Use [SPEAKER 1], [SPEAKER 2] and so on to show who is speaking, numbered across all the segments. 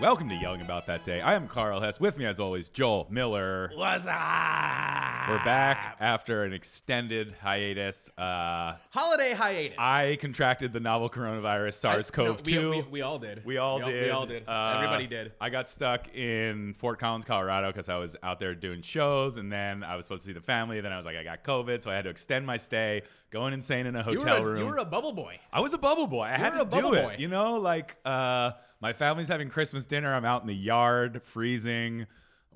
[SPEAKER 1] Welcome to Yelling About That Day. I am Carl Hess. With me, as always, Joel Miller.
[SPEAKER 2] What's up?
[SPEAKER 1] We're back after an extended hiatus. Uh,
[SPEAKER 2] Holiday hiatus.
[SPEAKER 1] I contracted the novel coronavirus SARS-CoV-2.
[SPEAKER 2] No, we, we, we all did.
[SPEAKER 1] We all
[SPEAKER 2] we
[SPEAKER 1] did.
[SPEAKER 2] We all did.
[SPEAKER 1] Uh,
[SPEAKER 2] Everybody did.
[SPEAKER 1] I got stuck in Fort Collins, Colorado, because I was out there doing shows, and then I was supposed to see the family. Then I was like, I got COVID, so I had to extend my stay, going insane in a
[SPEAKER 2] You were,
[SPEAKER 1] hotel
[SPEAKER 2] a,
[SPEAKER 1] room.
[SPEAKER 2] you were a bubble boy.
[SPEAKER 1] I was a bubble boy. I had
[SPEAKER 2] were
[SPEAKER 1] to
[SPEAKER 2] a bubble
[SPEAKER 1] do it.
[SPEAKER 2] boy.
[SPEAKER 1] You know, like uh, my family's having Christmas dinner. I'm out in the yard, freezing,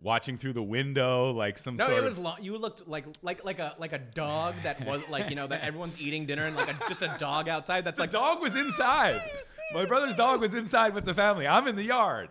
[SPEAKER 1] watching through the window, like some
[SPEAKER 2] No,
[SPEAKER 1] sort
[SPEAKER 2] it
[SPEAKER 1] of.
[SPEAKER 2] was long. You looked like like like a like a dog that was like you know that everyone's eating dinner and like a, just a dog outside. That's
[SPEAKER 1] the
[SPEAKER 2] like
[SPEAKER 1] dog was inside. My brother's dog was inside with the family. I'm in the yard.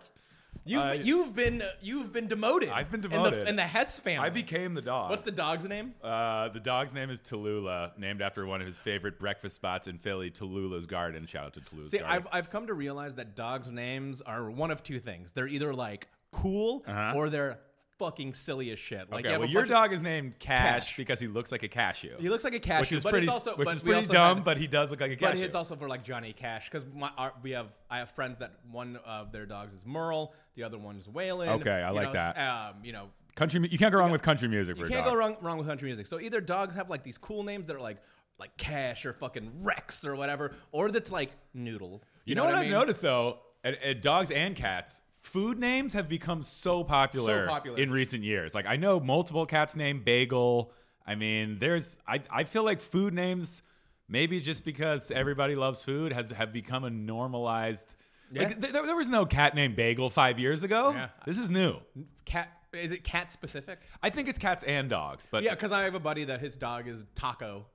[SPEAKER 2] you've
[SPEAKER 1] I-
[SPEAKER 2] you've been you've been demoted.
[SPEAKER 1] I've been
[SPEAKER 2] in
[SPEAKER 1] demoted.
[SPEAKER 2] the, in the Hess family.
[SPEAKER 1] I became the dog.
[SPEAKER 2] What's the dog's name?
[SPEAKER 1] Uh, the dog's name is Tallulah, named after one of his favorite breakfast spots in Philly, Tallulah's Garden. Shout out to Tallulah's
[SPEAKER 2] See,
[SPEAKER 1] Garden.
[SPEAKER 2] I've I've come to realize that dogs' names are one of two things. They're either like cool
[SPEAKER 1] Uh-huh.
[SPEAKER 2] or they're fucking silly as shit. Like
[SPEAKER 1] okay,
[SPEAKER 2] you have
[SPEAKER 1] well,
[SPEAKER 2] a
[SPEAKER 1] your
[SPEAKER 2] bunch of-
[SPEAKER 1] dog is named Cash,
[SPEAKER 2] Cash.
[SPEAKER 1] because he looks like a cashew.
[SPEAKER 2] He looks like a cashew,
[SPEAKER 1] which is
[SPEAKER 2] but
[SPEAKER 1] pretty,
[SPEAKER 2] it's also
[SPEAKER 1] which
[SPEAKER 2] but
[SPEAKER 1] is
[SPEAKER 2] we
[SPEAKER 1] pretty
[SPEAKER 2] also
[SPEAKER 1] dumb,
[SPEAKER 2] had-
[SPEAKER 1] but he does look like a
[SPEAKER 2] But
[SPEAKER 1] cashew.
[SPEAKER 2] it's also for like Johnny Cash because my our, we have I have friends that one of their dogs is Merle, the other one is Waylon.
[SPEAKER 1] Okay, I
[SPEAKER 2] you
[SPEAKER 1] like
[SPEAKER 2] know,
[SPEAKER 1] that.
[SPEAKER 2] Um, you know,
[SPEAKER 1] country. mu- You can't go wrong with country music. for
[SPEAKER 2] you
[SPEAKER 1] a
[SPEAKER 2] can't
[SPEAKER 1] dog.
[SPEAKER 2] go wrong wrong with country music. So either dogs have like these cool names that are like like Cash or fucking Rex or whatever, or that's like Noodles.
[SPEAKER 1] You, know, what,
[SPEAKER 2] I
[SPEAKER 1] I've
[SPEAKER 2] mean?
[SPEAKER 1] noticed though, at, at dogs and cats, food names have become so popular,
[SPEAKER 2] So popular.
[SPEAKER 1] in recent years. Like I know multiple cats named Bagel. I mean, there's I I feel like food names maybe just because everybody loves food have have become a normalized.
[SPEAKER 2] Yeah.
[SPEAKER 1] Like th- there, there was no cat named Bagel five years ago.
[SPEAKER 2] Yeah.
[SPEAKER 1] This is new.
[SPEAKER 2] Cat is it cat specific?
[SPEAKER 1] I think it's cats and dogs, but
[SPEAKER 2] Yeah, because I have a buddy that his dog is Taco.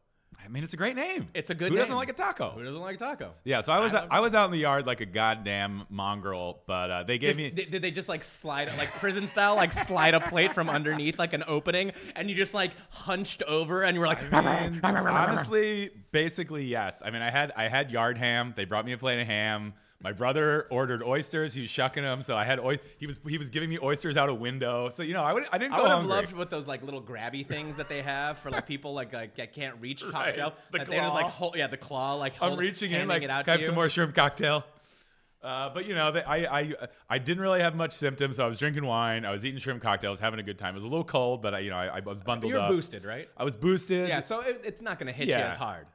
[SPEAKER 1] I mean it's a great name.
[SPEAKER 2] It's a good.
[SPEAKER 1] Who doesn't
[SPEAKER 2] name.
[SPEAKER 1] like a taco?
[SPEAKER 2] Who doesn't like taco?
[SPEAKER 1] Yeah, so I was
[SPEAKER 2] I
[SPEAKER 1] I,
[SPEAKER 2] love-
[SPEAKER 1] was out in the yard like a goddamn mongrel, but uh, they gave
[SPEAKER 2] Just-
[SPEAKER 1] me
[SPEAKER 2] did, did they just like slide like prison style like slide a plate from underneath like an opening and you just like hunched over and you were like
[SPEAKER 1] And honestly, basically yes. I mean, I had I had yard ham. They brought me a plate of ham. My brother ordered oysters. He was shucking them, so I had oy- he was he was giving me oysters out a window. So you know, I would I didn't go
[SPEAKER 2] I would have
[SPEAKER 1] hungry.
[SPEAKER 2] loved what those like little grabby things that they have for like people like like that can't reach top
[SPEAKER 1] Right.
[SPEAKER 2] shelf.
[SPEAKER 1] The
[SPEAKER 2] that They just
[SPEAKER 1] claw.
[SPEAKER 2] like hold, yeah the claw like
[SPEAKER 1] I'm
[SPEAKER 2] hold-
[SPEAKER 1] reaching in
[SPEAKER 2] handing
[SPEAKER 1] like
[SPEAKER 2] it
[SPEAKER 1] I
[SPEAKER 2] out
[SPEAKER 1] have
[SPEAKER 2] to
[SPEAKER 1] some
[SPEAKER 2] you.
[SPEAKER 1] more shrimp cocktail. Uh, but you know, they, I I I didn't really have much symptoms. So I was drinking wine. I was eating shrimp cocktails, having a good time. It was a little cold, but I, you know, I, I was bundled
[SPEAKER 2] You're
[SPEAKER 1] up.
[SPEAKER 2] boosted, right?
[SPEAKER 1] I was boosted.
[SPEAKER 2] Yeah, so it, it's not gonna hit you
[SPEAKER 1] Yeah.
[SPEAKER 2] as hard.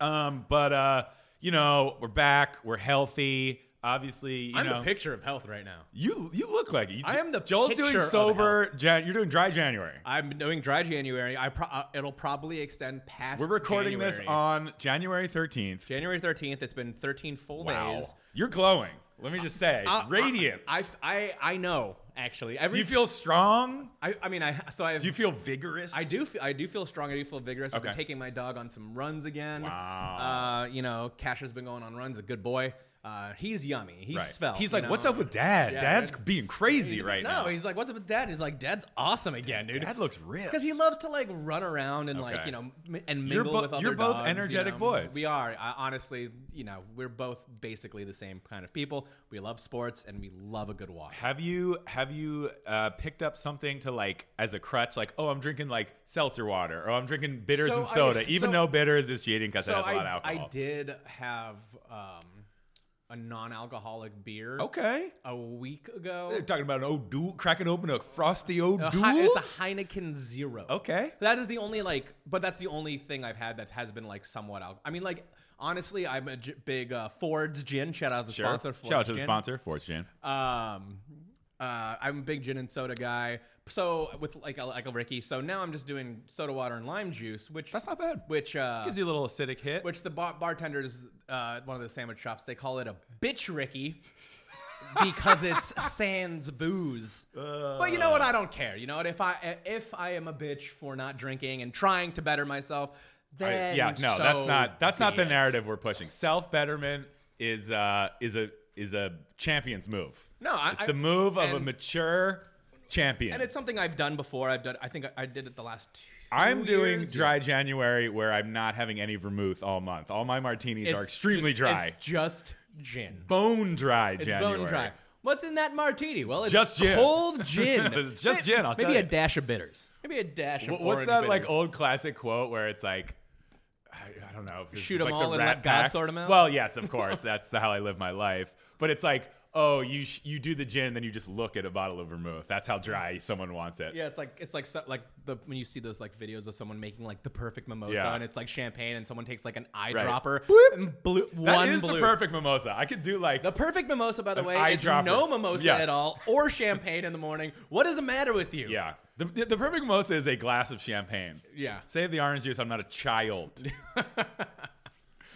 [SPEAKER 1] Um, but uh, you know, we're back. We're healthy. Obviously, you
[SPEAKER 2] I'm
[SPEAKER 1] know,
[SPEAKER 2] the picture of health right now.
[SPEAKER 1] you you look like it. You-
[SPEAKER 2] I am the
[SPEAKER 1] Joel's
[SPEAKER 2] picture
[SPEAKER 1] doing
[SPEAKER 2] of
[SPEAKER 1] sober. Jan- you're doing dry January.
[SPEAKER 2] I'm doing dry January. I pro- uh, it'll probably extend past.
[SPEAKER 1] We're recording this
[SPEAKER 2] January.
[SPEAKER 1] on January 13th.
[SPEAKER 2] January 13th. It's been 13 full
[SPEAKER 1] wow,
[SPEAKER 2] days.
[SPEAKER 1] you're glowing. Let me just say,
[SPEAKER 2] I- I-
[SPEAKER 1] radiant.
[SPEAKER 2] Uh, I, I I know actually.
[SPEAKER 1] do
[SPEAKER 2] Every
[SPEAKER 1] you feel strong?
[SPEAKER 2] I, I mean I so I
[SPEAKER 1] Do you feel vigorous?
[SPEAKER 2] I do feel, I do feel strong. I do feel vigorous. I've been
[SPEAKER 1] Okay.
[SPEAKER 2] taking my dog on some runs again.
[SPEAKER 1] Wow.
[SPEAKER 2] Uh, you know, Cash has been going on runs. A good boy. Uh, he's yummy. He's
[SPEAKER 1] Right.
[SPEAKER 2] svelte.
[SPEAKER 1] He's
[SPEAKER 2] you
[SPEAKER 1] like,
[SPEAKER 2] know?
[SPEAKER 1] what's up with Dad?
[SPEAKER 2] Yeah,
[SPEAKER 1] Dad's
[SPEAKER 2] it's-
[SPEAKER 1] being crazy
[SPEAKER 2] He's-
[SPEAKER 1] right
[SPEAKER 2] no,
[SPEAKER 1] now.
[SPEAKER 2] he's like, what's up with Dad? He's like, Dad's awesome again, dude.
[SPEAKER 1] Dad looks ripped.
[SPEAKER 2] because he loves to like run around and like
[SPEAKER 1] Okay.
[SPEAKER 2] you know m- and
[SPEAKER 1] You're
[SPEAKER 2] mingle
[SPEAKER 1] bo-
[SPEAKER 2] with other
[SPEAKER 1] you're both
[SPEAKER 2] dogs, you
[SPEAKER 1] energetic
[SPEAKER 2] know.
[SPEAKER 1] boys.
[SPEAKER 2] We are I, honestly, you know, we're both basically the same kind of people. We love sports and we love a good walk.
[SPEAKER 1] Have you have you uh, picked up something to like as a crutch? Like, oh, I'm drinking like seltzer water, or "Oh, I'm drinking bitters
[SPEAKER 2] So
[SPEAKER 1] and
[SPEAKER 2] I-
[SPEAKER 1] soda, even
[SPEAKER 2] so-
[SPEAKER 1] though bitters is cheating because it has a
[SPEAKER 2] I,
[SPEAKER 1] lot of alcohol.
[SPEAKER 2] I did have um, a non-alcoholic beer.
[SPEAKER 1] Okay,
[SPEAKER 2] A week ago.
[SPEAKER 1] they're talking about an O'Doul, cracking open a frosty O'Doul.
[SPEAKER 2] A Hi- it's a Heineken Zero.
[SPEAKER 1] okay.
[SPEAKER 2] That is the only like, but that's the only thing I've had that has been like somewhat alcohol. I mean, like honestly, I'm a j- big uh, Ford's gin. Shout out to the
[SPEAKER 1] Sure.
[SPEAKER 2] sponsor.
[SPEAKER 1] Shout out
[SPEAKER 2] Ford's
[SPEAKER 1] to the
[SPEAKER 2] Gin.
[SPEAKER 1] sponsor, Forge Gin.
[SPEAKER 2] Um, uh, I'm a big gin and soda guy. So with like a, like a Ricky. So now I'm just doing soda water and lime juice, which
[SPEAKER 1] That's not bad.
[SPEAKER 2] which uh,
[SPEAKER 1] Gives you a little acidic hit.
[SPEAKER 2] which the bar- bartenders uh, at one of the sandwich shops they call it a bitch Ricky because it's sans booze.
[SPEAKER 1] Uh.
[SPEAKER 2] But you know what? I don't care. You know what? If I if I am a bitch for not drinking and trying to better myself,
[SPEAKER 1] I-
[SPEAKER 2] then
[SPEAKER 1] yeah, no,
[SPEAKER 2] so
[SPEAKER 1] that's not that's not
[SPEAKER 2] be
[SPEAKER 1] the
[SPEAKER 2] it.
[SPEAKER 1] narrative we're pushing. Self betterment is uh is a is a champion's move.
[SPEAKER 2] No, I-
[SPEAKER 1] it's
[SPEAKER 2] I-
[SPEAKER 1] the move of a
[SPEAKER 2] and-
[SPEAKER 1] mature champion.
[SPEAKER 2] And it's something I've done before. I've done. I think I, I did it the last. two
[SPEAKER 1] I'm doing
[SPEAKER 2] years.
[SPEAKER 1] dry January where I'm not having any vermouth all month. All my martinis
[SPEAKER 2] It's
[SPEAKER 1] are extremely
[SPEAKER 2] just-
[SPEAKER 1] dry.
[SPEAKER 2] It's just gin.
[SPEAKER 1] bone dry
[SPEAKER 2] It's
[SPEAKER 1] January.
[SPEAKER 2] bone dry. What's in that martini? Well, it's
[SPEAKER 1] Just gin.
[SPEAKER 2] cold gin.
[SPEAKER 1] It's just gin, I'll
[SPEAKER 2] maybe
[SPEAKER 1] tell
[SPEAKER 2] a
[SPEAKER 1] you.
[SPEAKER 2] dash of bitters. Maybe a dash.
[SPEAKER 1] Wh-
[SPEAKER 2] of
[SPEAKER 1] What's
[SPEAKER 2] orange
[SPEAKER 1] that
[SPEAKER 2] bitters.
[SPEAKER 1] like old classic quote where it's like, I, I don't know. If this
[SPEAKER 2] Shoot
[SPEAKER 1] is
[SPEAKER 2] 'em
[SPEAKER 1] like
[SPEAKER 2] all
[SPEAKER 1] the
[SPEAKER 2] and
[SPEAKER 1] Rat
[SPEAKER 2] let God
[SPEAKER 1] Pack.
[SPEAKER 2] sort 'em out?
[SPEAKER 1] Well, yes, of course. that's the, how I live my life. But it's like, oh, you sh- you do the gin, and then you just look at a bottle of vermouth. That's how dry someone wants it.
[SPEAKER 2] Yeah, it's like it's like so, like the when you see those like videos of someone making like the perfect mimosa
[SPEAKER 1] Yeah.
[SPEAKER 2] and it's like champagne and someone takes like an
[SPEAKER 1] Right.
[SPEAKER 2] eyedropper
[SPEAKER 1] Bloop.
[SPEAKER 2] and blue
[SPEAKER 1] That
[SPEAKER 2] one
[SPEAKER 1] is the
[SPEAKER 2] blue.
[SPEAKER 1] perfect mimosa. I could do like
[SPEAKER 2] The perfect mimosa, by the
[SPEAKER 1] An
[SPEAKER 2] way, is
[SPEAKER 1] eyedropper.
[SPEAKER 2] no mimosa
[SPEAKER 1] Yeah.
[SPEAKER 2] at all or champagne in the morning. What is the matter with you?
[SPEAKER 1] yeah. The, the, the perfect mimosa is a glass of champagne.
[SPEAKER 2] Yeah.
[SPEAKER 1] Save the orange juice. I'm not a child.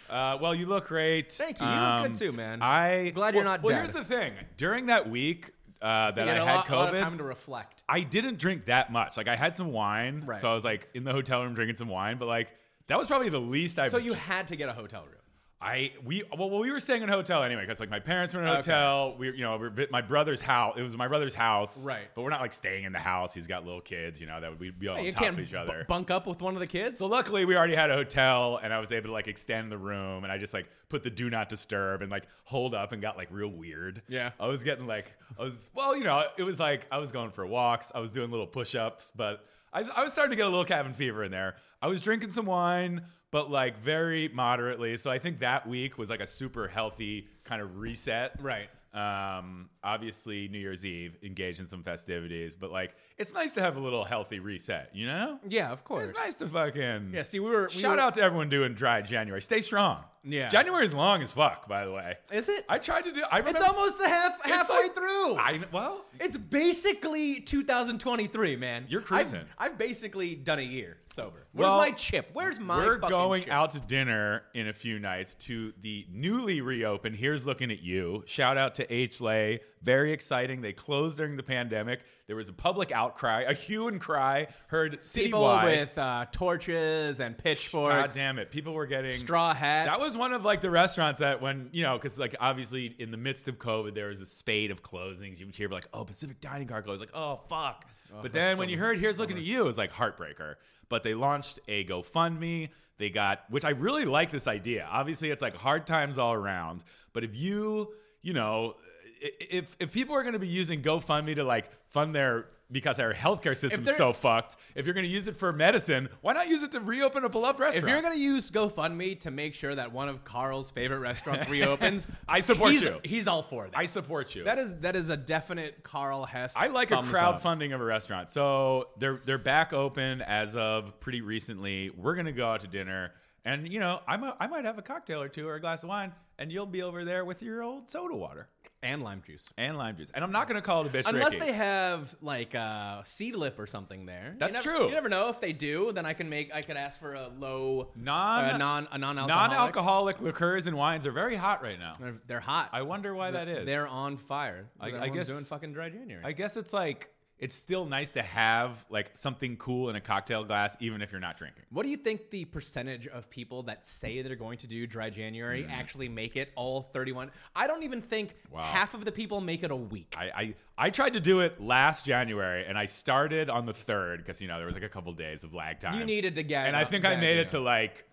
[SPEAKER 1] uh, well, you look great. Um,
[SPEAKER 2] Thank you. You look good too, man.
[SPEAKER 1] I
[SPEAKER 2] Glad you're
[SPEAKER 1] well-
[SPEAKER 2] not
[SPEAKER 1] Well,
[SPEAKER 2] dead.
[SPEAKER 1] here's the thing. During that week uh, that
[SPEAKER 2] You had
[SPEAKER 1] I
[SPEAKER 2] a
[SPEAKER 1] had
[SPEAKER 2] lot,
[SPEAKER 1] COVID,
[SPEAKER 2] a lot of time to reflect.
[SPEAKER 1] I didn't drink that much. Like I had some wine,
[SPEAKER 2] Right.
[SPEAKER 1] so I was like in the hotel room drinking some wine. But like that was probably the least I.
[SPEAKER 2] So you had to get a hotel room.
[SPEAKER 1] I we well, well we were staying in a hotel anyway because like my parents were in a
[SPEAKER 2] Okay.
[SPEAKER 1] hotel. We you know we were, my brother's house. It was my brother's house,
[SPEAKER 2] Right.
[SPEAKER 1] But we're not like staying in the house. He's got little kids, you know that would we'd be all
[SPEAKER 2] you
[SPEAKER 1] on top
[SPEAKER 2] can't
[SPEAKER 1] of each other.
[SPEAKER 2] bu- bunk up with one of the kids.
[SPEAKER 1] so luckily we already had a hotel, and I was able to like extend the room, and I just like put the do not disturb and like hold up and got like real weird.
[SPEAKER 2] Yeah.
[SPEAKER 1] I was getting like I was well you know it was like I was going for walks. I was doing little push ups, but I was, I was starting to get a little cabin fever in there. I was drinking some wine, but like very moderately. So I think that week was like a super healthy kind of reset.
[SPEAKER 2] Right.
[SPEAKER 1] Um, obviously New Year's Eve, engage in some festivities, but like it's nice to have a little healthy reset, you know?
[SPEAKER 2] Yeah, of course.
[SPEAKER 1] It's nice to fucking
[SPEAKER 2] Yeah, see, we were we
[SPEAKER 1] Shout
[SPEAKER 2] were-
[SPEAKER 1] out to everyone doing dry January. Stay strong.
[SPEAKER 2] Yeah.
[SPEAKER 1] January is long as fuck, by the way.
[SPEAKER 2] Is it?
[SPEAKER 1] I tried to do I remember
[SPEAKER 2] it's almost the half
[SPEAKER 1] It's
[SPEAKER 2] halfway
[SPEAKER 1] like-
[SPEAKER 2] through.
[SPEAKER 1] I well,
[SPEAKER 2] it's basically 2023, man.
[SPEAKER 1] You're
[SPEAKER 2] I've-
[SPEAKER 1] cruising.
[SPEAKER 2] I've, basically done a year sober. Where's
[SPEAKER 1] Well,
[SPEAKER 2] my chip? Where's my?
[SPEAKER 1] we're
[SPEAKER 2] fucking
[SPEAKER 1] going
[SPEAKER 2] chip?
[SPEAKER 1] out to dinner in a few nights to the newly reopened Here's Looking at You. Shout out to H Lay. Very exciting. They closed during the pandemic. There was a public outcry, a hue and cry heard
[SPEAKER 2] People
[SPEAKER 1] citywide.
[SPEAKER 2] with uh, torches and
[SPEAKER 1] God
[SPEAKER 2] pitchforks,
[SPEAKER 1] damn it. People were getting
[SPEAKER 2] straw hats.
[SPEAKER 1] That was one of like the restaurants that when you know because like obviously in the midst of COVID there was a spade of closings. You would hear like oh Pacific Dining Car closed, like oh fuck. but then when you heard here's looking at you, it was like heartbreaker. But they launched a GoFundMe. They got which I really like this idea. Obviously it's like hard times all around. But if you you know i- if if people are going to be using GoFundMe to like fund their because our healthcare system's
[SPEAKER 2] they're-
[SPEAKER 1] so fucked. If you're going to use it for medicine, why not use it to reopen a beloved restaurant?
[SPEAKER 2] If you're gonna use GoFundMe to make sure that one of Carl's favorite restaurants reopens,
[SPEAKER 1] I support
[SPEAKER 2] he's-
[SPEAKER 1] you.
[SPEAKER 2] He's all for that.
[SPEAKER 1] I support you.
[SPEAKER 2] that is that is a definite Carl Hess.
[SPEAKER 1] I like a
[SPEAKER 2] thumbs up.
[SPEAKER 1] crowdfunding of a restaurant. So they're they're back open as of pretty recently. We're gonna go out to dinner, and you know I'm a, I might have a cocktail or two or a glass of wine, and you'll be over there with your old soda water
[SPEAKER 2] and lime juice.
[SPEAKER 1] and lime juice. And I'm not gonna call it a bitch.
[SPEAKER 2] Unless
[SPEAKER 1] Ricky.
[SPEAKER 2] they have like uh, seed lip or something there. You
[SPEAKER 1] That's
[SPEAKER 2] never-
[SPEAKER 1] true.
[SPEAKER 2] You never know. If they do, then I can make. I could ask for a low
[SPEAKER 1] Non-
[SPEAKER 2] uh, non a non alcoholic.
[SPEAKER 1] non-alcoholic liqueurs and wines are very hot right now.
[SPEAKER 2] They're, they're hot.
[SPEAKER 1] I wonder why that is.
[SPEAKER 2] They're on fire. I,
[SPEAKER 1] I guess-
[SPEAKER 2] doing fucking dry January.
[SPEAKER 1] I guess it's like it's still nice to have like something cool in a cocktail glass, even if you're not drinking.
[SPEAKER 2] what do you think the percentage of people that say they're going to do dry January actually make it? All thirty-one. I don't even think
[SPEAKER 1] Mm. Wow.
[SPEAKER 2] half of the people make it a week.
[SPEAKER 1] I, I I tried to do it last January, and I started on the third because you know there was like a couple days of lag time.
[SPEAKER 2] you needed to get.
[SPEAKER 1] and I
[SPEAKER 2] up-
[SPEAKER 1] think I
[SPEAKER 2] get,
[SPEAKER 1] made
[SPEAKER 2] you
[SPEAKER 1] it to
[SPEAKER 2] know.
[SPEAKER 1] like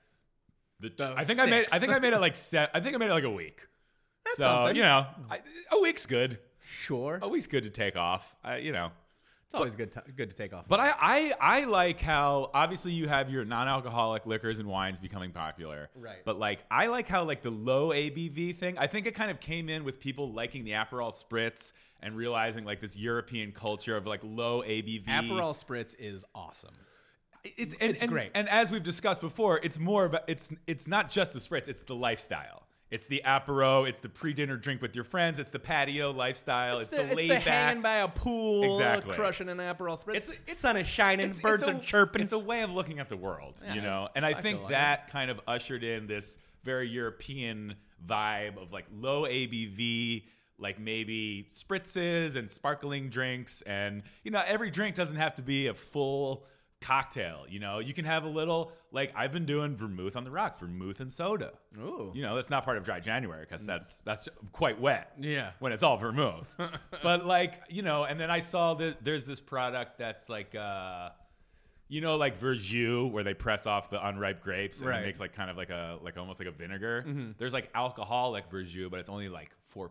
[SPEAKER 1] the.
[SPEAKER 2] The
[SPEAKER 1] I think I made I think I
[SPEAKER 2] sixth.
[SPEAKER 1] made it like se- I think I made it like a week. so
[SPEAKER 2] something.
[SPEAKER 1] you know, I, a week's good.
[SPEAKER 2] sure.
[SPEAKER 1] A week's good to take off. I, you know,
[SPEAKER 2] it's always good. To, good to take off.
[SPEAKER 1] but I, I I like how obviously you have your non-alcoholic liquors and wines becoming popular.
[SPEAKER 2] Right.
[SPEAKER 1] But like I like how like the low ABV thing. I think it kind of came in with people liking the Aperol Spritz and realizing like this European culture of like low ABV.
[SPEAKER 2] Aperol Spritz is awesome.
[SPEAKER 1] it's, and,
[SPEAKER 2] it's
[SPEAKER 1] and-
[SPEAKER 2] great.
[SPEAKER 1] And as we've discussed before, it's more about it's it's not just the spritz, it's the lifestyle. It's the apero, it's the pre-dinner drink with your friends, it's the patio lifestyle, it's, the, laid back.
[SPEAKER 2] hanging by a pool,
[SPEAKER 1] Exactly.
[SPEAKER 2] crushing an aperol spritz.
[SPEAKER 1] It's- it's-
[SPEAKER 2] sun is shining,
[SPEAKER 1] it's-
[SPEAKER 2] birds
[SPEAKER 1] it's a-
[SPEAKER 2] are chirping.
[SPEAKER 1] It's a way of looking at the world, you
[SPEAKER 2] Yeah,
[SPEAKER 1] know. And I,
[SPEAKER 2] feel
[SPEAKER 1] think
[SPEAKER 2] like
[SPEAKER 1] that kind of ushered in this very European vibe of like low ABV, like maybe spritzes and sparkling drinks, and you know, every drink doesn't have to be a full cocktail. You know, you can have a little like I've been doing vermouth on the rocks, vermouth and soda.
[SPEAKER 2] Ooh.
[SPEAKER 1] you know, that's not part of dry January because that's that's quite wet
[SPEAKER 2] Mm. Yeah.
[SPEAKER 1] when it's all vermouth. but like, you know, and then I saw that there's this product that's like uh you know like verjus where they press off the unripe grapes and
[SPEAKER 2] Right. Mm-hmm.
[SPEAKER 1] it makes like kind of like a like almost like a vinegar. There's like alcoholic verjus, but it's only like 4%.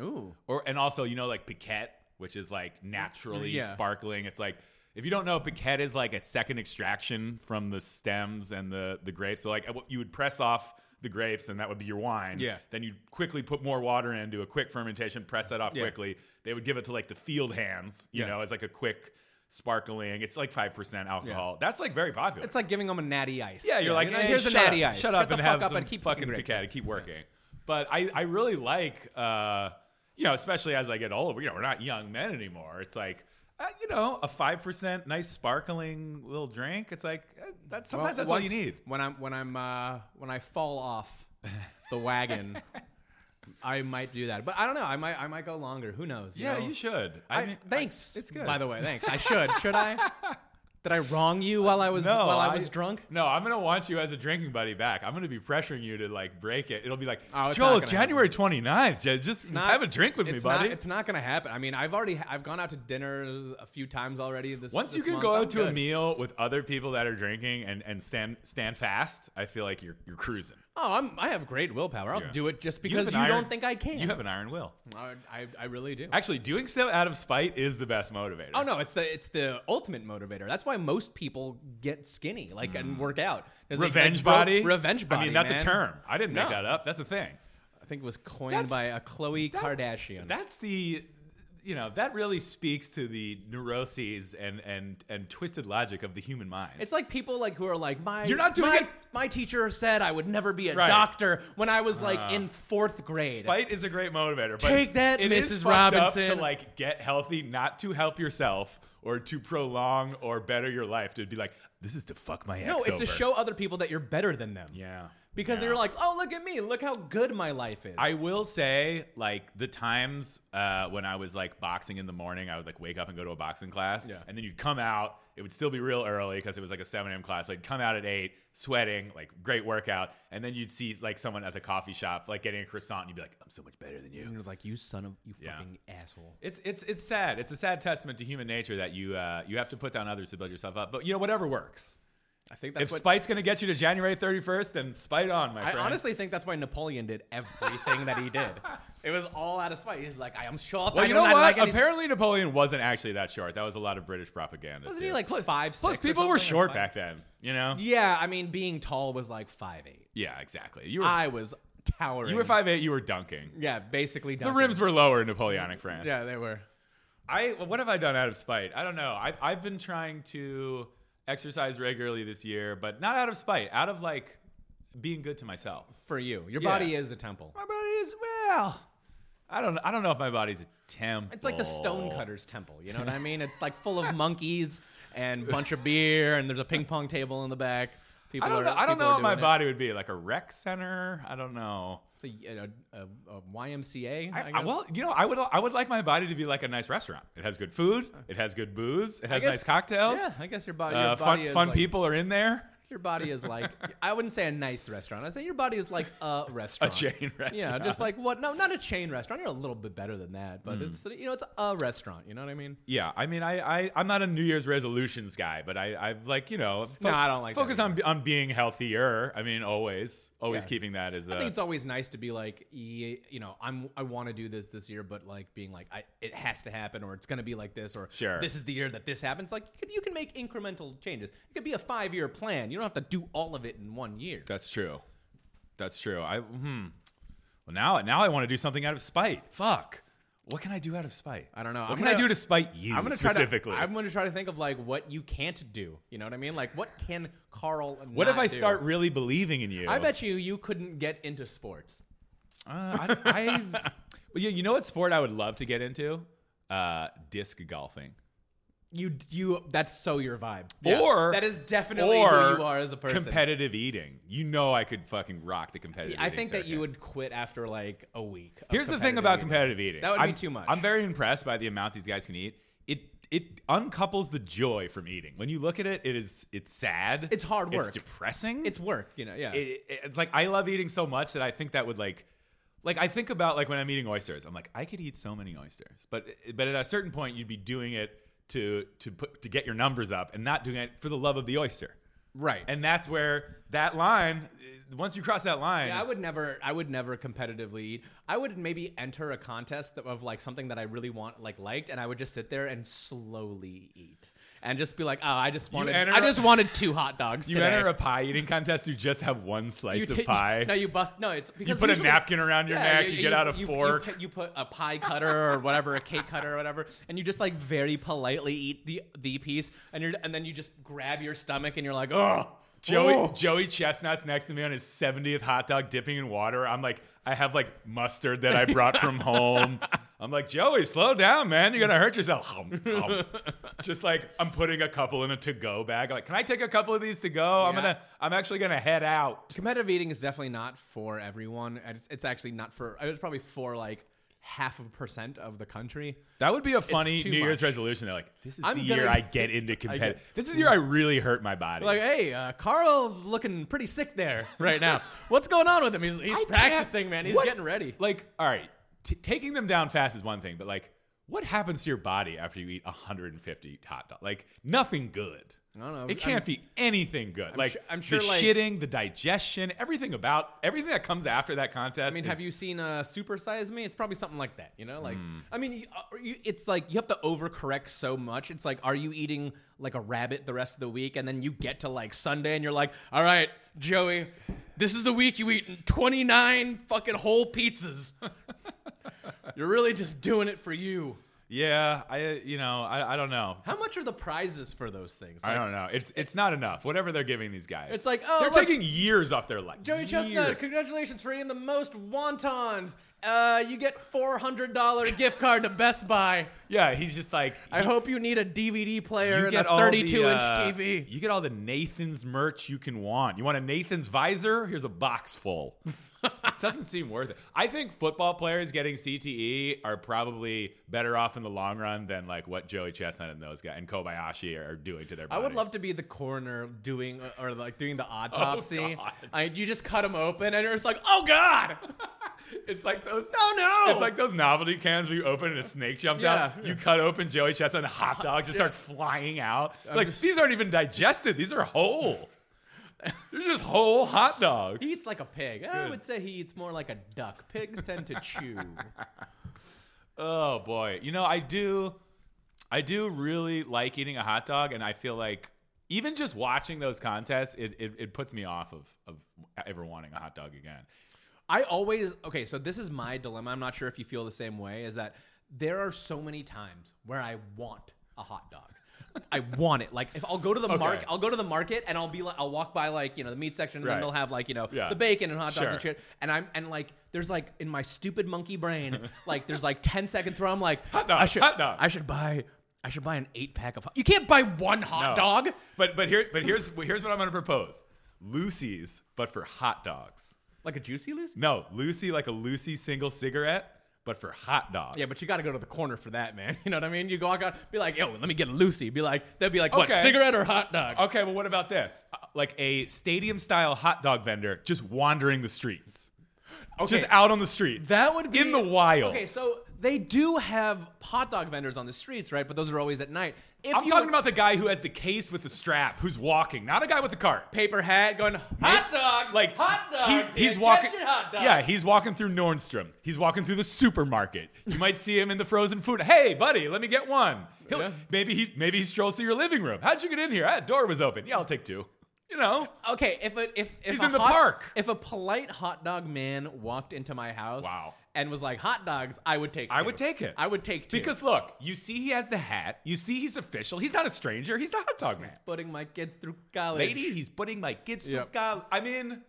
[SPEAKER 2] Ooh,
[SPEAKER 1] Or and also, you know like piquette, which is like naturally
[SPEAKER 2] Yeah.
[SPEAKER 1] sparkling. It's like if you don't know, piquette is like a second extraction from the stems and the the grapes. So like what you would press off the grapes, and that would be your wine.
[SPEAKER 2] Yeah.
[SPEAKER 1] Then you'd quickly put more water in, do a quick fermentation, press that off
[SPEAKER 2] Yeah.
[SPEAKER 1] quickly. They would give it to like the field hands, you
[SPEAKER 2] Yeah.
[SPEAKER 1] know, as like a quick sparkling. It's like five percent alcohol. That's like very popular.
[SPEAKER 2] It's like giving them a natty ice.
[SPEAKER 1] Yeah, you're like,
[SPEAKER 2] you know,
[SPEAKER 1] "Hey,
[SPEAKER 2] here's a
[SPEAKER 1] shut
[SPEAKER 2] natty
[SPEAKER 1] up,
[SPEAKER 2] ice.
[SPEAKER 1] Shut up
[SPEAKER 2] the
[SPEAKER 1] and
[SPEAKER 2] fuck
[SPEAKER 1] have
[SPEAKER 2] eh, up
[SPEAKER 1] some
[SPEAKER 2] and keep
[SPEAKER 1] fucking
[SPEAKER 2] grapes."
[SPEAKER 1] Piccata. Keep working. But I, I really like, uh, you know, especially as I get older, you know, we're not young men anymore. It's like, uh, you know, a 5% nice sparkling little drink. It's like, uh, that's
[SPEAKER 2] Well,
[SPEAKER 1] sometimes that's all you
[SPEAKER 2] once-
[SPEAKER 1] need.
[SPEAKER 2] When I'm when I'm uh, when I fall off the wagon, I might do that. But I don't know. I might I might go longer. Who knows?
[SPEAKER 1] yeah,
[SPEAKER 2] know?
[SPEAKER 1] you should.
[SPEAKER 2] I,
[SPEAKER 1] mean,
[SPEAKER 2] thanks.
[SPEAKER 1] it's good.
[SPEAKER 2] By the way, thanks. I should. Should I? Did I wrong you while I was
[SPEAKER 1] No,
[SPEAKER 2] while I, was drunk?
[SPEAKER 1] No, I'm gonna want you as a drinking buddy back. I'm gonna be pressuring you to like break it. It'll be like,
[SPEAKER 2] Oh, it's
[SPEAKER 1] Joel,
[SPEAKER 2] not
[SPEAKER 1] it's
[SPEAKER 2] gonna happen.
[SPEAKER 1] January 29th. Ju- Just, just
[SPEAKER 2] Not-
[SPEAKER 1] have a drink with me,
[SPEAKER 2] it's
[SPEAKER 1] buddy.
[SPEAKER 2] Not, it's not gonna happen. I mean, I've already I've gone out to dinner a few times already. This
[SPEAKER 1] Once you
[SPEAKER 2] this
[SPEAKER 1] can
[SPEAKER 2] month.
[SPEAKER 1] go
[SPEAKER 2] I'm
[SPEAKER 1] out to a
[SPEAKER 2] good.
[SPEAKER 1] meal with other people that are drinking and, and stand stand fast, I feel like you're you're cruising.
[SPEAKER 2] Oh, I'm, I have great willpower. I'll
[SPEAKER 1] Yeah.
[SPEAKER 2] do it just
[SPEAKER 1] You have
[SPEAKER 2] because
[SPEAKER 1] an
[SPEAKER 2] you,
[SPEAKER 1] iron-
[SPEAKER 2] don't think I can.
[SPEAKER 1] You have an iron will.
[SPEAKER 2] I, I, I really do.
[SPEAKER 1] Actually, doing so out of spite is the best motivator.
[SPEAKER 2] Oh no, it's the it's the ultimate motivator. That's why most people get skinny, like and work out. 'Cause they-
[SPEAKER 1] Mm. Revenge
[SPEAKER 2] like, bro-
[SPEAKER 1] body.
[SPEAKER 2] revenge body.
[SPEAKER 1] I mean, that's
[SPEAKER 2] man.
[SPEAKER 1] a term. I didn't make
[SPEAKER 2] No.
[SPEAKER 1] that up. That's a thing.
[SPEAKER 2] I think it was coined
[SPEAKER 1] That's-
[SPEAKER 2] by a Khloe
[SPEAKER 1] that-
[SPEAKER 2] Kardashian.
[SPEAKER 1] That's the you know, that really speaks to the neuroses and and and twisted logic of the human mind.
[SPEAKER 2] it's like people like who are like my
[SPEAKER 1] You're not doing
[SPEAKER 2] my,
[SPEAKER 1] it-
[SPEAKER 2] my teacher said I would never be a
[SPEAKER 1] Right.
[SPEAKER 2] doctor when I was like
[SPEAKER 1] Ah.
[SPEAKER 2] in fourth grade.
[SPEAKER 1] Spite is a great motivator. But
[SPEAKER 2] Take that,
[SPEAKER 1] it is
[SPEAKER 2] Mrs.
[SPEAKER 1] fucked up
[SPEAKER 2] Robinson.
[SPEAKER 1] to like get healthy, not to help yourself or to prolong or better your life. To be like, this is to fuck my ex.
[SPEAKER 2] no, it's to
[SPEAKER 1] over.
[SPEAKER 2] show other people that you're better than them.
[SPEAKER 1] Yeah,
[SPEAKER 2] Because
[SPEAKER 1] yeah.
[SPEAKER 2] they're like, oh look at me, look how good my life is.
[SPEAKER 1] I will say, like the times uh, when I was like boxing in the morning, I would like wake up and go to a boxing class,
[SPEAKER 2] Yeah.
[SPEAKER 1] and then you'd come out. It would still be real early because it was like a 7 a.m. class. So I'd come out at 8, sweating, like great workout, and then you'd see like someone at the coffee shop, like getting a croissant, and you'd be like, "I'm so much better than you."
[SPEAKER 2] and it was like, you son of you
[SPEAKER 1] Yeah.
[SPEAKER 2] fucking asshole.
[SPEAKER 1] It's it's it's sad. It's a sad testament to human nature that you uh, you have to put down others to build yourself up. But you know whatever works.
[SPEAKER 2] I think that's
[SPEAKER 1] if
[SPEAKER 2] what
[SPEAKER 1] spite's gonna get you to January thirty first, then spite on, my
[SPEAKER 2] I
[SPEAKER 1] friend.
[SPEAKER 2] honestly think that's why Napoleon did everything that he did. It was all out of spite. He's like, I am short.
[SPEAKER 1] well, you
[SPEAKER 2] I do
[SPEAKER 1] know
[SPEAKER 2] not
[SPEAKER 1] what?
[SPEAKER 2] Like anything."
[SPEAKER 1] Apparently, Napoleon wasn't actually that short. That was a lot of British propaganda.
[SPEAKER 2] wasn't
[SPEAKER 1] too.
[SPEAKER 2] he like five?
[SPEAKER 1] Plus,
[SPEAKER 2] six or
[SPEAKER 1] people were
[SPEAKER 2] something, or
[SPEAKER 1] short
[SPEAKER 2] five-
[SPEAKER 1] back then. You know?
[SPEAKER 2] Yeah, I mean, being tall was like five eight.
[SPEAKER 1] Yeah, exactly. You were
[SPEAKER 2] I was towering.
[SPEAKER 1] you were five eight. You were dunking.
[SPEAKER 2] Yeah, basically.
[SPEAKER 1] The rims were lower in Napoleonic France.
[SPEAKER 2] Yeah, they were.
[SPEAKER 1] I what have I done out of spite? I don't know. I've I've been trying to exercise regularly this year, but not out of spite. Out of like being good to myself.
[SPEAKER 2] For you, your
[SPEAKER 1] Yeah.
[SPEAKER 2] body is the temple.
[SPEAKER 1] My body is well. I don't I don't know if my body's a temple.
[SPEAKER 2] It's like the stonecutters
[SPEAKER 1] Oh.
[SPEAKER 2] temple. You know what I mean? It's like full of monkeys and bunch of beer, and there's a ping pong table in the back. People
[SPEAKER 1] I don't
[SPEAKER 2] are,
[SPEAKER 1] know. I don't
[SPEAKER 2] people
[SPEAKER 1] know
[SPEAKER 2] are
[SPEAKER 1] what my
[SPEAKER 2] doing it.
[SPEAKER 1] body would be like a rec center. I don't know.
[SPEAKER 2] It's a, a, a, a YMCA.
[SPEAKER 1] I,
[SPEAKER 2] I
[SPEAKER 1] I-
[SPEAKER 2] guess.
[SPEAKER 1] well, you know, I would I would like my body to be like a nice restaurant. It has good food. It has good booze. It has nice cocktails.
[SPEAKER 2] Yeah, I guess your body. Your
[SPEAKER 1] uh,
[SPEAKER 2] body
[SPEAKER 1] fun
[SPEAKER 2] is
[SPEAKER 1] fun
[SPEAKER 2] like,
[SPEAKER 1] people are in there.
[SPEAKER 2] Your body is like I wouldn't say a nice restaurant. I'd say your body is like a
[SPEAKER 1] A
[SPEAKER 2] restaurant.
[SPEAKER 1] chain restaurant.
[SPEAKER 2] Yeah, just like what? No, not a chain restaurant. You're a little bit better than that,
[SPEAKER 1] Hmm.
[SPEAKER 2] but it's you know it's a restaurant. You know what I mean?
[SPEAKER 1] Yeah, I mean, I, I I'm not a New Year's resolutions guy, but I I like you know.
[SPEAKER 2] No, I don't like that
[SPEAKER 1] focus on on being healthier. I mean, always always
[SPEAKER 2] Yeah.
[SPEAKER 1] keeping that as a
[SPEAKER 2] I think it's always nice to be like ye- you know I'm I want to do this this year, but like being like I it has to happen or it's gonna be like this or
[SPEAKER 1] Sure.
[SPEAKER 2] this is the year that this happens. Like you can, you can make incremental changes. It could be a five year plan. You don't have to do all of it in one year.
[SPEAKER 1] that's true. That's true. I hmm. Well, now now I want to do something out of spite. Fuck. What can I do out of spite?
[SPEAKER 2] I don't know.
[SPEAKER 1] What
[SPEAKER 2] I'm
[SPEAKER 1] can I
[SPEAKER 2] gonna-
[SPEAKER 1] do to spite you
[SPEAKER 2] I'm gonna try
[SPEAKER 1] specifically?
[SPEAKER 2] to. I'm gonna try to think of like what you can't do. You know what I mean? Like what can Carl?
[SPEAKER 1] what if
[SPEAKER 2] not
[SPEAKER 1] I
[SPEAKER 2] do?
[SPEAKER 1] start really believing in you?
[SPEAKER 2] I bet you you couldn't get into sports.
[SPEAKER 1] Uh, I, I well, you, you know what sport I would love to get into? Uh, disc golfing.
[SPEAKER 2] You you. That's so your vibe.
[SPEAKER 1] Or
[SPEAKER 2] that is definitely
[SPEAKER 1] or
[SPEAKER 2] who you are as a person.
[SPEAKER 1] Competitive eating. You know, I could fucking rock the competitive.
[SPEAKER 2] I
[SPEAKER 1] eating
[SPEAKER 2] think that you
[SPEAKER 1] circuit.
[SPEAKER 2] would quit after like a week. of
[SPEAKER 1] Here's the thing about competitive eating.
[SPEAKER 2] That would be
[SPEAKER 1] I'm-
[SPEAKER 2] too much.
[SPEAKER 1] I'm very impressed by the amount these guys can eat. It it uncouples the joy from eating. When you look at it, it is it's sad.
[SPEAKER 2] It's hard work.
[SPEAKER 1] It's depressing.
[SPEAKER 2] It's work, you know. Yeah.
[SPEAKER 1] it, it- it's like I love eating so much that I think that would like like I think about like when I'm eating oysters, I'm like I could eat so many oysters, but but at a certain point you'd be doing it to to put to get your numbers up and not doing it for the love of the oyster.
[SPEAKER 2] right. And
[SPEAKER 1] And that's where that line eh, once you cross that line,
[SPEAKER 2] I would never. I would never competitively eat. I would maybe enter a contest that- of like something that I really want, like liked, and I would just sit there and slowly eat. and just be like, oh, I just wanted,
[SPEAKER 1] enter
[SPEAKER 2] I
[SPEAKER 1] a-
[SPEAKER 2] just wanted two hot dogs.
[SPEAKER 1] You
[SPEAKER 2] today.
[SPEAKER 1] enter a pie eating contest, you just have one
[SPEAKER 2] You
[SPEAKER 1] slice
[SPEAKER 2] ta-
[SPEAKER 1] of pie.
[SPEAKER 2] No, you bust. No, it's
[SPEAKER 1] you
[SPEAKER 2] because
[SPEAKER 1] put
[SPEAKER 2] usually-
[SPEAKER 1] a napkin around your
[SPEAKER 2] Yeah,
[SPEAKER 1] neck, you, get out a
[SPEAKER 2] you- you
[SPEAKER 1] fork.
[SPEAKER 2] put- You, put a pie cutter or whatever, a cake cutter or whatever, and you just like very politely eat the the piece, and you're and then you just grab your stomach and you're like, oh,
[SPEAKER 1] Joey
[SPEAKER 2] oh."
[SPEAKER 1] Joey Chestnut's next to me on his 70th hot dog dipping in water. I'm like, I have like mustard that I brought from home. I'm like, Joey, slow down, man. You're gonna hurt yourself. Hum, hum. Just like I'm putting a couple in a to-go bag. Like, can I take a couple of these to go? I'm
[SPEAKER 2] Yeah.
[SPEAKER 1] gonna I'm actually gonna head out.
[SPEAKER 2] Competitive eating is definitely not for everyone. It's, it's actually not for. It's probably for like half a percent of the country.
[SPEAKER 1] That would be a funny
[SPEAKER 2] too
[SPEAKER 1] New Year's
[SPEAKER 2] much.
[SPEAKER 1] resolution. They're like, this is
[SPEAKER 2] I'm
[SPEAKER 1] the
[SPEAKER 2] gonna-
[SPEAKER 1] year I get into competitive. This is the year I really hurt my body.
[SPEAKER 2] Like, hey, uh, Carl's looking pretty sick there right now. What's going on with him? He's, he's
[SPEAKER 1] I can't-
[SPEAKER 2] practicing, man. He's
[SPEAKER 1] what-
[SPEAKER 2] getting ready.
[SPEAKER 1] Like, all right, t- taking them down fast is one thing, but like, what happens to your body after you eat 150 hot dogs? Like, nothing good. I
[SPEAKER 2] don't know.
[SPEAKER 1] It can't
[SPEAKER 2] I'm-
[SPEAKER 1] be anything good. like,
[SPEAKER 2] su- I'm sure,
[SPEAKER 1] the
[SPEAKER 2] like-
[SPEAKER 1] shitting, the digestion, everything about everything that comes after that contest.
[SPEAKER 2] I mean,
[SPEAKER 1] is- Hmm.
[SPEAKER 2] have you seen uh, Super Size Me? It's probably something like that, you know. Like, I mean, you, uh, you, it's like you have to overcorrect so much. It's like, are you eating like a rabbit the rest of the week, and then you get to like Sunday, and you're like, all right, Joey, this is the week you eat 29 fucking whole pizzas. you're really just doing it for you.
[SPEAKER 1] Yeah, I. uh, You know, I, I don't know.
[SPEAKER 2] How much are the prizes for those things?
[SPEAKER 1] I
[SPEAKER 2] Like,
[SPEAKER 1] don't know. It's it's not enough. Whatever they're giving these guys,
[SPEAKER 2] It's like, oh,
[SPEAKER 1] they're
[SPEAKER 2] look-
[SPEAKER 1] taking years off their life.
[SPEAKER 2] Joey
[SPEAKER 1] Years.
[SPEAKER 2] Chestnut, congratulations for eating the most wontons. Uh, you get $400 gift card to Best Buy.
[SPEAKER 1] yeah, he's just like,
[SPEAKER 2] I hope you need a DVD player
[SPEAKER 1] you
[SPEAKER 2] and a
[SPEAKER 1] get all the,
[SPEAKER 2] 32 inch
[SPEAKER 1] uh,
[SPEAKER 2] TV.
[SPEAKER 1] You get all the Nathan's merch you can want. You want a Nathan's visor? Here's a box full. Doesn't seem worth it. I think football players getting CTE are probably better off in the long run than like what Joey Chestnut and those guys and Kobayashi are doing to their.
[SPEAKER 2] I
[SPEAKER 1] Bodies.
[SPEAKER 2] would love to be the coroner doing uh, or like doing the autopsy.
[SPEAKER 1] God.
[SPEAKER 2] I, you just cut them open and you're just like, oh god,
[SPEAKER 1] It's like those.
[SPEAKER 2] no no.
[SPEAKER 1] It's like those novelty cans where you open and a snake jumps out.
[SPEAKER 2] Yeah.
[SPEAKER 1] You cut open Joey Chestnut and hot dogs just start flying out. like
[SPEAKER 2] just-
[SPEAKER 1] these aren't even digested. These are whole. They're just whole hot dogs.
[SPEAKER 2] he eats like a pig. I
[SPEAKER 1] Good.
[SPEAKER 2] would say he eats more like a duck. Pigs tend to chew.
[SPEAKER 1] Oh boy. You know, I do I do really like eating a hot dog and I feel like even just watching those contests, it, it, it puts me off of, of ever wanting a hot dog again.
[SPEAKER 2] I always okay. So this is my dilemma. I'm not sure if you feel the same way. Is that there are so many times where I want a hot dog. I want it. Like if I'll go to the market, I'll go to the market and I'll be like, I'll walk by like you know the meat section, and
[SPEAKER 1] Right.
[SPEAKER 2] then they'll have like you know
[SPEAKER 1] Yeah.
[SPEAKER 2] the bacon and hot dogs and
[SPEAKER 1] Sure.
[SPEAKER 2] shit. And I'm and like there's like in my stupid monkey brain, like there's like 10 seconds where I'm like, hot
[SPEAKER 1] dog,
[SPEAKER 2] I should,
[SPEAKER 1] hot dog.
[SPEAKER 2] I should buy. I should buy an eight pack of. hot You can't buy one hot
[SPEAKER 1] No.
[SPEAKER 2] dog.
[SPEAKER 1] But but here but here's here's what I'm gonna propose. Lucy's, but for hot dogs.
[SPEAKER 2] Like a juicy loose.
[SPEAKER 1] No, Lucy like a Lucy single cigarette, but for hot dogs.
[SPEAKER 2] Yeah, but you got to go to the corner for that, man. You know what I mean? You go out, be like, yo, let me get a Lucy. Be like, they'd be like, what,
[SPEAKER 1] Okay.
[SPEAKER 2] cigarette or hot dog?
[SPEAKER 1] Okay, well what about this? Uh, Like a stadium style hot dog vendor just wandering the streets. Just out on the streets.
[SPEAKER 2] That would be
[SPEAKER 1] in the wild.
[SPEAKER 2] Okay, so they do have hot dog vendors on the streets, right? But those are always at night. If
[SPEAKER 1] I'm
[SPEAKER 2] you-
[SPEAKER 1] talking about the guy who has the case with the strap, who's walking, not a guy with the cart.
[SPEAKER 2] paper hat going hot dog,
[SPEAKER 1] Like
[SPEAKER 2] hot dog.
[SPEAKER 1] he's, he's walking.
[SPEAKER 2] Hot dogs.
[SPEAKER 1] Yeah, he's walking through Nordstrom. He's walking through the supermarket. You might see him in the frozen food. Hey, buddy, let me get one. He'll,
[SPEAKER 2] Yeah.
[SPEAKER 1] Maybe he maybe he strolls through your living room. How'd you get in here? That door was open. Yeah, I'll take two. You know,
[SPEAKER 2] Okay, if a, if if
[SPEAKER 1] He's
[SPEAKER 2] a
[SPEAKER 1] in the
[SPEAKER 2] hot-
[SPEAKER 1] park.
[SPEAKER 2] if a polite hot dog man walked into my house,
[SPEAKER 1] Wow.
[SPEAKER 2] and was like hot dogs, I would take.
[SPEAKER 1] I
[SPEAKER 2] two.
[SPEAKER 1] would take it.
[SPEAKER 2] I would take two.
[SPEAKER 1] because look, you see he has the hat. You see he's official. He's not a stranger. He's the hot dog man.
[SPEAKER 2] putting my kids through college,
[SPEAKER 1] lady, he's putting my kids to
[SPEAKER 2] Yep.
[SPEAKER 1] college. I mean,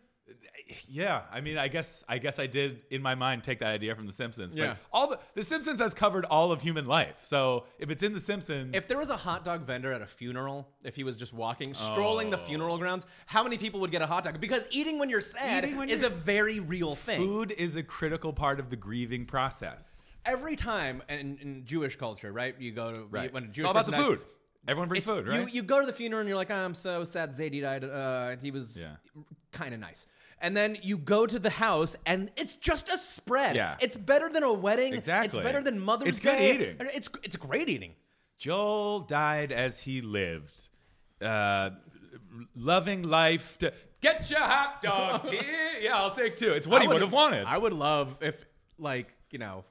[SPEAKER 1] yeah, I mean, I guess, I guess I did in my mind take that idea from The Simpsons.
[SPEAKER 2] Yeah.
[SPEAKER 1] But all the The Simpsons has covered all of human life, so if it's in The Simpsons,
[SPEAKER 2] If there was a hot dog vendor at a funeral, if he was just walking, strolling the
[SPEAKER 1] Oh.
[SPEAKER 2] funeral grounds, how many people would get a hot dog? Because eating when you're sad
[SPEAKER 1] Eating when
[SPEAKER 2] is
[SPEAKER 1] you're-
[SPEAKER 2] a very real thing.
[SPEAKER 1] food is a critical part of the grieving process,
[SPEAKER 2] Every time in, in Jewish culture, right? You go to You, when a
[SPEAKER 1] it's
[SPEAKER 2] Jewish
[SPEAKER 1] all about the
[SPEAKER 2] person dies,
[SPEAKER 1] food. Everyone brings food,
[SPEAKER 2] you-
[SPEAKER 1] right?
[SPEAKER 2] You, go to the funeral and you're like, I'm so sad Zadie died. Uh, he was
[SPEAKER 1] Yeah.
[SPEAKER 2] kind of nice. And then you go to the house and it's just a spread.
[SPEAKER 1] Yeah.
[SPEAKER 2] It's better than a wedding.
[SPEAKER 1] Exactly.
[SPEAKER 2] It's better than Mother's
[SPEAKER 1] It's good
[SPEAKER 2] Day.
[SPEAKER 1] eating.
[SPEAKER 2] It's, it's great eating.
[SPEAKER 1] Joel died as he lived. Uh, loving life to get your hot dogs here. Yeah, I'll take two. It's what
[SPEAKER 2] I
[SPEAKER 1] he would have wanted.
[SPEAKER 2] I would love if, like, you know,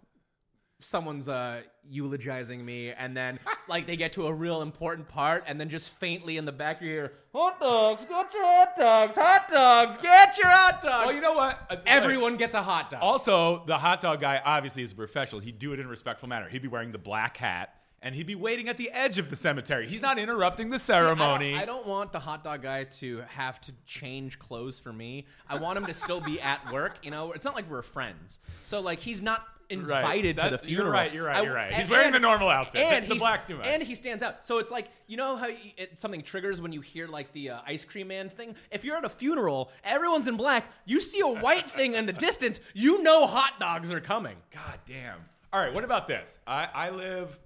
[SPEAKER 2] someone's uh, eulogizing me, and then like they get to a real important part, and then just faintly in the back you hear, "Hot dogs, get your hot dogs, hot dogs, "Oh, get your hot dogs."
[SPEAKER 1] Well, you know what? Uh, like,
[SPEAKER 2] Everyone gets a hot dog.
[SPEAKER 1] also, the hot dog guy obviously is a professional. He'd do it in a respectful manner. He'd be wearing the black hat and he'd be waiting at the edge of the cemetery. He's not interrupting the ceremony.
[SPEAKER 2] I don't, I don't want the hot dog guy to have to change clothes for me. I want him to still be at work. You know, it's not like we're friends. So like he's not
[SPEAKER 1] Right.
[SPEAKER 2] invited to the
[SPEAKER 1] That- you're
[SPEAKER 2] funeral.
[SPEAKER 1] right, you're right,
[SPEAKER 2] I-
[SPEAKER 1] you're right.
[SPEAKER 2] and-
[SPEAKER 1] He's wearing
[SPEAKER 2] and-
[SPEAKER 1] the normal outfit.
[SPEAKER 2] and
[SPEAKER 1] The- the
[SPEAKER 2] he's-
[SPEAKER 1] black's too much.
[SPEAKER 2] And he stands out. So it's like you know how you, it, something triggers when you hear like the uh, ice cream man thing. If you're at a funeral, everyone's in black. You see a white thing in the distance, you know hot dogs are coming.
[SPEAKER 1] God damn. All right, what about this? I, I live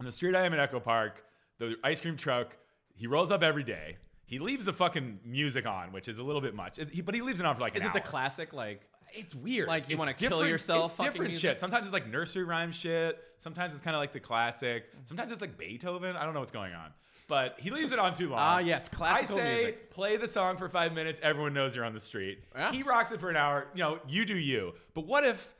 [SPEAKER 1] on the street I am in Echo Park. The ice cream truck, he rolls up every day. He leaves the fucking music on, which is a little bit much. It- he- but he leaves it on for like
[SPEAKER 2] Is
[SPEAKER 1] an
[SPEAKER 2] it the
[SPEAKER 1] hour.
[SPEAKER 2] classic like?
[SPEAKER 1] It's weird.
[SPEAKER 2] Like, you
[SPEAKER 1] It's
[SPEAKER 2] wanna kill
[SPEAKER 1] different-
[SPEAKER 2] yourself
[SPEAKER 1] It's
[SPEAKER 2] fucking
[SPEAKER 1] different
[SPEAKER 2] music?
[SPEAKER 1] shit. Sometimes it's like nursery rhyme shit. Sometimes it's kind of like the classic.
[SPEAKER 2] Mm-hmm.
[SPEAKER 1] Sometimes it's like Beethoven. I don't know what's going on. But he leaves it on too long.
[SPEAKER 2] Ah, yes, classical
[SPEAKER 1] I say
[SPEAKER 2] music.
[SPEAKER 1] play the song for five minutes. Everyone knows you're on the street.
[SPEAKER 2] Yeah.
[SPEAKER 1] He rocks it for an hour. You know, you do you. But what if,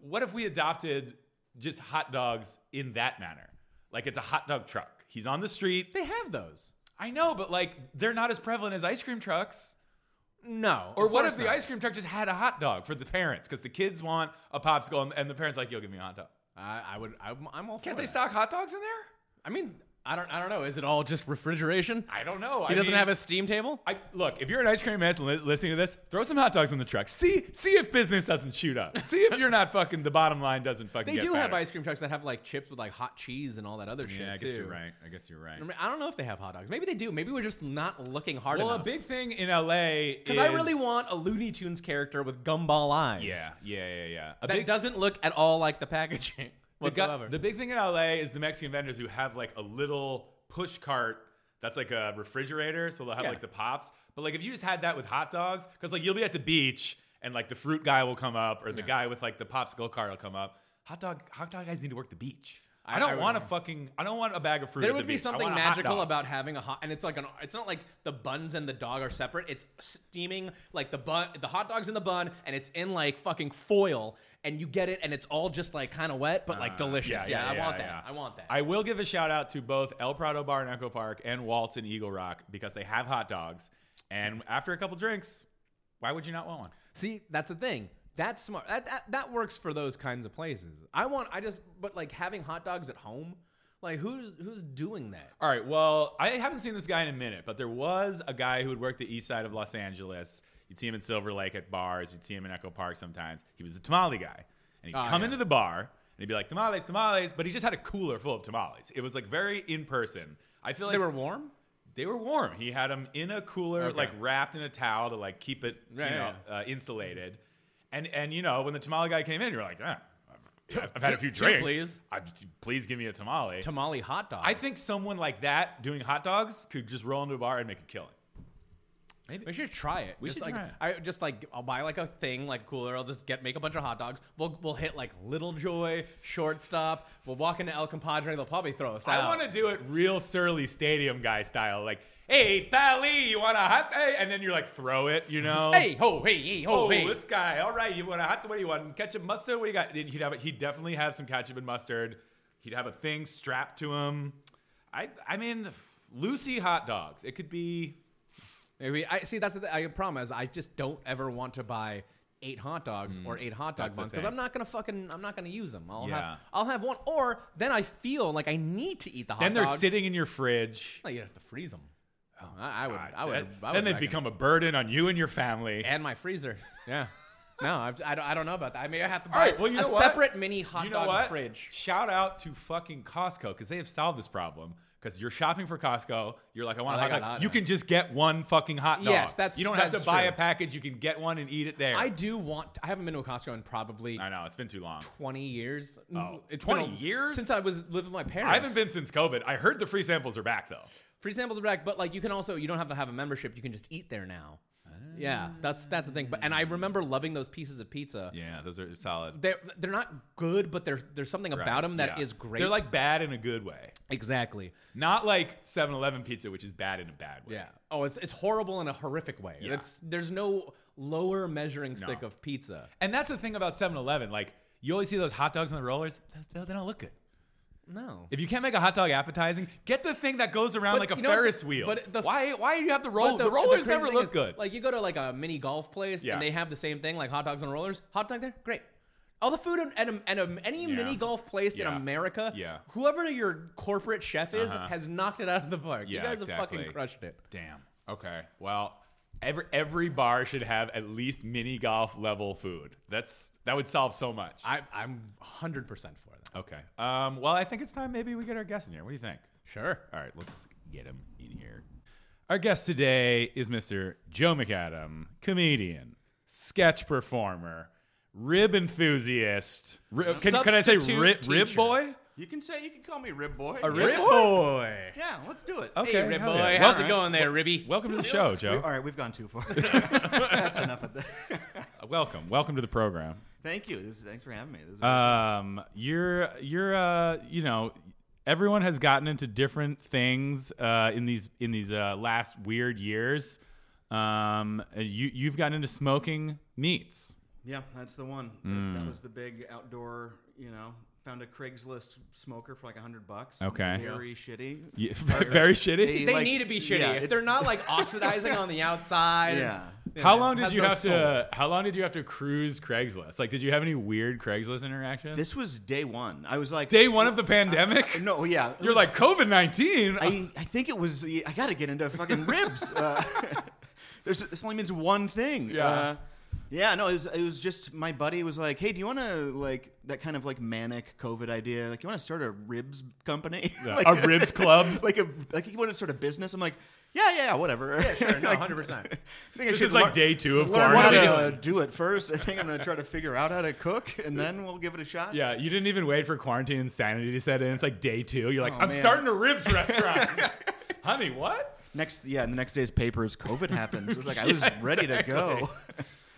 [SPEAKER 1] what if we adopted just hot dogs in that manner? Like it's a hot dog truck. He's on the street.
[SPEAKER 2] They have those.
[SPEAKER 1] I know, but like they're not as prevalent as ice cream trucks.
[SPEAKER 2] No.
[SPEAKER 1] Or what if the
[SPEAKER 2] ice?
[SPEAKER 1] ice cream truck just had a hot dog for the parents? Because the kids want a popsicle, and, and the parents like, "Yo, give me a hot dog."
[SPEAKER 2] I, I would. I'm, I'm all for
[SPEAKER 1] Can't they
[SPEAKER 2] that.
[SPEAKER 1] stock hot dogs in there?
[SPEAKER 2] I mean, I don't. I don't know. Is it all just refrigeration?
[SPEAKER 1] I don't know.
[SPEAKER 2] He doesn't have a steam table.
[SPEAKER 1] look, if you're an ice cream man li- listening to this, throw some hot dogs in the truck. See, see if business doesn't shoot up. See if you're not fucking. The bottom line doesn't fucking.
[SPEAKER 2] They
[SPEAKER 1] get
[SPEAKER 2] do have
[SPEAKER 1] better.
[SPEAKER 2] ice cream trucks that have like chips with like hot cheese and all that other shit.
[SPEAKER 1] Yeah, I guess
[SPEAKER 2] too.
[SPEAKER 1] you're right. I guess you're right.
[SPEAKER 2] I mean, I don't know if they have hot dogs. Maybe they do. Maybe we're just not looking hard
[SPEAKER 1] Well, a
[SPEAKER 2] enough.
[SPEAKER 1] big thing in LA because
[SPEAKER 2] because I really want a Looney Tunes character with gumball eyes.
[SPEAKER 1] Yeah, yeah, yeah, yeah. A
[SPEAKER 2] that
[SPEAKER 1] big-
[SPEAKER 2] doesn't look at all like the packaging
[SPEAKER 1] The, gu-
[SPEAKER 2] whatsoever.
[SPEAKER 1] the big thing in LA is the Mexican vendors who have like a little push cart that's like a refrigerator, so they'll have
[SPEAKER 2] Yeah.
[SPEAKER 1] like the pops. But like if you just had that with hot dogs, because like you'll be at the beach and like the fruit guy will come up or the guy with like the popsicle cart will come up. Hot dog, hot dog guys need to work the beach. I,
[SPEAKER 2] I
[SPEAKER 1] don't
[SPEAKER 2] would
[SPEAKER 1] want a
[SPEAKER 2] agree.
[SPEAKER 1] fucking. I don't want a bag of fruit.
[SPEAKER 2] there
[SPEAKER 1] at the
[SPEAKER 2] would be
[SPEAKER 1] beach. I
[SPEAKER 2] something
[SPEAKER 1] want a hot
[SPEAKER 2] magical
[SPEAKER 1] dog.
[SPEAKER 2] about having a hot, and it's like an. It's not like the buns and the dog are separate. It's steaming like the bun, the hot dogs in the bun, and it's in like fucking foil, and you get it, and it's all just like kind of wet, but like delicious. Yeah, I want that.
[SPEAKER 1] Uh, yeah.
[SPEAKER 2] I want that.
[SPEAKER 1] I will give a shout out to both El Prado Bar in Echo Park and Waltz in Eagle Rock because they have hot dogs. And after a couple drinks, why would you not want one?
[SPEAKER 2] See, that's the thing. That's smart. That, that that works for those kinds of places. I want. I just. But like having hot dogs at home, like who's who's doing that?
[SPEAKER 1] All right. Well, I haven't seen this guy in a minute, but there was a guy who would work the east side of Los Angeles. You'd see him in Silver Lake at bars. You'd see him in Echo Park sometimes. He was a tamale guy. And he'd
[SPEAKER 2] Ah,
[SPEAKER 1] come
[SPEAKER 2] yeah.
[SPEAKER 1] into the bar and he'd be like, tamales, tamales. But he just had a cooler full of tamales. It was like very in person. I feel like
[SPEAKER 2] They were warm.
[SPEAKER 1] they were warm. He had them in a cooler,
[SPEAKER 2] Okay.
[SPEAKER 1] like wrapped in a towel to like keep it,
[SPEAKER 2] Yeah,
[SPEAKER 1] you know, uh, insulated. And and you know, when the tamale guy came in, you're like, ah, I've, I've had a few
[SPEAKER 2] two,
[SPEAKER 1] drinks.
[SPEAKER 2] please."
[SPEAKER 1] I, please give me a tamale.
[SPEAKER 2] Tamale hot dog.
[SPEAKER 1] I think someone like that doing hot dogs could just roll into a bar and make a killing.
[SPEAKER 2] we should try it. We just
[SPEAKER 1] should
[SPEAKER 2] like,
[SPEAKER 1] try it.
[SPEAKER 2] I just like I'll buy like a thing like cooler. I'll just get make a bunch of hot dogs. We'll we'll hit like Little Joy, Shortstop. We'll walk into El Compadre. They'll probably throw us out.
[SPEAKER 1] I want to do it real surly stadium guy style, like, "Hey, Pally, you want a hot?" Hey? And then you're like, throw it, you know?
[SPEAKER 2] Hey ho hey hey ho
[SPEAKER 1] oh,
[SPEAKER 2] hey.
[SPEAKER 1] this guy. All right, you want a hot? What do you want? Ketchup, mustard? What do you got? He'd have. He'd definitely have some ketchup and mustard. He'd have a thing strapped to him. I. I mean, Lucy hot dogs. It could be.
[SPEAKER 2] Maybe I see. That's the th- I, problem is I just don't ever want to buy eight hot dogs or eight hot dog
[SPEAKER 1] Mm. that's the
[SPEAKER 2] buns because
[SPEAKER 1] thing.
[SPEAKER 2] I'm not gonna fucking I'm not gonna use them. I'll
[SPEAKER 1] Yeah.
[SPEAKER 2] have I'll have one or then I feel like I need to eat the hot
[SPEAKER 1] Then they're
[SPEAKER 2] dogs.
[SPEAKER 1] sitting in your fridge.
[SPEAKER 2] Like, you have to freeze them. I, I would. I would.
[SPEAKER 1] God,
[SPEAKER 2] I would
[SPEAKER 1] then they
[SPEAKER 2] reckon.
[SPEAKER 1] become a burden on you and your family.
[SPEAKER 2] and my freezer. Yeah. No, I've, I, don't, I don't know about that. I may have to buy
[SPEAKER 1] All right, well, you
[SPEAKER 2] a
[SPEAKER 1] know what?
[SPEAKER 2] separate mini hot
[SPEAKER 1] you know
[SPEAKER 2] dog
[SPEAKER 1] what?
[SPEAKER 2] fridge.
[SPEAKER 1] Shout out to fucking Costco because they have solved this problem. Because you're shopping for Costco, you're like, I want
[SPEAKER 2] Oh,
[SPEAKER 1] a hot
[SPEAKER 2] they got
[SPEAKER 1] dog.
[SPEAKER 2] hot
[SPEAKER 1] you
[SPEAKER 2] dogs.
[SPEAKER 1] can just get one fucking hot dog.
[SPEAKER 2] Yes, that's-
[SPEAKER 1] you don't have
[SPEAKER 2] that's
[SPEAKER 1] to buy
[SPEAKER 2] true.
[SPEAKER 1] a package. You can get one and eat it there.
[SPEAKER 2] I do want. I haven't been to a Costco in probably
[SPEAKER 1] I know it's been too long.
[SPEAKER 2] 20 years.
[SPEAKER 1] Oh,
[SPEAKER 2] It's been
[SPEAKER 1] 20 years?
[SPEAKER 2] since I was living with my parents.
[SPEAKER 1] I haven't been since COVID. I heard the free samples are back though.
[SPEAKER 2] Free samples are back, but like you can also you don't have to have a membership. You can just eat there now. Yeah, that's that's the thing. But and I remember loving those pieces of pizza.
[SPEAKER 1] Yeah, those are solid.
[SPEAKER 2] They're they're not good, but there's there's something about them that is great.
[SPEAKER 1] They're like bad in a good way.
[SPEAKER 2] exactly.
[SPEAKER 1] Not like 7-Eleven pizza, which is bad in a bad way.
[SPEAKER 2] Yeah. Oh, it's it's horrible in a horrific way. It's there's no lower measuring stick of pizza.
[SPEAKER 1] And that's the thing about 7-Eleven. Like You always see those hot dogs on the rollers. Those- They they don't look good.
[SPEAKER 2] No.
[SPEAKER 1] If you can't make a hot dog appetizing, get the thing that goes around
[SPEAKER 2] But
[SPEAKER 1] like a
[SPEAKER 2] you know what
[SPEAKER 1] Ferris
[SPEAKER 2] the-
[SPEAKER 1] wheel.
[SPEAKER 2] but the-
[SPEAKER 1] why? Why do you have to
[SPEAKER 2] But
[SPEAKER 1] roll? The, rollers
[SPEAKER 2] crazy
[SPEAKER 1] never
[SPEAKER 2] thing
[SPEAKER 1] look
[SPEAKER 2] is,
[SPEAKER 1] good.
[SPEAKER 2] Like you go to like a mini golf place
[SPEAKER 1] Yeah.
[SPEAKER 2] and they have the same thing, like hot dogs and rollers. Hot dog there, great. All the food and, and, and any
[SPEAKER 1] Yeah.
[SPEAKER 2] mini golf place
[SPEAKER 1] Yeah.
[SPEAKER 2] in America,
[SPEAKER 1] Yeah.
[SPEAKER 2] whoever your corporate chef is,
[SPEAKER 1] Uh-huh.
[SPEAKER 2] has knocked it out of the park. you
[SPEAKER 1] Yeah,
[SPEAKER 2] guys have
[SPEAKER 1] exactly.
[SPEAKER 2] fucking crushed it.
[SPEAKER 1] Damn. Okay. Well, every every bar should have at least mini golf level food. That's that would solve so much.
[SPEAKER 2] I, I'm 100% for that.
[SPEAKER 1] okay. Um, well, I think it's time maybe we get our guest in here. What do you think?
[SPEAKER 2] Sure.
[SPEAKER 1] All right, let's get him in here. Our guest today is Mr. Joe McAdam, comedian, sketch performer, rib enthusiast. Ri- can, can I say
[SPEAKER 2] Substitute
[SPEAKER 1] rib, rib
[SPEAKER 2] teacher.
[SPEAKER 1] boy?
[SPEAKER 3] You can say you can call me Rib Boy.
[SPEAKER 1] A
[SPEAKER 3] Yeah.
[SPEAKER 1] rib boy.
[SPEAKER 3] Yeah, let's do it.
[SPEAKER 1] Okay,
[SPEAKER 2] Hey, Rib
[SPEAKER 1] hell
[SPEAKER 2] Boy.
[SPEAKER 1] yeah.
[SPEAKER 2] How's
[SPEAKER 1] Well,
[SPEAKER 2] it going there, Ribby?
[SPEAKER 1] welcome to the show, Joe.
[SPEAKER 3] We- all right, we've gone too far. That's enough of that.
[SPEAKER 1] Uh, welcome, welcome to the program.
[SPEAKER 3] Thank you. This is, thanks for having me. This is,
[SPEAKER 1] Um, you're you're uh, you know, everyone has gotten into different things uh, in these in these uh, last weird years. Um, you you've gotten into smoking meats.
[SPEAKER 3] yeah, that's the one. That
[SPEAKER 1] Mm.
[SPEAKER 3] was the big outdoor. You know, found a Craigslist smoker for like a hundred bucks.
[SPEAKER 1] Okay.
[SPEAKER 3] Very shitty.
[SPEAKER 1] Yeah, very shitty.
[SPEAKER 2] They
[SPEAKER 3] like-
[SPEAKER 2] need to be shitty.
[SPEAKER 3] yeah,
[SPEAKER 2] if
[SPEAKER 3] it's-
[SPEAKER 2] they're not like oxidizing on the outside.
[SPEAKER 3] Yeah.
[SPEAKER 1] How
[SPEAKER 2] it
[SPEAKER 1] long did
[SPEAKER 2] has
[SPEAKER 1] you
[SPEAKER 2] no
[SPEAKER 1] have
[SPEAKER 2] soul.
[SPEAKER 1] to? How long did you have to cruise Craigslist? Like, did you have any weird Craigslist interactions?
[SPEAKER 3] This was day one. I was like
[SPEAKER 1] Day one of the pandemic.
[SPEAKER 3] No, yeah. it
[SPEAKER 1] You're
[SPEAKER 3] was-
[SPEAKER 1] like COVID nineteen.
[SPEAKER 3] I, I think it was. I got to get into fucking ribs. Uh, there's this only means one thing.
[SPEAKER 1] Yeah.
[SPEAKER 3] Uh, yeah. No, it was it was just my buddy was like, hey, do you want to like that kind of like manic COVID idea? Like, you want to start a ribs company? like,
[SPEAKER 1] a ribs club.
[SPEAKER 3] like a like you want to start a business? I'm like. Yeah, yeah, yeah, whatever. Yeah,
[SPEAKER 2] Sure, no, 100%.
[SPEAKER 1] This is like day two of
[SPEAKER 3] learn how
[SPEAKER 1] quarantine.
[SPEAKER 3] to uh, do it first. I think I'm gonna try to figure out how to cook, and then we'll give it a shot.
[SPEAKER 1] Yeah, you didn't even wait for quarantine insanity to set in. It's like day two. You're like, I'm
[SPEAKER 3] Oh, man.
[SPEAKER 1] starting a ribs restaurant. Honey, what?
[SPEAKER 3] Next, yeah, and the next day's papers, COVID happens. It was like I was
[SPEAKER 1] Yeah,
[SPEAKER 3] ready to
[SPEAKER 1] exactly.
[SPEAKER 3] go.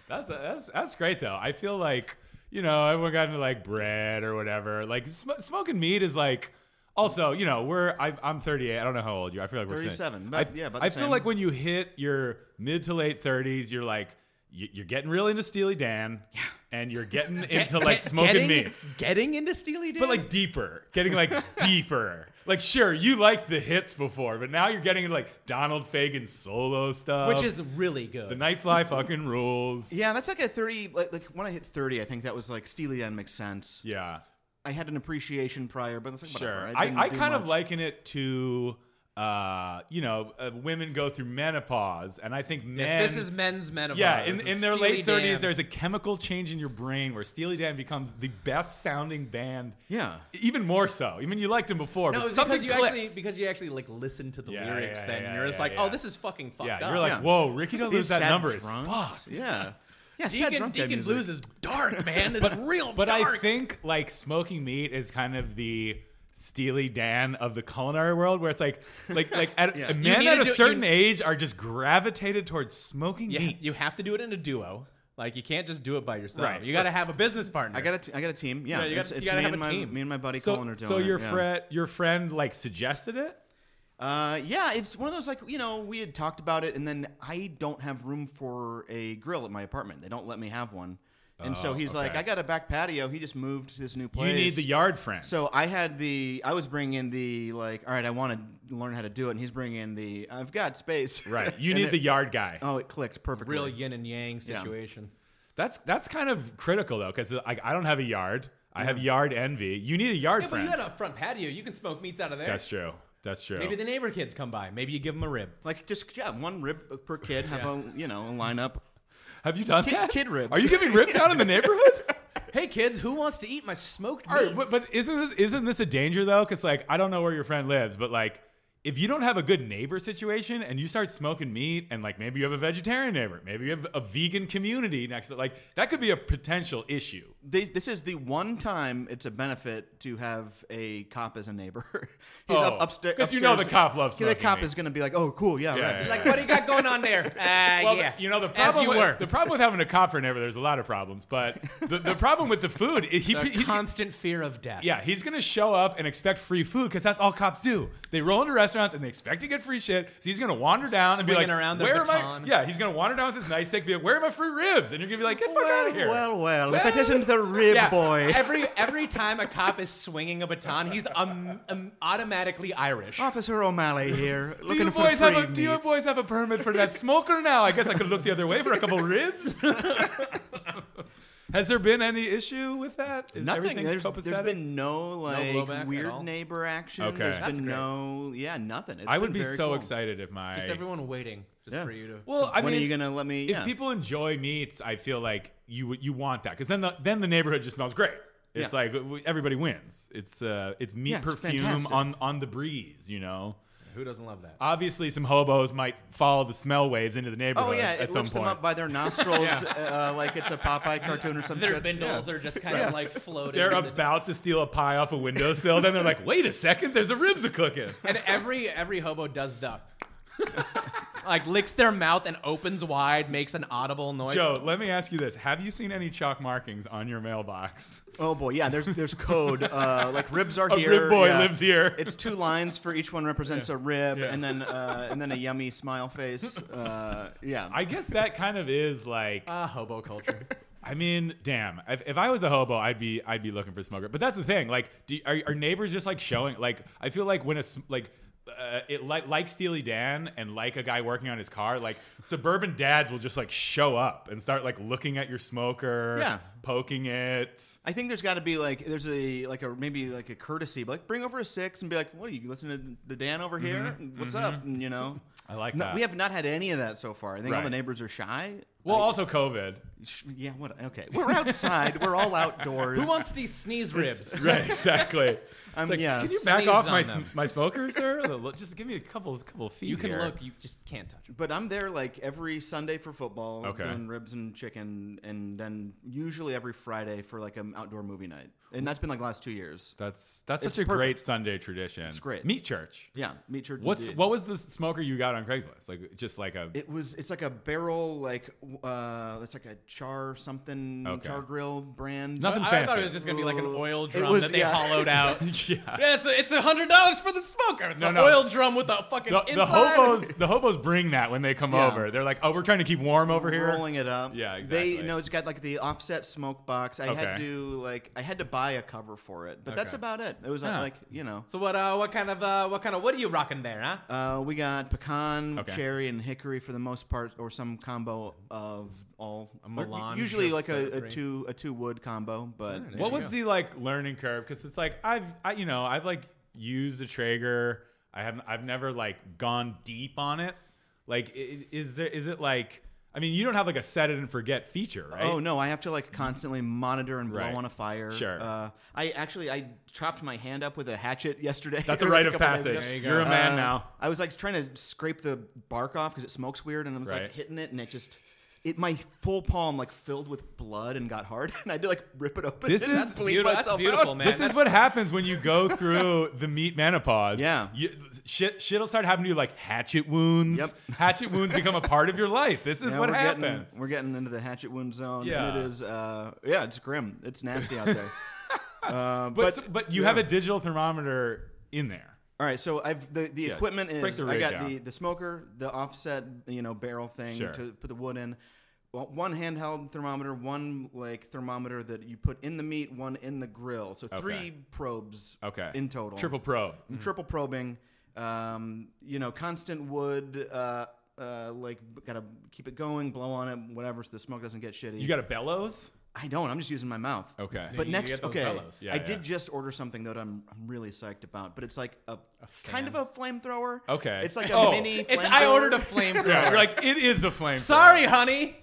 [SPEAKER 1] That's that's that's great though. I feel like you know everyone got into like bread or whatever. Like sm- smoking meat is like. Also, you know, we're I, I'm 38. I don't know how old you. are. I feel like we're saying-
[SPEAKER 3] 37,
[SPEAKER 1] I,
[SPEAKER 3] about- yeah, about the
[SPEAKER 1] I feel
[SPEAKER 3] same.
[SPEAKER 1] like when you hit your mid to late 30s, you're like you, you're getting really into Steely Dan, yeah. and you're getting into like
[SPEAKER 2] Get-
[SPEAKER 1] smoking
[SPEAKER 2] getting,
[SPEAKER 1] meats.
[SPEAKER 2] Getting into Steely Dan?
[SPEAKER 1] But like deeper, getting like deeper. Like sure, you liked the hits before, but now you're getting into like Donald Fagen solo stuff,
[SPEAKER 2] Which is really good.
[SPEAKER 1] the Nightfly fucking rules.
[SPEAKER 3] Yeah, that's like a 30, like, like when I hit 30, I think that was like Steely Dan makes sense.
[SPEAKER 1] Yeah,
[SPEAKER 3] I had an appreciation prior, but it's like, whatever.
[SPEAKER 1] sure.
[SPEAKER 3] I,
[SPEAKER 1] I,
[SPEAKER 3] didn't
[SPEAKER 1] I
[SPEAKER 3] do
[SPEAKER 1] kind of
[SPEAKER 3] much.
[SPEAKER 1] liken it to, uh, you know, uh, women go through menopause, and I think men.
[SPEAKER 2] Yes, this is men's menopause.
[SPEAKER 1] yeah, in,
[SPEAKER 2] This
[SPEAKER 1] in
[SPEAKER 2] is
[SPEAKER 1] their
[SPEAKER 2] Steely
[SPEAKER 1] late 30s,
[SPEAKER 2] Dan.
[SPEAKER 1] there's a chemical change in your brain where Steely Dan becomes the best sounding band. E,
[SPEAKER 3] Yeah.
[SPEAKER 1] Even more so. I mean, you liked him before,
[SPEAKER 2] no
[SPEAKER 1] but
[SPEAKER 2] it's
[SPEAKER 1] something
[SPEAKER 2] because you
[SPEAKER 1] clicks.
[SPEAKER 2] actually because you actually like listen to the
[SPEAKER 1] Yeah,
[SPEAKER 2] lyrics.
[SPEAKER 1] yeah,
[SPEAKER 2] then
[SPEAKER 1] yeah,
[SPEAKER 2] you're just
[SPEAKER 1] yeah,
[SPEAKER 2] like,
[SPEAKER 1] yeah.
[SPEAKER 2] oh, this is fucking fucked
[SPEAKER 1] yeah,
[SPEAKER 2] up.
[SPEAKER 1] you're like,
[SPEAKER 3] Yeah.
[SPEAKER 1] whoa, Ricky don't lose
[SPEAKER 3] These
[SPEAKER 1] that
[SPEAKER 3] sad
[SPEAKER 1] number.
[SPEAKER 3] drunks.
[SPEAKER 1] It's fucked.
[SPEAKER 3] Yeah. Yeah, sad
[SPEAKER 2] Deacon
[SPEAKER 3] drunk guy
[SPEAKER 2] Deacon
[SPEAKER 3] music.
[SPEAKER 2] Blues is dark, man. It's real
[SPEAKER 1] But
[SPEAKER 2] dark.
[SPEAKER 1] I think like smoking meat is kind of the Steely Dan of the culinary world, where it's like, like, like at,
[SPEAKER 3] Yeah.
[SPEAKER 1] men
[SPEAKER 2] need
[SPEAKER 1] at
[SPEAKER 2] to
[SPEAKER 1] a
[SPEAKER 2] do-
[SPEAKER 1] certain
[SPEAKER 2] you-
[SPEAKER 1] age are just gravitated towards smoking
[SPEAKER 2] yeah,
[SPEAKER 1] meat.
[SPEAKER 2] you have to do it in a duo. Like you can't just do it by yourself.
[SPEAKER 1] Right.
[SPEAKER 2] You got to have a business partner.
[SPEAKER 3] I got, a t- I got a team. Yeah,
[SPEAKER 2] Yeah, you
[SPEAKER 3] it's,
[SPEAKER 2] gotta- you
[SPEAKER 3] it's
[SPEAKER 2] gotta
[SPEAKER 3] me,
[SPEAKER 2] have
[SPEAKER 3] and
[SPEAKER 2] a
[SPEAKER 3] my,
[SPEAKER 2] team.
[SPEAKER 3] me and my buddy
[SPEAKER 1] So,
[SPEAKER 3] Colin are doing
[SPEAKER 1] so
[SPEAKER 3] it,
[SPEAKER 1] your
[SPEAKER 3] yeah.
[SPEAKER 1] friend, your friend, like suggested it.
[SPEAKER 3] Uh, yeah, it's one of those like you know we had talked about it, and then I don't have room for a grill at my apartment. They don't let me have one, and
[SPEAKER 1] Oh,
[SPEAKER 3] so he's like,
[SPEAKER 1] okay.
[SPEAKER 3] I got a back patio. He just moved to this new place.
[SPEAKER 1] You need the yard friend.
[SPEAKER 3] So I had the I was bringing the like all right I want to learn how to do it and he's bringing the I've got space
[SPEAKER 1] right. You
[SPEAKER 3] And
[SPEAKER 1] need
[SPEAKER 3] it-
[SPEAKER 1] the yard guy.
[SPEAKER 2] Um,
[SPEAKER 3] oh it clicked perfectly
[SPEAKER 2] real yin and yang
[SPEAKER 3] Yeah.
[SPEAKER 2] situation.
[SPEAKER 1] That's that's kind of critical though, because I, I don't have a yard. I have yard envy. You need a yard
[SPEAKER 2] Yeah, but
[SPEAKER 1] friend.
[SPEAKER 2] you got a front patio. You can smoke meats out of there.
[SPEAKER 1] that's true. That's true.
[SPEAKER 2] Maybe the neighbor kids come by. Maybe you give them a rib.
[SPEAKER 3] like just yeah one rib per kid have a you know a lineup
[SPEAKER 1] have you done
[SPEAKER 3] Kid-
[SPEAKER 1] that?
[SPEAKER 3] kid ribs.
[SPEAKER 1] Are you giving ribs out in the neighborhood?
[SPEAKER 2] hey kids, who wants to eat my smoked meats?
[SPEAKER 1] All right, but, but isn't this, isn't this a danger though? Because like I don't know where your friend lives, but like if you don't have a good neighbor situation and you start smoking meat and like maybe you have a vegetarian neighbor, maybe you have a vegan community next to like that could be a potential issue.
[SPEAKER 3] they, this is the one time it's a benefit to have a cop as a neighbor he's
[SPEAKER 1] Oh,
[SPEAKER 3] up upstairs
[SPEAKER 1] 'cause you know the cop loves
[SPEAKER 3] the
[SPEAKER 1] smoking
[SPEAKER 3] cop
[SPEAKER 1] meat.
[SPEAKER 3] is gonna be like oh cool yeah,
[SPEAKER 1] Yeah,
[SPEAKER 3] right
[SPEAKER 1] yeah,
[SPEAKER 2] like, what do you got going on there? Uh,
[SPEAKER 1] Well,
[SPEAKER 2] yeah,
[SPEAKER 1] you know the
[SPEAKER 2] As
[SPEAKER 1] problem.
[SPEAKER 2] you
[SPEAKER 1] with,
[SPEAKER 2] were.
[SPEAKER 1] The problem with having a cop for a neighbor, there's a lot of problems, but the, the problem with the food, he,
[SPEAKER 2] The
[SPEAKER 1] he's,
[SPEAKER 2] constant fear of death.
[SPEAKER 1] yeah, he's gonna show up and expect free food because that's all cops do. They roll into restaurants and they expect to get free shit. So he's gonna wander down and be like,
[SPEAKER 2] Swinging around the
[SPEAKER 1] "Where am I?"
[SPEAKER 2] baton.
[SPEAKER 1] Yeah, he's gonna wander down with his nightstick, be like, "Where are my free ribs?" And you're gonna be like, "Get the fuck out
[SPEAKER 3] Well,
[SPEAKER 1] of here!"
[SPEAKER 3] well, well. If it isn't the rib
[SPEAKER 2] Yeah,
[SPEAKER 3] boy.
[SPEAKER 2] Every every time a cop is swinging a baton, he's um, um, automatically Irish.
[SPEAKER 3] Officer O'Malley here.
[SPEAKER 1] do
[SPEAKER 3] looking
[SPEAKER 1] you
[SPEAKER 3] for
[SPEAKER 1] boys have
[SPEAKER 3] free
[SPEAKER 1] a Do you
[SPEAKER 3] meat.
[SPEAKER 1] boys have a permit for that smoker now? I guess I could look the other way for a couple ribs. Has there been any issue with that? Is
[SPEAKER 3] Nothing.
[SPEAKER 1] everything's
[SPEAKER 3] There's, there's
[SPEAKER 1] copacetic?
[SPEAKER 3] been no like
[SPEAKER 2] blowback at all?
[SPEAKER 3] weird neighbor action.
[SPEAKER 1] Okay.
[SPEAKER 3] There's
[SPEAKER 1] That's
[SPEAKER 3] been
[SPEAKER 2] great.
[SPEAKER 3] no yeah nothing. It's
[SPEAKER 1] I would
[SPEAKER 3] been
[SPEAKER 1] be
[SPEAKER 3] very
[SPEAKER 1] so
[SPEAKER 3] cool.
[SPEAKER 1] excited if my
[SPEAKER 2] Just everyone waiting just
[SPEAKER 3] Yeah.
[SPEAKER 2] for you to.
[SPEAKER 1] Well, I
[SPEAKER 3] when
[SPEAKER 1] mean,
[SPEAKER 3] are you gonna let me?
[SPEAKER 1] if
[SPEAKER 3] yeah.
[SPEAKER 1] people enjoy meats, I feel like you you want that because then the then the neighborhood just smells great. It's
[SPEAKER 3] Yeah.
[SPEAKER 1] like w- everybody wins. It's uh, it's meat
[SPEAKER 3] Yeah, it's
[SPEAKER 1] perfume
[SPEAKER 3] fantastic.
[SPEAKER 1] on on the breeze. You know,
[SPEAKER 2] who doesn't love that?
[SPEAKER 1] obviously some hobos might follow the smell waves into the neighborhood
[SPEAKER 3] oh yeah,
[SPEAKER 1] at
[SPEAKER 3] it
[SPEAKER 1] some
[SPEAKER 3] lifts them
[SPEAKER 1] point.
[SPEAKER 3] up by their nostrils, uh, like it's a Popeye cartoon or something.
[SPEAKER 2] Their bindles are just kind of like floating.
[SPEAKER 1] They're
[SPEAKER 2] in the-
[SPEAKER 1] about to steal a pie off a windowsill. then they're like, wait a second, there's a ribs a cooking.
[SPEAKER 2] and every every hobo does the. like licks their mouth and opens wide, makes an audible noise.
[SPEAKER 1] Joe, let me ask you this: Have you seen any chalk markings on your mailbox?
[SPEAKER 3] Oh boy, yeah. There's there's code. Uh, like ribs are
[SPEAKER 1] A
[SPEAKER 3] here.
[SPEAKER 1] rib boy
[SPEAKER 3] yeah.
[SPEAKER 1] lives here.
[SPEAKER 3] It's two lines for each one represents a rib,
[SPEAKER 1] Yeah.
[SPEAKER 3] and then uh, and then a yummy smile face. Uh, yeah.
[SPEAKER 1] I guess that kind of is like
[SPEAKER 2] Ah, hobo culture.
[SPEAKER 1] I mean, damn. If, if I was a hobo, I'd be I'd be looking for smoker. But that's the thing. Like, do, are, are neighbors just like showing? Like, I feel like when a s- like. Uh, it like like Steely Dan and like a guy working on his car, like suburban dads will just like show up and start like looking at your smoker,
[SPEAKER 3] Yeah.
[SPEAKER 1] poking it.
[SPEAKER 3] I think there's got to be like there's a like a maybe like a courtesy, but like bring over a six and be like, what are you listening to the Dan over here? What's up? And, you know,
[SPEAKER 1] Mm-hmm. I like
[SPEAKER 3] No,
[SPEAKER 1] that.
[SPEAKER 3] we have not had any of that so far. I think all
[SPEAKER 1] Right.
[SPEAKER 3] the neighbors are shy.
[SPEAKER 1] well, also COVID,
[SPEAKER 3] Sh- Yeah, what? Okay, we're outside. we're all outdoors.
[SPEAKER 2] Who wants these sneeze ribs?
[SPEAKER 1] right? Exactly.
[SPEAKER 3] I'm-
[SPEAKER 1] It's like,
[SPEAKER 3] yeah,
[SPEAKER 1] can you back
[SPEAKER 2] sneeze
[SPEAKER 1] off
[SPEAKER 2] on
[SPEAKER 1] my
[SPEAKER 2] them.
[SPEAKER 1] s- my smoker, sir? Look, Just give me a couple couple of feet.
[SPEAKER 2] You can
[SPEAKER 1] here.
[SPEAKER 2] look, you just can't touch them.
[SPEAKER 3] But I'm there like every Sunday for football,
[SPEAKER 1] Okay.
[SPEAKER 3] doing ribs and chicken, and then usually every Friday for like an outdoor movie night, and that's been like the last two years.
[SPEAKER 1] That's that's
[SPEAKER 3] It's
[SPEAKER 1] such a
[SPEAKER 3] perfect.
[SPEAKER 1] great Sunday tradition.
[SPEAKER 3] It's great.
[SPEAKER 1] Meat church.
[SPEAKER 3] Yeah, meat church.
[SPEAKER 1] What's
[SPEAKER 3] indeed.
[SPEAKER 1] what was the smoker you got on Craigslist? Like just like a
[SPEAKER 3] It was. It's like a barrel, like uh, it's like a char something,
[SPEAKER 1] Okay.
[SPEAKER 3] char grill brand.
[SPEAKER 1] Nothing
[SPEAKER 2] I, I
[SPEAKER 1] fancy.
[SPEAKER 2] thought it was just gonna be like an oil
[SPEAKER 3] It
[SPEAKER 2] drum
[SPEAKER 3] was-
[SPEAKER 2] that they
[SPEAKER 3] yeah.
[SPEAKER 2] hollowed out.
[SPEAKER 1] yeah.
[SPEAKER 2] Yeah, it's a, it's a hundred dollars for the smoker. It's
[SPEAKER 1] No,
[SPEAKER 2] an
[SPEAKER 1] no.
[SPEAKER 2] oil drum with a fucking
[SPEAKER 1] The, the
[SPEAKER 2] inside.
[SPEAKER 1] hobos the hobos bring that when they come
[SPEAKER 3] Yeah.
[SPEAKER 1] over. They're like, oh, we're trying to keep warm over here.
[SPEAKER 3] Rolling it up.
[SPEAKER 1] Yeah,
[SPEAKER 3] They
[SPEAKER 1] exactly.
[SPEAKER 3] no, it's got like the offset smoke box. I
[SPEAKER 1] Okay.
[SPEAKER 3] had to like I had to buy a cover for it, but that's
[SPEAKER 1] Okay.
[SPEAKER 3] about it. It was
[SPEAKER 1] Huh.
[SPEAKER 3] like you know,
[SPEAKER 2] So what? Uh, what kind of? Uh, what kind of? What are you rocking there, huh?
[SPEAKER 3] uh, we got pecan,
[SPEAKER 1] Okay.
[SPEAKER 3] cherry, and hickory for the most part, or some combo of all. or
[SPEAKER 2] melange
[SPEAKER 3] Usually
[SPEAKER 2] of
[SPEAKER 3] like a, a
[SPEAKER 2] three.
[SPEAKER 3] two a two wood combo, but
[SPEAKER 2] Alright.
[SPEAKER 1] What
[SPEAKER 2] There you
[SPEAKER 1] was
[SPEAKER 2] go.
[SPEAKER 1] the like learning curve? Because it's like I've I, you know I've like used a Traeger. I haven't I've never like gone deep on it. Like i- i- is there is it like I mean you don't have like a set it and forget feature, right?
[SPEAKER 3] Oh no, I have to like constantly monitor and blow
[SPEAKER 1] Right.
[SPEAKER 3] on a fire.
[SPEAKER 1] Sure.
[SPEAKER 3] Uh, I actually I chopped my hand up with a hatchet yesterday.
[SPEAKER 1] That's a
[SPEAKER 3] or,
[SPEAKER 1] rite
[SPEAKER 3] like,
[SPEAKER 1] of
[SPEAKER 3] couple days
[SPEAKER 1] passage.
[SPEAKER 3] ago. Uh,
[SPEAKER 1] There you go. You're a man now.
[SPEAKER 3] I was like trying to scrape the bark off because it smokes weird, and I was
[SPEAKER 1] Right.
[SPEAKER 3] like hitting it, and it just. It, my full palm like filled with blood and got hard, and I had to like rip it open.
[SPEAKER 1] This
[SPEAKER 3] and
[SPEAKER 1] is
[SPEAKER 3] bleed
[SPEAKER 2] beautiful- that's
[SPEAKER 3] myself
[SPEAKER 2] beautiful,
[SPEAKER 3] out.
[SPEAKER 2] man.
[SPEAKER 1] this is
[SPEAKER 2] that's-
[SPEAKER 1] what happens when you go through the meat menopause.
[SPEAKER 3] Yeah.
[SPEAKER 1] You, shit, shit'll start happening to you like hatchet wounds.
[SPEAKER 3] Yep.
[SPEAKER 1] Hatchet wounds become a part of your life. This is
[SPEAKER 3] Now
[SPEAKER 1] what
[SPEAKER 3] we're
[SPEAKER 1] happens.
[SPEAKER 3] Getting, we're getting into the hatchet wound zone.
[SPEAKER 1] Yeah.
[SPEAKER 3] and it is. Uh, yeah, it's grim. It's nasty out there. Uh, but,
[SPEAKER 1] but but, you
[SPEAKER 3] yeah.
[SPEAKER 1] have a digital thermometer in there.
[SPEAKER 3] All right, so I've the, the
[SPEAKER 1] Yeah,
[SPEAKER 3] equipment
[SPEAKER 1] break
[SPEAKER 3] is
[SPEAKER 1] the
[SPEAKER 3] I
[SPEAKER 1] rig
[SPEAKER 3] got
[SPEAKER 1] down.
[SPEAKER 3] the the smoker, the offset you know barrel thing
[SPEAKER 1] Sure.
[SPEAKER 3] to put the wood in, Well, one handheld thermometer, one like thermometer that you put in the meat, one in the grill. So three probes
[SPEAKER 1] Okay.
[SPEAKER 3] in total.
[SPEAKER 1] Triple mm. probe.
[SPEAKER 3] I'm triple probing. Um, you know, constant wood. Uh, uh, like gotta keep it going, blow on it, whatever, so the smoke doesn't get shitty.
[SPEAKER 1] You got a bellows?
[SPEAKER 3] I don't. I'm just using my mouth.
[SPEAKER 1] Okay.
[SPEAKER 3] But
[SPEAKER 2] You
[SPEAKER 3] next,
[SPEAKER 2] get those
[SPEAKER 3] okay,
[SPEAKER 2] bellows.
[SPEAKER 1] Yeah,
[SPEAKER 3] I
[SPEAKER 1] yeah.
[SPEAKER 3] did just order something that I'm I'm really psyched about, but it's like a, kind of a flamethrower.
[SPEAKER 1] Okay.
[SPEAKER 3] It's like a
[SPEAKER 1] Oh.
[SPEAKER 3] mini.
[SPEAKER 2] It's, I
[SPEAKER 3] flamethrower.
[SPEAKER 2] ordered a flamethrower.
[SPEAKER 1] Yeah, you're like it is a flame.
[SPEAKER 2] Sorry,
[SPEAKER 1] thrower.
[SPEAKER 2] honey.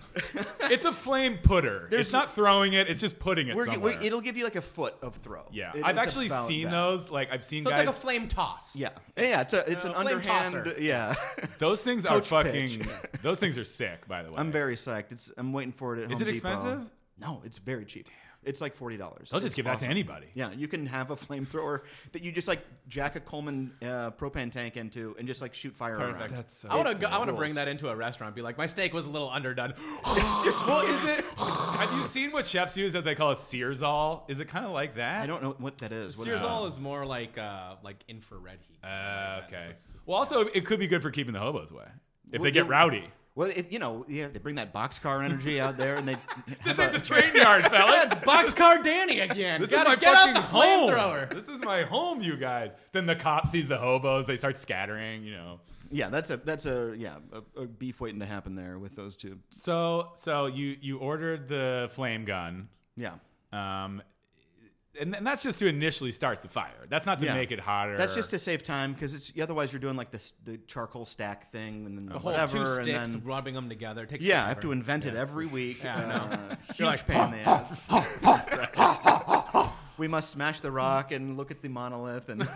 [SPEAKER 1] it's a flame putter. it's
[SPEAKER 3] There's-
[SPEAKER 1] not throwing it; it's just putting it
[SPEAKER 3] We're,
[SPEAKER 1] somewhere.
[SPEAKER 3] we're- it'll give you like a foot of throw.
[SPEAKER 1] yeah,
[SPEAKER 3] It-
[SPEAKER 1] I've
[SPEAKER 3] it's
[SPEAKER 1] actually
[SPEAKER 3] about
[SPEAKER 1] seen
[SPEAKER 3] that.
[SPEAKER 1] those. Like I've seen
[SPEAKER 2] So it's
[SPEAKER 1] guys.
[SPEAKER 2] like a flame toss.
[SPEAKER 3] Yeah, yeah. It's a it's an
[SPEAKER 2] Uh, flame
[SPEAKER 3] underhand.
[SPEAKER 2] tosser.
[SPEAKER 3] Yeah,
[SPEAKER 1] those things are
[SPEAKER 3] Coach pitch.
[SPEAKER 1] fucking. those things are sick, by the way.
[SPEAKER 3] I'm very psyched. It's I'm waiting for it at
[SPEAKER 1] Is
[SPEAKER 3] Home
[SPEAKER 1] it
[SPEAKER 3] Depot.
[SPEAKER 1] expensive?
[SPEAKER 3] No, it's very cheap. It's like forty dollars.
[SPEAKER 1] They'll just give that to anybody.
[SPEAKER 3] Yeah, you can have a flamethrower that you just like jack a Coleman uh, propane tank into and just like shoot fire around.
[SPEAKER 1] That's so
[SPEAKER 2] I want
[SPEAKER 3] It's
[SPEAKER 2] to. I want to
[SPEAKER 3] rules.
[SPEAKER 2] bring that into a restaurant. and Be like, my steak was a little underdone.
[SPEAKER 1] what is it? Have you seen what chefs use that they call a searsol? Is it kind of like that?
[SPEAKER 3] I don't know what that is. What is that?
[SPEAKER 2] Searsol is more like uh, like infrared heat.
[SPEAKER 1] Uh, okay.
[SPEAKER 2] It's like-
[SPEAKER 1] Well, also it could be good for keeping the hobos away if they
[SPEAKER 3] Well,
[SPEAKER 1] get
[SPEAKER 3] yeah.
[SPEAKER 1] rowdy.
[SPEAKER 3] Well, if, you know, yeah, they bring that boxcar energy out there, and they
[SPEAKER 1] This ain't the train yard, fellas.
[SPEAKER 2] Boxcar Danny again.
[SPEAKER 1] This is
[SPEAKER 2] Gotta
[SPEAKER 1] my
[SPEAKER 2] get out
[SPEAKER 1] fucking
[SPEAKER 2] the
[SPEAKER 1] home.
[SPEAKER 2] flamethrower.
[SPEAKER 1] This is my home, you guys. Then the cop sees the hobos. They start scattering. You know.
[SPEAKER 3] yeah, that's a that's a yeah a, a beef waiting to happen there with those two.
[SPEAKER 1] So so you you ordered the flame gun,
[SPEAKER 3] Yeah,
[SPEAKER 1] um, and, and that's just to initially start the fire. That's not to
[SPEAKER 3] Yeah.
[SPEAKER 1] make it hotter.
[SPEAKER 3] that's just to save time because it's otherwise you're doing like this the charcoal stack thing and then the
[SPEAKER 2] Whole
[SPEAKER 3] whatever
[SPEAKER 2] two
[SPEAKER 3] and
[SPEAKER 2] sticks,
[SPEAKER 3] then
[SPEAKER 2] rubbing them together. It takes
[SPEAKER 3] yeah, I
[SPEAKER 2] forever.
[SPEAKER 3] have to invent it every week.
[SPEAKER 2] Yeah, I
[SPEAKER 3] uh, huge
[SPEAKER 2] You're like,
[SPEAKER 3] pain in the ass. we must smash the rock and look at the monolith and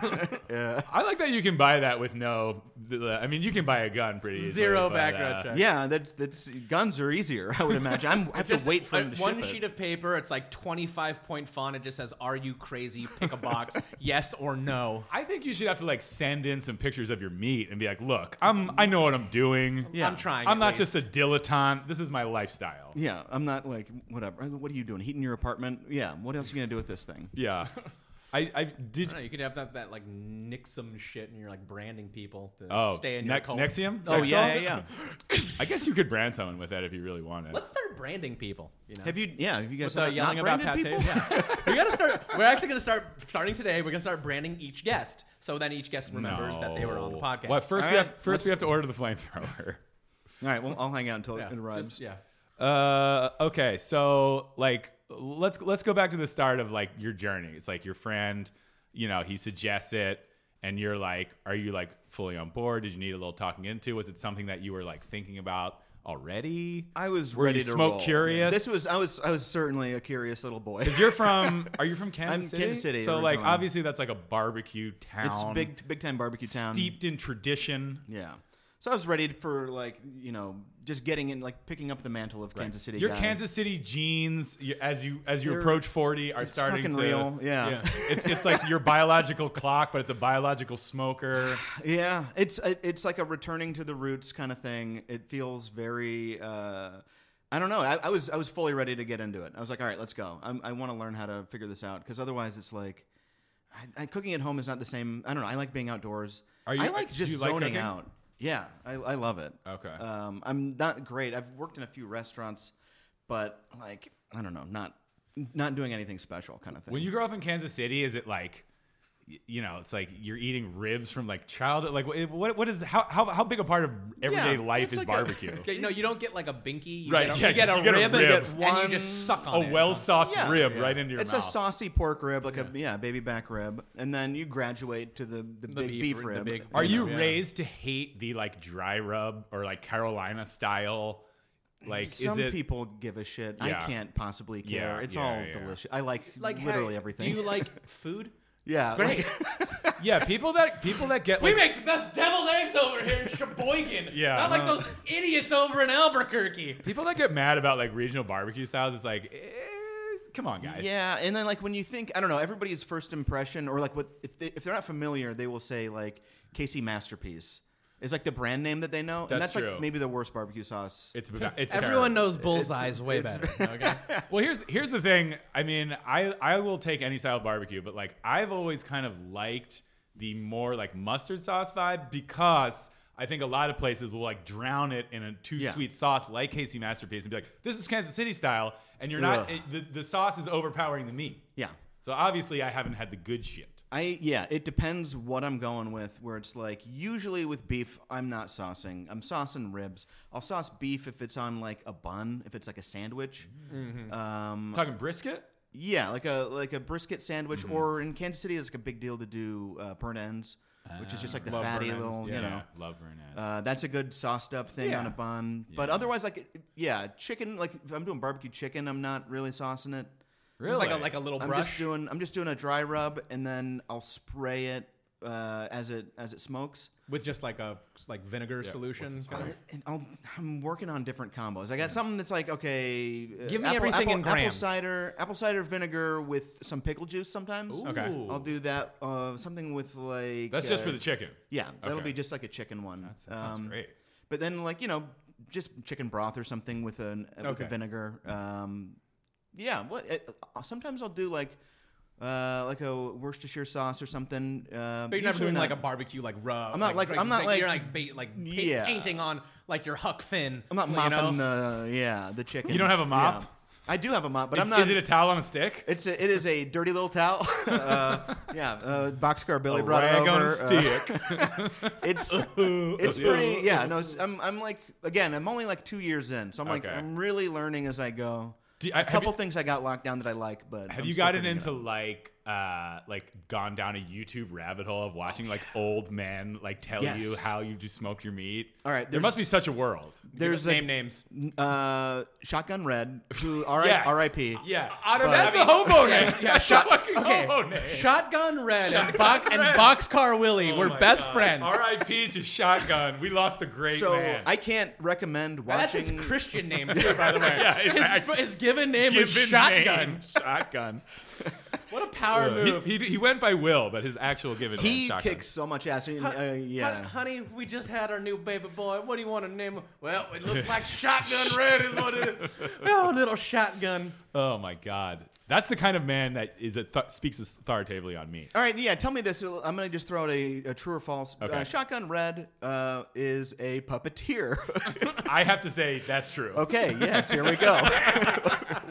[SPEAKER 3] yeah.
[SPEAKER 1] I like that you can buy that with no. I mean, you can buy a gun pretty easily,
[SPEAKER 2] Zero
[SPEAKER 1] but,
[SPEAKER 2] background
[SPEAKER 1] uh,
[SPEAKER 2] check.
[SPEAKER 3] Yeah, that's that's guns are easier, I would imagine. I'm, I have to
[SPEAKER 2] Just
[SPEAKER 3] wait for
[SPEAKER 2] a-
[SPEAKER 3] them to
[SPEAKER 2] one
[SPEAKER 3] ship it.
[SPEAKER 2] sheet of paper. It's like 25 point font. It just says, "Are you crazy? Pick a box. yes or no."
[SPEAKER 1] I think you should have to like send in some pictures of your meat and be like, "Look, I'm I know what I'm doing.
[SPEAKER 3] Yeah.
[SPEAKER 2] I'm trying.
[SPEAKER 1] I'm
[SPEAKER 2] at
[SPEAKER 1] not
[SPEAKER 2] least.
[SPEAKER 1] just a dilettante. This is my lifestyle."
[SPEAKER 3] Yeah, I'm not like whatever. What are you doing? Heating your apartment? Yeah. What else are you gonna do with this thing?
[SPEAKER 1] Yeah. I, I
[SPEAKER 2] I
[SPEAKER 1] did.
[SPEAKER 2] don't know, you could have that, that like Nixum shit, and you're like branding people to
[SPEAKER 1] Oh,
[SPEAKER 2] stay in
[SPEAKER 1] Ne-
[SPEAKER 2] your cult.
[SPEAKER 1] Nexium?
[SPEAKER 3] Oh
[SPEAKER 1] Sex
[SPEAKER 3] yeah, yeah,
[SPEAKER 1] doll?
[SPEAKER 3] yeah.
[SPEAKER 1] I guess you could brand someone with that if you really wanted.
[SPEAKER 2] Let's start branding people. You know,
[SPEAKER 3] Have you? Yeah, have you guys
[SPEAKER 2] With the
[SPEAKER 3] not,
[SPEAKER 2] yelling
[SPEAKER 3] not
[SPEAKER 2] about
[SPEAKER 3] branded
[SPEAKER 2] pate.
[SPEAKER 3] people?
[SPEAKER 2] Yeah, we gotta start. We're actually gonna start starting today. We're gonna start branding each guest, so then each guest remembers that they were on the
[SPEAKER 1] No.
[SPEAKER 2] podcast.
[SPEAKER 1] Well, first we
[SPEAKER 3] All right,
[SPEAKER 1] have first
[SPEAKER 3] let's-
[SPEAKER 1] we have to order the flamethrower.
[SPEAKER 3] All right, well, I'll hang out until
[SPEAKER 2] Yeah,
[SPEAKER 3] it arrives.
[SPEAKER 2] just- yeah.
[SPEAKER 1] Uh, okay, so like let's let's go back to the start of like your journey. It's like your friend, you know, he suggests it, and you're like, are you like fully on board? Did you need a little talking into? Was it something that you were like thinking about already?
[SPEAKER 3] I was
[SPEAKER 1] Were
[SPEAKER 3] ready
[SPEAKER 1] you
[SPEAKER 3] to
[SPEAKER 1] smoke
[SPEAKER 3] roll.
[SPEAKER 1] curious?
[SPEAKER 3] This was I was I was certainly a curious little boy.
[SPEAKER 1] Because you're from, are you from Kansas
[SPEAKER 3] I'm
[SPEAKER 1] City?
[SPEAKER 3] Kansas City
[SPEAKER 1] So like,
[SPEAKER 3] originally.
[SPEAKER 1] obviously that's like a barbecue town.
[SPEAKER 3] It's big big time barbecue town.
[SPEAKER 1] steeped in tradition.
[SPEAKER 3] Yeah. So I was ready for like you know just getting in like picking up the mantle of Kansas City.
[SPEAKER 1] Your
[SPEAKER 3] guy.
[SPEAKER 1] Kansas City jeans, you, as you as you
[SPEAKER 3] They're-
[SPEAKER 1] approach forty, are
[SPEAKER 3] it's
[SPEAKER 1] starting
[SPEAKER 3] fucking
[SPEAKER 1] to
[SPEAKER 3] real. Yeah.
[SPEAKER 1] it's, it's like your biological clock, but it's a biological smoker.
[SPEAKER 3] Yeah, it's it- it's like a returning to the roots kind of thing. It feels very. Uh, I don't know. I, I was I was fully ready to get into it. I was like, all right, let's go. I'm, I want to learn how to figure this out because otherwise, it's like, I, I, cooking at home is not the same. I don't know. I like being outdoors.
[SPEAKER 1] Are you-
[SPEAKER 3] I like
[SPEAKER 1] do
[SPEAKER 3] just
[SPEAKER 1] you like
[SPEAKER 3] zoning
[SPEAKER 1] cooking?
[SPEAKER 3] out. Yeah, I, I love it.
[SPEAKER 1] Okay.
[SPEAKER 3] Um, I'm not great. I've worked in a few restaurants, but like I don't know, not not doing anything special kind of thing.
[SPEAKER 1] When you grow up in Kansas City, is it like, y- you know, it's like you're eating ribs from like childhood? Like wh- what what is how how, how big a part of everyday
[SPEAKER 3] Yeah,
[SPEAKER 1] life
[SPEAKER 3] it's
[SPEAKER 1] is
[SPEAKER 3] like a-
[SPEAKER 1] barbecue?
[SPEAKER 2] Okay, no, you don't get like a binky. You
[SPEAKER 1] Right,
[SPEAKER 2] Get a,
[SPEAKER 1] yeah,
[SPEAKER 2] you get a
[SPEAKER 1] you get a
[SPEAKER 2] rib,
[SPEAKER 1] rib.
[SPEAKER 2] And,
[SPEAKER 3] One-
[SPEAKER 2] you just suck
[SPEAKER 1] A
[SPEAKER 2] on it.
[SPEAKER 1] well sauced
[SPEAKER 3] Yeah.
[SPEAKER 1] rib
[SPEAKER 2] Yeah.
[SPEAKER 1] right into your
[SPEAKER 3] it's
[SPEAKER 1] mouth.
[SPEAKER 3] a saucy pork rib, like a yeah baby back rib, and then you graduate to the the, big
[SPEAKER 2] beef
[SPEAKER 3] beef,
[SPEAKER 2] ri- the
[SPEAKER 3] rib.
[SPEAKER 2] big-
[SPEAKER 1] Are
[SPEAKER 2] you
[SPEAKER 1] you
[SPEAKER 2] know, yeah.
[SPEAKER 1] raised to hate the like dry rub or like Carolina style? Like
[SPEAKER 3] Some
[SPEAKER 1] is it
[SPEAKER 3] people give a shit.
[SPEAKER 1] Yeah.
[SPEAKER 3] I can't possibly care.
[SPEAKER 1] Yeah,
[SPEAKER 3] it's
[SPEAKER 1] yeah,
[SPEAKER 3] all
[SPEAKER 1] yeah.
[SPEAKER 3] delicious. I like,
[SPEAKER 2] Like hey,
[SPEAKER 3] literally everything.
[SPEAKER 2] Do you like food?
[SPEAKER 3] yeah,
[SPEAKER 2] Great.
[SPEAKER 3] like-
[SPEAKER 1] yeah people that people that get
[SPEAKER 2] we
[SPEAKER 1] like,
[SPEAKER 2] make the best deviled eggs over here in Sheboygan.
[SPEAKER 1] Yeah.
[SPEAKER 2] Not like those idiots over in Albuquerque.
[SPEAKER 1] people that get mad about like regional barbecue styles. It's like, eh, come on, guys.
[SPEAKER 3] yeah, and then like when you think, I don't know, everybody's first impression or like what if they, if they're not familiar, they will say like Casey Masterpiece is like the brand name that they know, and
[SPEAKER 1] That's
[SPEAKER 3] that's
[SPEAKER 1] true.
[SPEAKER 3] like maybe the worst barbecue sauce.
[SPEAKER 1] It's about, it's
[SPEAKER 2] Everyone
[SPEAKER 1] terrible.
[SPEAKER 2] knows bullseyes way better. Okay?
[SPEAKER 1] Well, here's here's the thing. I mean, I I will take any style of barbecue, but like I've always kind of liked the more like mustard sauce vibe because I think a lot of places will like drown it in a too
[SPEAKER 3] Yeah.
[SPEAKER 1] sweet sauce like Casey Masterpiece and be like, "This is Kansas City style," and you're not
[SPEAKER 3] Ugh.
[SPEAKER 1] it- the, the sauce is overpowering the meat.
[SPEAKER 3] yeah.
[SPEAKER 1] So obviously, I haven't had the good shit.
[SPEAKER 3] I yeah, it depends what I'm going with. Where it's like usually with beef, I'm not saucing. I'm saucing ribs. I'll sauce beef if it's on like a bun, if it's like a sandwich.
[SPEAKER 1] Mm-hmm.
[SPEAKER 3] Um,
[SPEAKER 1] talking brisket.
[SPEAKER 3] yeah, like a like a brisket sandwich,
[SPEAKER 1] Mm-hmm.
[SPEAKER 3] or in Kansas City, it's like a big deal to do uh, burnt ends, which is just like the fatty
[SPEAKER 1] Ah, burnt ends.
[SPEAKER 3] little,
[SPEAKER 1] yeah.
[SPEAKER 3] you know.
[SPEAKER 1] love burn ends.
[SPEAKER 3] Uh, that's a good sauced up thing on
[SPEAKER 1] Yeah.
[SPEAKER 3] a bun. But
[SPEAKER 1] Yeah.
[SPEAKER 3] otherwise, like yeah, chicken. Like if I'm doing barbecue chicken, I'm not really saucing it.
[SPEAKER 1] really?
[SPEAKER 2] Just like a, like a little
[SPEAKER 3] I'm
[SPEAKER 2] brush.
[SPEAKER 3] just doing I'm just doing a dry rub and then I'll spray it uh, as it as it smokes.
[SPEAKER 2] with just like a like vinegar
[SPEAKER 1] Yeah,
[SPEAKER 2] solution.
[SPEAKER 1] what's
[SPEAKER 2] kind of-
[SPEAKER 3] And I'll, I'm working on different combos. I got something that's like okay, uh,
[SPEAKER 2] Give me
[SPEAKER 3] apple,
[SPEAKER 2] everything
[SPEAKER 3] apple,
[SPEAKER 2] in
[SPEAKER 3] Apple
[SPEAKER 2] grams.
[SPEAKER 3] cider, apple cider vinegar with some pickle juice sometimes.
[SPEAKER 2] Ooh.
[SPEAKER 1] Okay.
[SPEAKER 3] I'll do that. Uh, something with like
[SPEAKER 1] That's just
[SPEAKER 3] uh,
[SPEAKER 1] for the chicken.
[SPEAKER 3] Yeah, that'll
[SPEAKER 1] Okay.
[SPEAKER 3] be just like a chicken one. That
[SPEAKER 1] sounds great.
[SPEAKER 3] But then, like you know, just chicken broth or something with an uh, with
[SPEAKER 2] Okay.
[SPEAKER 3] a vinegar. Um, yeah. What? uh, uh, sometimes I'll do like uh, like a Worcestershire sauce or something. Uh,
[SPEAKER 2] But you're never
[SPEAKER 3] usually
[SPEAKER 2] doing like a
[SPEAKER 3] not-
[SPEAKER 2] barbecue like rub.
[SPEAKER 3] I'm not like- I'm not
[SPEAKER 2] ba-
[SPEAKER 3] like-
[SPEAKER 2] you're like ba- like pa-
[SPEAKER 3] Yeah.
[SPEAKER 2] painting on like your Huck Finn.
[SPEAKER 3] I'm not
[SPEAKER 2] you know?
[SPEAKER 3] mopping the yeah the chicken.
[SPEAKER 1] You don't have a mop?
[SPEAKER 3] I do have a mop, but
[SPEAKER 1] Is-
[SPEAKER 3] I'm not.
[SPEAKER 1] Is it a towel on a stick?
[SPEAKER 3] it's a, it is a dirty little towel. uh, yeah, uh, boxcar Billy
[SPEAKER 1] a
[SPEAKER 3] brought it
[SPEAKER 1] rag
[SPEAKER 3] over.
[SPEAKER 1] on a
[SPEAKER 3] uh,
[SPEAKER 1] stick.
[SPEAKER 3] it's it's
[SPEAKER 1] Yeah.
[SPEAKER 3] pretty yeah no it's- I'm, I'm like again i'm only like two years in so i'm like
[SPEAKER 1] Okay.
[SPEAKER 3] i'm really learning as i go
[SPEAKER 1] Do you- I-
[SPEAKER 3] a
[SPEAKER 1] have
[SPEAKER 3] couple
[SPEAKER 1] you-
[SPEAKER 3] things i got locked down that i like but
[SPEAKER 1] Have
[SPEAKER 3] I'm
[SPEAKER 1] you
[SPEAKER 3] still
[SPEAKER 1] gotten
[SPEAKER 3] figuring it
[SPEAKER 1] into
[SPEAKER 3] out.
[SPEAKER 1] like uh like gone down a YouTube rabbit hole of watching like old men like tell you
[SPEAKER 3] Yes.
[SPEAKER 1] how you just smoked your meat?
[SPEAKER 3] All right,
[SPEAKER 1] there must be
[SPEAKER 3] there's-
[SPEAKER 1] such a world.
[SPEAKER 3] there's
[SPEAKER 2] name
[SPEAKER 3] a,
[SPEAKER 2] names.
[SPEAKER 3] uh shotgun red who R-
[SPEAKER 1] Yes.
[SPEAKER 3] rip
[SPEAKER 1] Yeah,
[SPEAKER 2] Out of
[SPEAKER 1] that's
[SPEAKER 2] I mean-
[SPEAKER 1] a hobo name.
[SPEAKER 2] Yeah,
[SPEAKER 1] That's
[SPEAKER 2] shot-
[SPEAKER 1] a fucking oh,
[SPEAKER 2] okay.
[SPEAKER 1] hobo name.
[SPEAKER 2] Shotgun Red and,
[SPEAKER 1] Shotgun
[SPEAKER 2] Bo- and
[SPEAKER 1] Red.
[SPEAKER 2] Boxcar Willie
[SPEAKER 1] Oh
[SPEAKER 2] were
[SPEAKER 1] my
[SPEAKER 2] best
[SPEAKER 1] God.
[SPEAKER 2] friends.
[SPEAKER 1] R.I.P. to Shotgun. We lost a great
[SPEAKER 3] so
[SPEAKER 1] man.
[SPEAKER 3] i can't recommend
[SPEAKER 2] That's
[SPEAKER 3] watching
[SPEAKER 2] his Christian name too, by the way.
[SPEAKER 1] Yeah,
[SPEAKER 2] his,
[SPEAKER 1] exactly.
[SPEAKER 2] his given name was
[SPEAKER 1] Given
[SPEAKER 2] Shotgun.
[SPEAKER 1] name, Shotgun.
[SPEAKER 2] What a power
[SPEAKER 1] he,
[SPEAKER 2] move.
[SPEAKER 1] he, he went by Will, but his actual given name
[SPEAKER 3] he
[SPEAKER 1] Shotgun.
[SPEAKER 3] kicks so much ass and, uh,
[SPEAKER 2] Hon-
[SPEAKER 3] yeah
[SPEAKER 2] Honey, we just had our new baby boy. What do you want to name him? Well, it looks like Shotgun Red is what it is. Oh, little shotgun.
[SPEAKER 1] Oh my God, that's the kind of man that is a th- speaks authoritatively on me.
[SPEAKER 3] all right, yeah. Tell me this. I'm gonna just throw out a, a true or false.
[SPEAKER 1] Okay.
[SPEAKER 3] Uh, Shotgun Red uh, is a puppeteer.
[SPEAKER 1] I have to say that's true.
[SPEAKER 3] Okay, yes, here we go.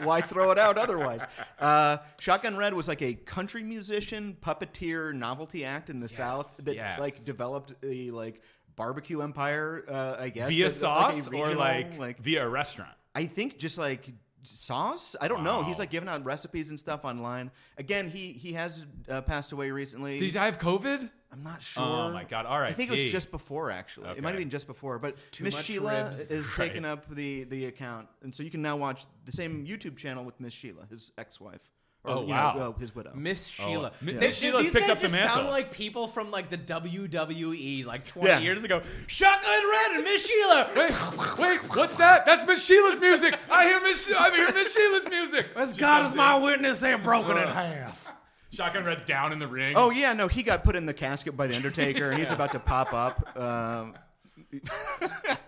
[SPEAKER 3] Why throw it out otherwise? Uh, Shotgun Red was like a country musician, puppeteer, novelty act in the South that
[SPEAKER 1] yes.
[SPEAKER 3] like developed a like barbecue empire, uh, I guess.
[SPEAKER 1] Via
[SPEAKER 3] that- like, a
[SPEAKER 1] sauce or
[SPEAKER 3] regional,
[SPEAKER 1] like,
[SPEAKER 3] like
[SPEAKER 1] via a restaurant.
[SPEAKER 3] I think just like sauce. I don't know.
[SPEAKER 1] Wow.
[SPEAKER 3] He's like giving out recipes and stuff online. Again, he he has uh, passed away recently.
[SPEAKER 1] Did he die of COVID?
[SPEAKER 3] I'm not sure.
[SPEAKER 1] Oh my God,
[SPEAKER 3] I think it was
[SPEAKER 1] RIP.
[SPEAKER 3] just before, actually.
[SPEAKER 1] Okay.
[SPEAKER 3] It might have been just before, but Miss
[SPEAKER 2] much
[SPEAKER 3] Sheila
[SPEAKER 2] ribs.
[SPEAKER 3] is
[SPEAKER 1] Right.
[SPEAKER 3] taking up the the account, and so you can now watch the same YouTube channel with Miss Sheila, his ex-wife, or
[SPEAKER 1] Oh,
[SPEAKER 3] you
[SPEAKER 1] wow.
[SPEAKER 3] know, uh, his widow.
[SPEAKER 2] Miss Sheila.
[SPEAKER 1] Oh, Mi-
[SPEAKER 2] They-
[SPEAKER 1] Miss
[SPEAKER 2] they-
[SPEAKER 1] Sheila's
[SPEAKER 2] these
[SPEAKER 1] picked
[SPEAKER 2] guys
[SPEAKER 1] up the
[SPEAKER 2] just
[SPEAKER 1] mantle.
[SPEAKER 2] sound like people from like the WWE like 20
[SPEAKER 3] Yeah.
[SPEAKER 2] years ago. Shotgun Red and Miss Sheila.
[SPEAKER 1] Wait, wait, what's that? That's Miss Sheila's music. I hear Miss. She- I hear Miss Sheila's music.
[SPEAKER 2] As
[SPEAKER 1] She
[SPEAKER 2] God
[SPEAKER 1] comes
[SPEAKER 2] is my
[SPEAKER 1] in.
[SPEAKER 2] witness, they have broken in half.
[SPEAKER 1] Shotgun Red's down in the ring.
[SPEAKER 3] oh yeah, no, he got put in the casket by the Undertaker, and he's about to pop up. Um,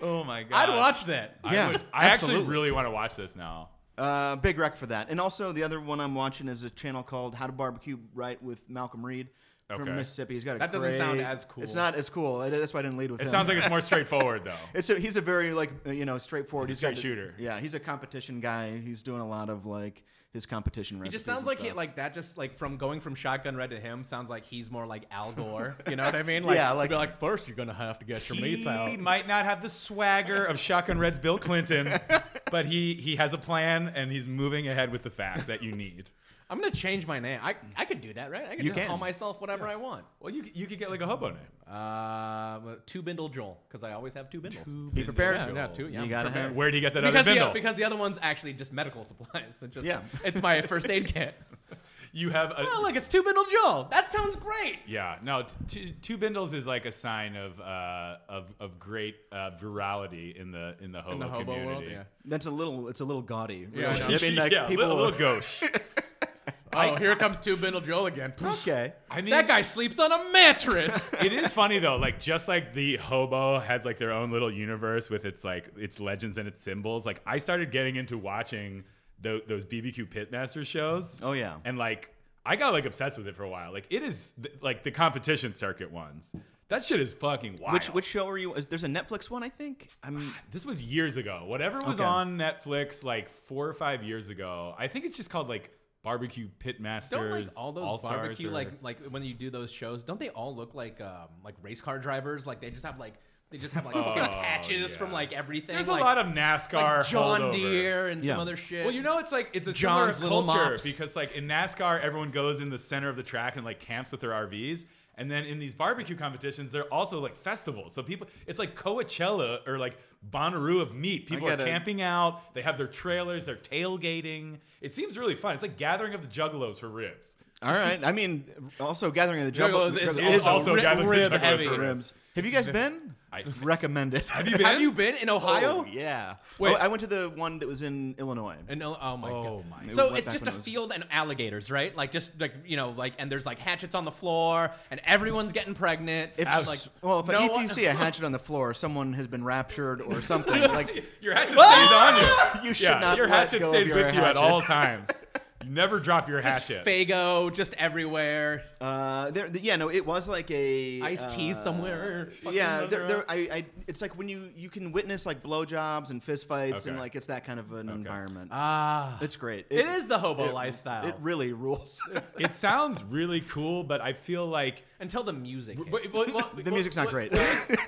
[SPEAKER 1] oh my God.
[SPEAKER 2] I'd watch that.
[SPEAKER 1] I
[SPEAKER 3] Yeah,
[SPEAKER 1] would- I actually
[SPEAKER 3] absolutely.
[SPEAKER 1] really want to watch this now.
[SPEAKER 3] uh, big rec for that. And also the other one I'm watching is a channel called How to Barbecue Right with Malcolm Reed from
[SPEAKER 1] Okay.
[SPEAKER 3] Mississippi. He's got a
[SPEAKER 2] That doesn't sound
[SPEAKER 3] great-
[SPEAKER 2] as cool.
[SPEAKER 3] It's not as cool. I- That's why I didn't lead with
[SPEAKER 1] It
[SPEAKER 3] him.
[SPEAKER 1] sounds like it's more straightforward though.
[SPEAKER 3] It's a, he's a very like uh, you know straightforward.
[SPEAKER 1] He's a
[SPEAKER 3] got
[SPEAKER 1] straight
[SPEAKER 3] the-
[SPEAKER 1] shooter.
[SPEAKER 3] yeah, he's a competition guy. He's doing a lot of like his competition
[SPEAKER 2] It
[SPEAKER 3] recipes.
[SPEAKER 2] just sounds
[SPEAKER 3] and
[SPEAKER 2] like
[SPEAKER 3] stuff.
[SPEAKER 2] he, like that. Just like from going from Shotgun Red to him sounds like he's more like Al Gore. You know what I mean? Like,
[SPEAKER 3] Yeah,
[SPEAKER 2] he'd
[SPEAKER 3] like-
[SPEAKER 2] be like first you're gonna have to get your meats out.
[SPEAKER 1] He might not have the swagger of Shotgun Red's Bill Clinton, but he he has a plan and he's moving ahead with the facts that you need.
[SPEAKER 2] I'm gonna change my name. I I can do that, right? I can
[SPEAKER 3] You
[SPEAKER 2] just
[SPEAKER 3] can.
[SPEAKER 2] call myself whatever I want.
[SPEAKER 1] Well, you you could get like a hobo name.
[SPEAKER 3] Uh,
[SPEAKER 2] Um, two bindle Joel because I always have two bindles.
[SPEAKER 3] Be prepared.
[SPEAKER 2] Yeah, yeah, two. Yeah,
[SPEAKER 3] you
[SPEAKER 2] I'm
[SPEAKER 3] gotta
[SPEAKER 2] prepared.
[SPEAKER 3] have.
[SPEAKER 1] Where do you get that
[SPEAKER 2] Because
[SPEAKER 1] other
[SPEAKER 2] the, uh,
[SPEAKER 1] bindle?
[SPEAKER 2] because the other one's actually just medical supplies. It's just
[SPEAKER 3] Yeah.
[SPEAKER 2] it's my first aid kit.
[SPEAKER 1] you have a
[SPEAKER 2] Oh look, it's two bindle Joel. That sounds great.
[SPEAKER 1] yeah. No, t- two, two bindles is like a sign of uh, of of great uh, virality in the in the hobo,
[SPEAKER 2] In the hobo
[SPEAKER 1] community.
[SPEAKER 2] world, yeah.
[SPEAKER 3] That's a little. It's a little gaudy.
[SPEAKER 2] Yeah, I
[SPEAKER 3] really.
[SPEAKER 2] know.
[SPEAKER 3] I mean, like
[SPEAKER 1] yeah,
[SPEAKER 3] people.
[SPEAKER 1] a little, little gauche.
[SPEAKER 2] Oh, here comes two bindle Joel again.
[SPEAKER 3] okay.
[SPEAKER 1] I mean,
[SPEAKER 2] That guy sleeps on a mattress.
[SPEAKER 1] it is funny though like just like the hobo has like their own little universe with its like its legends and its symbols like i started getting into watching tho- those bbq pitmaster shows
[SPEAKER 3] Oh, yeah.
[SPEAKER 1] and like i got like obsessed with it for a while like it is th- like the competition circuit ones that shit is fucking wild
[SPEAKER 3] Which which show are you? is- There's a Netflix one, I think. I'm.
[SPEAKER 1] this was years ago whatever was
[SPEAKER 3] Okay.
[SPEAKER 1] on netflix like four or five years ago i think it's just called like barbecue pitmasters
[SPEAKER 2] Don't like all those
[SPEAKER 1] All-Stars
[SPEAKER 2] barbecue
[SPEAKER 1] or-
[SPEAKER 2] like like when you do those shows, don't they all look like um like race car drivers? Like they just have like they just have like fucking
[SPEAKER 1] Oh,
[SPEAKER 2] patches
[SPEAKER 1] yeah.
[SPEAKER 2] from like everything.
[SPEAKER 1] there's
[SPEAKER 2] like,
[SPEAKER 1] a lot of nascar
[SPEAKER 2] like John
[SPEAKER 1] holdover.
[SPEAKER 2] Deere and some
[SPEAKER 3] Yeah.
[SPEAKER 2] other shit.
[SPEAKER 1] Well, you know, it's like it's a
[SPEAKER 2] John's
[SPEAKER 1] similar
[SPEAKER 2] little
[SPEAKER 1] culture
[SPEAKER 2] mops.
[SPEAKER 1] because, like in NASCAR, everyone goes in the center of the track and like camps with their RVs, and then in these barbecue competitions, they're also like festivals. So people, it's like Coachella or like Bonnaroo of meat. People are
[SPEAKER 3] gotta-
[SPEAKER 1] camping out. They have their trailers. They're tailgating. It seems really fun. It's like gathering of the juggalos for ribs.
[SPEAKER 3] All right. I mean, also Gathering of the
[SPEAKER 2] Juggalo
[SPEAKER 3] Juggalos
[SPEAKER 2] is-
[SPEAKER 3] is,
[SPEAKER 2] is
[SPEAKER 1] also
[SPEAKER 3] also
[SPEAKER 1] Gathering of the
[SPEAKER 3] rib
[SPEAKER 1] Juggalos
[SPEAKER 3] heavy.
[SPEAKER 1] for
[SPEAKER 3] Ribs. Have you guys been?
[SPEAKER 1] I-
[SPEAKER 3] recommend it. Have
[SPEAKER 1] you
[SPEAKER 2] Have
[SPEAKER 1] been?
[SPEAKER 2] you been in Ohio?
[SPEAKER 3] Oh, yeah.
[SPEAKER 2] Wait.
[SPEAKER 3] Oh, I went to the one that was in Illinois.
[SPEAKER 2] And oh, oh my
[SPEAKER 1] Oh
[SPEAKER 2] god!
[SPEAKER 1] my
[SPEAKER 2] so
[SPEAKER 3] God.
[SPEAKER 2] it's
[SPEAKER 3] Back
[SPEAKER 2] just a
[SPEAKER 3] when it was-
[SPEAKER 2] field and alligators, right? Like just like you know, like and there's like hatchets on the floor, and everyone's getting pregnant.
[SPEAKER 3] If,
[SPEAKER 2] It's like
[SPEAKER 3] well, if,
[SPEAKER 2] no
[SPEAKER 3] if
[SPEAKER 2] one-
[SPEAKER 3] you see a hatchet on the floor, someone has been raptured or something. like
[SPEAKER 1] Your hatchet stays on you.
[SPEAKER 3] You should
[SPEAKER 1] yeah,
[SPEAKER 3] not
[SPEAKER 1] Your
[SPEAKER 3] let
[SPEAKER 1] hatchet
[SPEAKER 3] go of
[SPEAKER 1] stays
[SPEAKER 3] your
[SPEAKER 1] with you at
[SPEAKER 3] hatchet.
[SPEAKER 1] all times. You never drop your
[SPEAKER 2] just
[SPEAKER 1] hatchet.
[SPEAKER 2] Fago, just everywhere,
[SPEAKER 3] Uh, there, yeah, no, it was like a
[SPEAKER 2] iced tea
[SPEAKER 3] uh,
[SPEAKER 2] somewhere.
[SPEAKER 3] Yeah,
[SPEAKER 2] Fucking
[SPEAKER 3] there, there,
[SPEAKER 2] everywhere.
[SPEAKER 3] I, I, it's like when you you can witness like blowjobs and fistfights and
[SPEAKER 1] Okay.
[SPEAKER 3] like it's that kind of an environment.
[SPEAKER 2] Ah,
[SPEAKER 3] it's great.
[SPEAKER 2] it is the hobo
[SPEAKER 3] it-
[SPEAKER 2] lifestyle
[SPEAKER 3] It really rules.
[SPEAKER 1] It sounds really cool, but I feel like
[SPEAKER 2] until the music. Hits.
[SPEAKER 1] but- well, well,
[SPEAKER 3] the music's not great.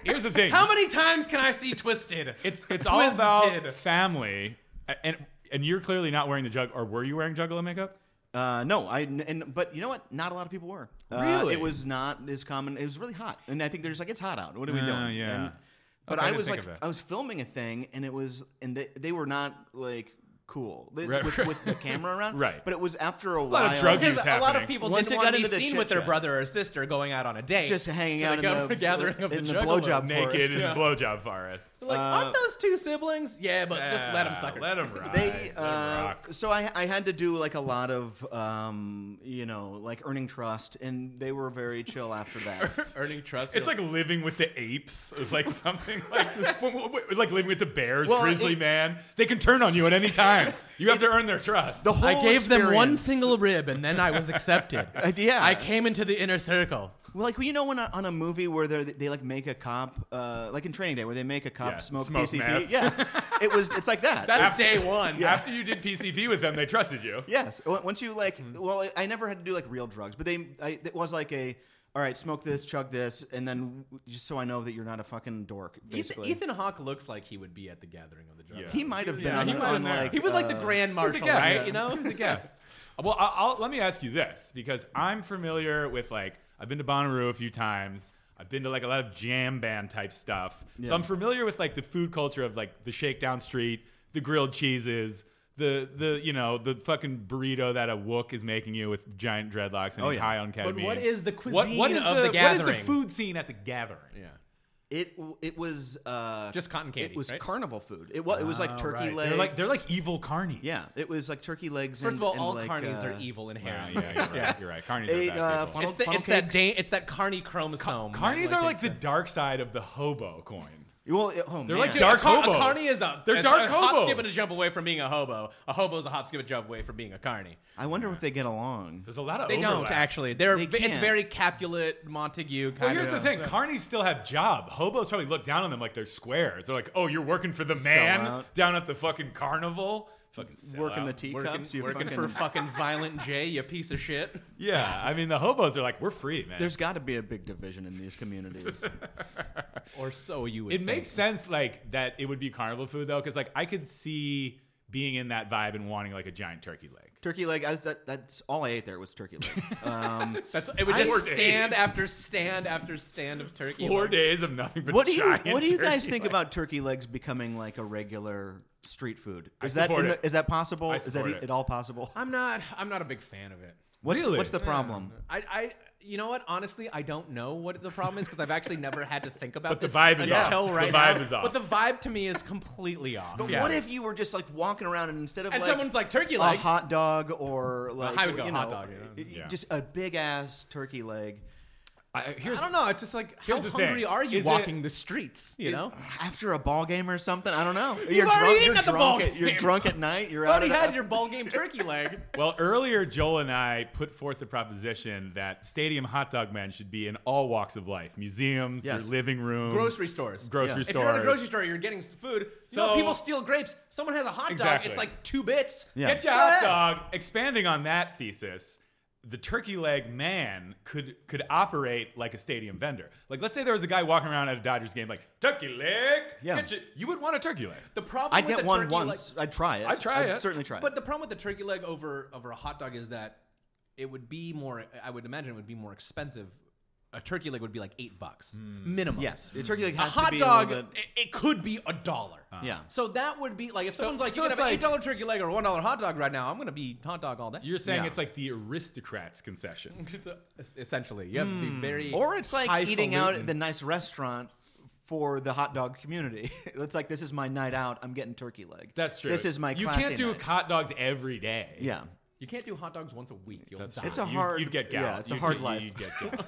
[SPEAKER 1] here's the thing.
[SPEAKER 2] How many times can I see Twisted?
[SPEAKER 1] It's it's all
[SPEAKER 2] Twisted.
[SPEAKER 1] about family, A- and and you're clearly not wearing the jug. Or were you wearing juggalo makeup?
[SPEAKER 3] Uh, no, I and but you know what? Not a lot of people were. Uh,
[SPEAKER 1] Really?
[SPEAKER 3] it was not as common. It was really hot, and I think there's like it's hot out. What are we
[SPEAKER 1] Uh,
[SPEAKER 3] doing?
[SPEAKER 1] yeah.
[SPEAKER 3] And- but
[SPEAKER 1] Okay, I
[SPEAKER 3] I
[SPEAKER 1] didn't
[SPEAKER 3] was
[SPEAKER 1] think
[SPEAKER 3] like,
[SPEAKER 1] of that.
[SPEAKER 3] I was filming a thing, and it was, and they, they were not like cool They-
[SPEAKER 1] Right,
[SPEAKER 3] with,
[SPEAKER 1] right.
[SPEAKER 3] with the camera around.
[SPEAKER 1] Right.
[SPEAKER 3] But it was after a,
[SPEAKER 1] lot
[SPEAKER 3] while.
[SPEAKER 1] of drug use
[SPEAKER 2] Because a lot of
[SPEAKER 1] happening.
[SPEAKER 2] people
[SPEAKER 3] Once
[SPEAKER 2] didn't
[SPEAKER 3] it
[SPEAKER 2] want
[SPEAKER 3] got
[SPEAKER 2] to be
[SPEAKER 3] into the
[SPEAKER 2] seen with their
[SPEAKER 3] chit-chat.
[SPEAKER 2] brother or sister going out on a date,
[SPEAKER 3] Just hanging
[SPEAKER 2] to
[SPEAKER 3] out
[SPEAKER 2] the
[SPEAKER 3] in
[SPEAKER 2] gather-
[SPEAKER 3] the-
[SPEAKER 2] gathering of
[SPEAKER 3] in
[SPEAKER 2] the,
[SPEAKER 3] the
[SPEAKER 2] Juggalos.
[SPEAKER 3] blowjob
[SPEAKER 1] Naked
[SPEAKER 3] Forest,
[SPEAKER 1] in
[SPEAKER 3] yeah.
[SPEAKER 1] blowjob forest.
[SPEAKER 2] Like, aren't those two siblings? Yeah, but just let them
[SPEAKER 1] Yeah,
[SPEAKER 2] suck. her.
[SPEAKER 1] uh, Let them ride.
[SPEAKER 3] They
[SPEAKER 1] let 'em
[SPEAKER 3] uh,
[SPEAKER 1] rock.
[SPEAKER 3] so I I had to do like a lot of um you know like earning trust and they were very chill after that.
[SPEAKER 2] Earning trust.
[SPEAKER 1] It's like living with the apes, It's like something like like living with the bears,
[SPEAKER 3] Well,
[SPEAKER 1] grizzly
[SPEAKER 3] it-
[SPEAKER 1] man. They can turn on you at any time. You have to earn their trust.
[SPEAKER 3] The whole
[SPEAKER 2] I gave them one
[SPEAKER 3] experience-
[SPEAKER 2] single rib, and then I was accepted.
[SPEAKER 3] Uh, yeah.
[SPEAKER 2] I came into the inner circle.
[SPEAKER 3] Well, like well, you know, when uh, on a movie where they they like make a cop, uh, like in Training Day, where they make a cop
[SPEAKER 1] Yeah,
[SPEAKER 3] smoke,
[SPEAKER 1] smoke
[SPEAKER 3] PCP.
[SPEAKER 1] meth.
[SPEAKER 3] Yeah, it was. It's like that.
[SPEAKER 2] That's
[SPEAKER 1] Abs-
[SPEAKER 2] day one.
[SPEAKER 1] After you did PCP with them, they trusted you.
[SPEAKER 3] yes. O- Once you like, well, I- I never had to do like real drugs, but they, I, it was like a, all right, smoke this, chug this, and then just so I know that you're not a fucking dork.
[SPEAKER 2] Ethan,
[SPEAKER 3] Basically,
[SPEAKER 2] Ethan Hawke looks like he would be at the gathering of the Juggalos.
[SPEAKER 1] Yeah.
[SPEAKER 3] he might have been
[SPEAKER 1] Yeah,
[SPEAKER 3] on,
[SPEAKER 1] he
[SPEAKER 3] the-
[SPEAKER 1] might have
[SPEAKER 3] on,
[SPEAKER 1] been there.
[SPEAKER 3] like
[SPEAKER 2] He was like the
[SPEAKER 3] uh,
[SPEAKER 2] grand
[SPEAKER 1] He was
[SPEAKER 2] marshal,
[SPEAKER 1] a guest,
[SPEAKER 2] right? You know,
[SPEAKER 1] he was a guest. well, I- I'll, let me ask you this because I'm familiar with like I've been to Bonnaroo a few times. I've been to like a lot of jam band type stuff, so
[SPEAKER 3] Yeah.
[SPEAKER 1] I'm familiar with like the food culture of like the shakedown street, the grilled cheeses. The, the you know the fucking burrito that a wook is making you with giant dreadlocks and
[SPEAKER 3] Oh,
[SPEAKER 1] he's
[SPEAKER 3] yeah.
[SPEAKER 1] high on ketamine.
[SPEAKER 2] But what is the
[SPEAKER 1] what
[SPEAKER 2] cuisine
[SPEAKER 1] is
[SPEAKER 2] of
[SPEAKER 1] the, What
[SPEAKER 2] the
[SPEAKER 1] is
[SPEAKER 2] gathering?
[SPEAKER 1] the food scene at the gathering?
[SPEAKER 2] Yeah.
[SPEAKER 3] It it was uh,
[SPEAKER 2] Just cotton candy,
[SPEAKER 3] It was
[SPEAKER 2] right?
[SPEAKER 3] carnival food. It was it was
[SPEAKER 2] Ah,
[SPEAKER 3] like turkey
[SPEAKER 2] right.
[SPEAKER 3] legs.
[SPEAKER 1] They're like they're like evil carnies.
[SPEAKER 3] yeah, it was like turkey legs.
[SPEAKER 2] First
[SPEAKER 3] and-
[SPEAKER 2] of all,
[SPEAKER 3] and
[SPEAKER 2] all
[SPEAKER 3] like,
[SPEAKER 2] carnies
[SPEAKER 3] uh,
[SPEAKER 2] are evil and
[SPEAKER 1] yeah,
[SPEAKER 2] hairy.
[SPEAKER 1] yeah, you're right. You're right. Carnies
[SPEAKER 3] Hey,
[SPEAKER 1] are bad
[SPEAKER 3] uh,
[SPEAKER 1] people.
[SPEAKER 3] funnel-
[SPEAKER 2] It's, the,
[SPEAKER 3] funnel
[SPEAKER 2] it's that
[SPEAKER 3] cakes.
[SPEAKER 2] da- it's that carny chromosome.
[SPEAKER 1] Carnies
[SPEAKER 2] man,
[SPEAKER 1] are like the
[SPEAKER 2] it's
[SPEAKER 1] dark side of the hobo coin.
[SPEAKER 3] Well, it- oh,
[SPEAKER 1] They're like
[SPEAKER 3] man.
[SPEAKER 2] a-
[SPEAKER 1] dark
[SPEAKER 2] a car-
[SPEAKER 1] hobos.
[SPEAKER 2] A carny is a
[SPEAKER 1] They're
[SPEAKER 2] it's
[SPEAKER 1] dark
[SPEAKER 2] a hop,
[SPEAKER 1] hobos.
[SPEAKER 2] skip, and a jump away from being a hobo. A hobo is a hop, skip, and jump away from being a carny.
[SPEAKER 3] I wonder if they get along.
[SPEAKER 1] There's a lot of
[SPEAKER 2] They
[SPEAKER 1] overlap.
[SPEAKER 2] don't actually. They're
[SPEAKER 3] They
[SPEAKER 2] it's
[SPEAKER 3] can't.
[SPEAKER 2] very Capulet Montague kind
[SPEAKER 1] Well, here's
[SPEAKER 2] of.
[SPEAKER 1] the thing: carnies still have job. Hobos probably look down on them like they're squares. They're like, "Oh, you're working for the man
[SPEAKER 3] out.
[SPEAKER 1] down at the fucking carnival." Fucking sell
[SPEAKER 3] Working the
[SPEAKER 1] out.
[SPEAKER 3] teacups.
[SPEAKER 2] Working,
[SPEAKER 3] you
[SPEAKER 2] working
[SPEAKER 3] fucking-
[SPEAKER 2] for fucking Violent J, you piece of shit.
[SPEAKER 1] Yeah, I mean the hobos are like, "We're free, man."
[SPEAKER 3] There's got to be a big division in these communities.
[SPEAKER 2] Or so you would.
[SPEAKER 1] it
[SPEAKER 2] think.
[SPEAKER 1] makes sense like that it would be carnival food though, because like I could see being in that vibe and wanting like a giant turkey leg.
[SPEAKER 3] turkey leg. I was, that, that's all I ate there was turkey leg. Um,
[SPEAKER 2] That's it. Would
[SPEAKER 1] I
[SPEAKER 2] just
[SPEAKER 1] ordered
[SPEAKER 2] stand after stand after stand of turkey.
[SPEAKER 1] Four
[SPEAKER 2] legs.
[SPEAKER 1] days of nothing but
[SPEAKER 3] what do you
[SPEAKER 1] giant
[SPEAKER 3] What do you guys
[SPEAKER 1] turkey
[SPEAKER 3] think
[SPEAKER 1] legs.
[SPEAKER 3] about turkey legs becoming like a regular street food? Is that
[SPEAKER 1] support
[SPEAKER 3] in
[SPEAKER 1] it.
[SPEAKER 3] the, is that possible?
[SPEAKER 1] I
[SPEAKER 3] Is that
[SPEAKER 1] support
[SPEAKER 3] e-
[SPEAKER 1] it.
[SPEAKER 3] at all possible?
[SPEAKER 2] I'm not. I'm not a big fan of it.
[SPEAKER 3] What's,
[SPEAKER 1] Really?
[SPEAKER 3] what's the problem?
[SPEAKER 2] I, I, you know what? Honestly, I don't know what the problem is because I've actually never had to think about.
[SPEAKER 1] But the
[SPEAKER 2] this
[SPEAKER 1] vibe is
[SPEAKER 2] until
[SPEAKER 1] off. The
[SPEAKER 2] Right
[SPEAKER 1] vibe
[SPEAKER 2] now.
[SPEAKER 1] is off.
[SPEAKER 2] But the vibe to me is completely off.
[SPEAKER 3] But
[SPEAKER 1] Yeah.
[SPEAKER 3] What if you were just like walking around and instead of
[SPEAKER 2] and
[SPEAKER 3] like,
[SPEAKER 2] someone's like uh-huh. turkey
[SPEAKER 3] a
[SPEAKER 2] legs.
[SPEAKER 3] hot dog or like
[SPEAKER 2] I would go
[SPEAKER 3] you
[SPEAKER 2] hot
[SPEAKER 3] know,
[SPEAKER 2] dog, you know?
[SPEAKER 3] i- i-
[SPEAKER 1] Yeah.
[SPEAKER 3] just a big ass turkey leg.
[SPEAKER 1] I, here's
[SPEAKER 2] I don't know. It's just like how
[SPEAKER 1] Here's the thing.
[SPEAKER 2] hungry are you
[SPEAKER 1] Is it-
[SPEAKER 2] walking the streets? You know,
[SPEAKER 3] After a ball game or something, I don't know. You're,
[SPEAKER 2] already
[SPEAKER 3] drunk,
[SPEAKER 2] eaten
[SPEAKER 3] you're
[SPEAKER 2] at the
[SPEAKER 3] drunk
[SPEAKER 2] ball
[SPEAKER 3] at- You're
[SPEAKER 2] game.
[SPEAKER 3] drunk at night. You're
[SPEAKER 2] you already
[SPEAKER 3] out of the-
[SPEAKER 2] had your ball game turkey leg.
[SPEAKER 1] Well, earlier Joel and I put forth the proposition that stadium hot dog men should be in all walks of life: museums,
[SPEAKER 3] Yes.
[SPEAKER 1] your living room,
[SPEAKER 2] Grocery stores.
[SPEAKER 1] grocery
[SPEAKER 3] Yeah.
[SPEAKER 1] stores.
[SPEAKER 2] If you're at a grocery store, you're getting food. You know,
[SPEAKER 1] So-
[SPEAKER 2] people steal grapes. Someone has a hot dog.
[SPEAKER 1] Exactly.
[SPEAKER 2] It's like two bits.
[SPEAKER 3] Yeah.
[SPEAKER 1] Get your
[SPEAKER 2] Go
[SPEAKER 1] hot
[SPEAKER 2] ahead.
[SPEAKER 1] dog. Expanding on that thesis, the turkey leg man could could operate like a stadium vendor. Like, let's say there was a guy walking around at a Dodgers game, like turkey leg.
[SPEAKER 3] Yeah.
[SPEAKER 1] get your-" you would want a turkey leg.
[SPEAKER 2] The problem.
[SPEAKER 3] I'd
[SPEAKER 2] with
[SPEAKER 3] get
[SPEAKER 2] the
[SPEAKER 3] one
[SPEAKER 2] turkey
[SPEAKER 3] once. I'd try it.
[SPEAKER 1] I'd try it.
[SPEAKER 3] Certainly try. it.
[SPEAKER 2] But the problem with the turkey leg over over a hot dog is that it would be more. I would imagine it would be more expensive a turkey leg would be like eight bucks minimum.
[SPEAKER 3] Hmm. Yes, a turkey leg
[SPEAKER 2] a
[SPEAKER 3] has to
[SPEAKER 2] hot
[SPEAKER 3] be
[SPEAKER 2] dog,
[SPEAKER 3] A
[SPEAKER 2] it,
[SPEAKER 3] little bit, Uh-huh.
[SPEAKER 2] it could be a dollar.
[SPEAKER 3] yeah.
[SPEAKER 2] So that would be like if someone's like,
[SPEAKER 1] so
[SPEAKER 2] you can
[SPEAKER 1] it's
[SPEAKER 2] have an
[SPEAKER 1] like-
[SPEAKER 2] eight dollar turkey leg or a one dollar hot dog right now. I'm gonna be hot dog all day.
[SPEAKER 1] You're saying
[SPEAKER 3] Yeah.
[SPEAKER 1] it's like the aristocrats concession.
[SPEAKER 2] Es- essentially, you have to be very
[SPEAKER 3] Hmm. Or it's like eating out
[SPEAKER 2] highfalutin.
[SPEAKER 3] at the nice restaurant for the hot dog community. it's like this is my night out. I'm getting turkey leg.
[SPEAKER 1] That's true.
[SPEAKER 3] This is my.
[SPEAKER 1] You
[SPEAKER 3] classy
[SPEAKER 1] can't do
[SPEAKER 3] night.
[SPEAKER 1] hot dogs every day.
[SPEAKER 3] yeah.
[SPEAKER 2] You can't do hot dogs once a week. You'll
[SPEAKER 1] That's
[SPEAKER 2] die.
[SPEAKER 1] true.
[SPEAKER 3] It's a
[SPEAKER 1] You'd-
[SPEAKER 3] hard-
[SPEAKER 1] You'd get gout.
[SPEAKER 3] yeah, it's a
[SPEAKER 1] You'd-
[SPEAKER 3] hard
[SPEAKER 1] you'd-
[SPEAKER 3] life.
[SPEAKER 1] You'd get gout.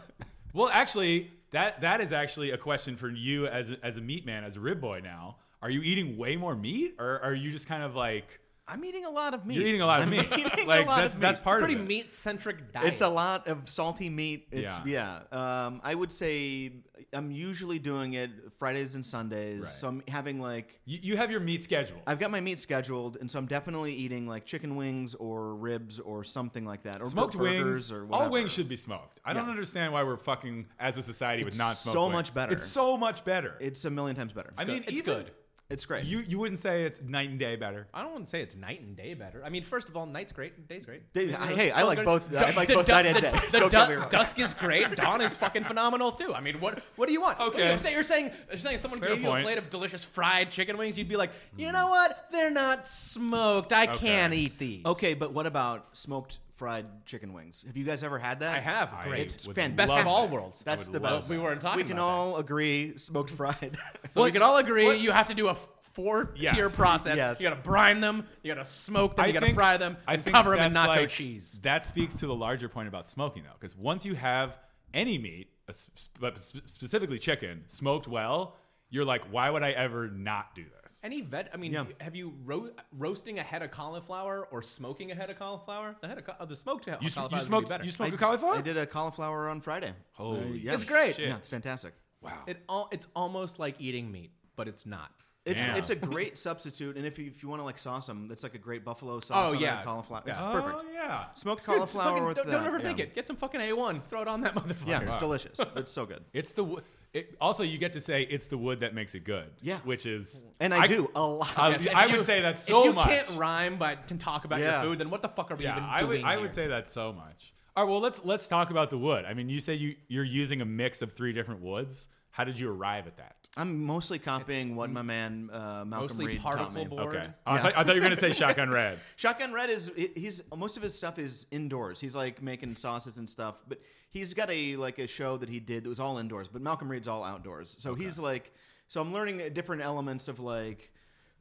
[SPEAKER 1] well, actually, that that is actually a question for you as a- as a meat man, as a rib boy. Now, are you eating way more meat, or are you just kind of like
[SPEAKER 3] I'm eating a lot of meat.
[SPEAKER 1] you're eating a lot of
[SPEAKER 3] I'm
[SPEAKER 1] meat?
[SPEAKER 3] eating a
[SPEAKER 1] like
[SPEAKER 3] lot
[SPEAKER 1] that's
[SPEAKER 3] of
[SPEAKER 1] that's
[SPEAKER 3] meat.
[SPEAKER 1] part
[SPEAKER 2] pretty
[SPEAKER 1] of it.
[SPEAKER 2] meat centric diet.
[SPEAKER 3] It's a lot of salty meat. It's yeah.
[SPEAKER 1] Yeah.
[SPEAKER 3] Um, I would say I'm usually doing it Fridays and Sundays.
[SPEAKER 1] Right.
[SPEAKER 3] So I'm having like
[SPEAKER 1] You, you have your meat schedule.
[SPEAKER 3] I've got my meat scheduled, and so I'm definitely eating like chicken wings or ribs or something like that, or
[SPEAKER 1] smoked
[SPEAKER 3] bur- burgers
[SPEAKER 1] wings.
[SPEAKER 3] or whatever.
[SPEAKER 1] all wings should be smoked. I don't
[SPEAKER 3] Yeah.
[SPEAKER 1] understand why we're fucking as a society with
[SPEAKER 3] It's
[SPEAKER 1] non-smoked.
[SPEAKER 3] so
[SPEAKER 1] wings.
[SPEAKER 3] much better.
[SPEAKER 1] It's so much better.
[SPEAKER 3] It's a million times better.
[SPEAKER 1] I mean,
[SPEAKER 2] It's
[SPEAKER 1] even-
[SPEAKER 2] good.
[SPEAKER 3] it's great.
[SPEAKER 1] You you wouldn't say it's night and day better.
[SPEAKER 2] I don't want to say it's night and day better. I mean, first of all, night's great, and day's great.
[SPEAKER 3] Dude, I- hey, I
[SPEAKER 2] Don't
[SPEAKER 3] like
[SPEAKER 2] get-
[SPEAKER 3] both- I
[SPEAKER 2] Du-
[SPEAKER 3] like
[SPEAKER 2] the
[SPEAKER 3] both
[SPEAKER 2] du-
[SPEAKER 3] night and
[SPEAKER 2] the-
[SPEAKER 3] day.
[SPEAKER 2] The
[SPEAKER 3] Don't
[SPEAKER 2] du-
[SPEAKER 3] get me wrong.
[SPEAKER 2] dusk is great. Dawn is fucking phenomenal too. I mean, what what do you want?
[SPEAKER 1] Okay.
[SPEAKER 2] You're saying you're saying, you're saying if someone
[SPEAKER 1] Fair
[SPEAKER 2] gave you a
[SPEAKER 1] point. Mm.
[SPEAKER 2] plate of delicious fried chicken wings, you'd be like, you know what? They're not smoked. I can't eat these.
[SPEAKER 3] okay, but what about smoked fried chicken wings? Have you guys ever had that?
[SPEAKER 2] I have
[SPEAKER 1] I
[SPEAKER 2] great.
[SPEAKER 3] It's
[SPEAKER 1] would
[SPEAKER 3] fantastic.
[SPEAKER 2] Best
[SPEAKER 1] love
[SPEAKER 2] of all
[SPEAKER 1] that.
[SPEAKER 2] worlds.
[SPEAKER 3] That's
[SPEAKER 1] I would
[SPEAKER 3] the
[SPEAKER 1] love
[SPEAKER 3] best.
[SPEAKER 1] that.
[SPEAKER 2] we weren't talking.
[SPEAKER 3] We can
[SPEAKER 2] about that.
[SPEAKER 3] all agree smoked fried.
[SPEAKER 2] So we can all agree
[SPEAKER 1] what-
[SPEAKER 2] you have to do a four tier
[SPEAKER 1] Yes.
[SPEAKER 2] process.
[SPEAKER 3] Yes.
[SPEAKER 2] You gotta brine them, you gotta smoke them,
[SPEAKER 1] I
[SPEAKER 2] you gotta
[SPEAKER 1] think-
[SPEAKER 2] fry them,
[SPEAKER 1] I
[SPEAKER 2] and
[SPEAKER 1] think
[SPEAKER 2] cover them in nacho
[SPEAKER 1] that's like-
[SPEAKER 2] cheese.
[SPEAKER 1] That speaks to the larger point about smoking, though, because once you have any meat, a s- sp- sp- specifically chicken, smoked well, you're like, why would I ever not do this?
[SPEAKER 2] Any veg? I mean,
[SPEAKER 3] Yeah.
[SPEAKER 2] have you ro- roasting a head of cauliflower or smoking a head of cauliflower? The head of cau- oh, the smoked head
[SPEAKER 1] you,
[SPEAKER 2] of
[SPEAKER 1] sm-
[SPEAKER 2] cauliflower
[SPEAKER 1] you
[SPEAKER 2] is gonna be
[SPEAKER 1] smoked
[SPEAKER 2] better.
[SPEAKER 1] you
[SPEAKER 3] I,
[SPEAKER 1] smoked a cauliflower?
[SPEAKER 3] I did a cauliflower on Friday. Uh,
[SPEAKER 1] Holy
[SPEAKER 3] yeah.
[SPEAKER 1] It's great. shit.
[SPEAKER 3] Yeah, it's fantastic.
[SPEAKER 1] Wow.
[SPEAKER 2] It all, it's almost like eating meat, but it's not.
[SPEAKER 3] It's
[SPEAKER 1] Damn.
[SPEAKER 3] it's a great substitute, and if you, if you want to like sauce them, it's like a great buffalo sauce.
[SPEAKER 2] Oh,
[SPEAKER 3] on a
[SPEAKER 2] yeah.
[SPEAKER 3] cauliflower. It's
[SPEAKER 1] oh
[SPEAKER 3] perfect.
[SPEAKER 1] yeah.
[SPEAKER 3] Smoked
[SPEAKER 2] Dude, it's
[SPEAKER 3] cauliflower
[SPEAKER 2] fucking-
[SPEAKER 3] with
[SPEAKER 2] don't,
[SPEAKER 3] that.
[SPEAKER 2] don't overthink
[SPEAKER 3] yeah.
[SPEAKER 2] it. Get some fucking A1, throw it on that motherfucker.
[SPEAKER 3] Yeah, it's
[SPEAKER 1] Wow.
[SPEAKER 3] delicious. It's so good.
[SPEAKER 1] It's the wo- it, also you get to say it's the wood that makes it good.
[SPEAKER 3] Yeah.
[SPEAKER 1] Which is
[SPEAKER 3] And I, do a lot.
[SPEAKER 1] I,
[SPEAKER 3] Yes.
[SPEAKER 1] I
[SPEAKER 2] If you-
[SPEAKER 1] would say that
[SPEAKER 2] if
[SPEAKER 1] so
[SPEAKER 2] you
[SPEAKER 1] much.
[SPEAKER 2] can't rhyme but can talk about
[SPEAKER 3] Yeah.
[SPEAKER 2] your food, then what the fuck are we
[SPEAKER 1] yeah,
[SPEAKER 2] even
[SPEAKER 1] I would
[SPEAKER 2] doing?
[SPEAKER 1] I would
[SPEAKER 2] here?
[SPEAKER 1] say that so much. All right, well let's let's talk about the wood. I mean, you say you you're using a mix of three different woods. How did you arrive at that?
[SPEAKER 3] I'm mostly copying what my man uh, Malcolm
[SPEAKER 2] mostly
[SPEAKER 3] Reed taught
[SPEAKER 2] particle
[SPEAKER 3] me.
[SPEAKER 2] board.
[SPEAKER 1] Okay. Oh, I, thought, I thought you were going to say Shotgun Red.
[SPEAKER 3] Shotgun Red is he- he's most of his stuff is indoors. He's like making sauces and stuff, but he's got a like a show that he did that was all indoors. But Malcolm Reed's all outdoors, so he's like so I'm learning different elements of like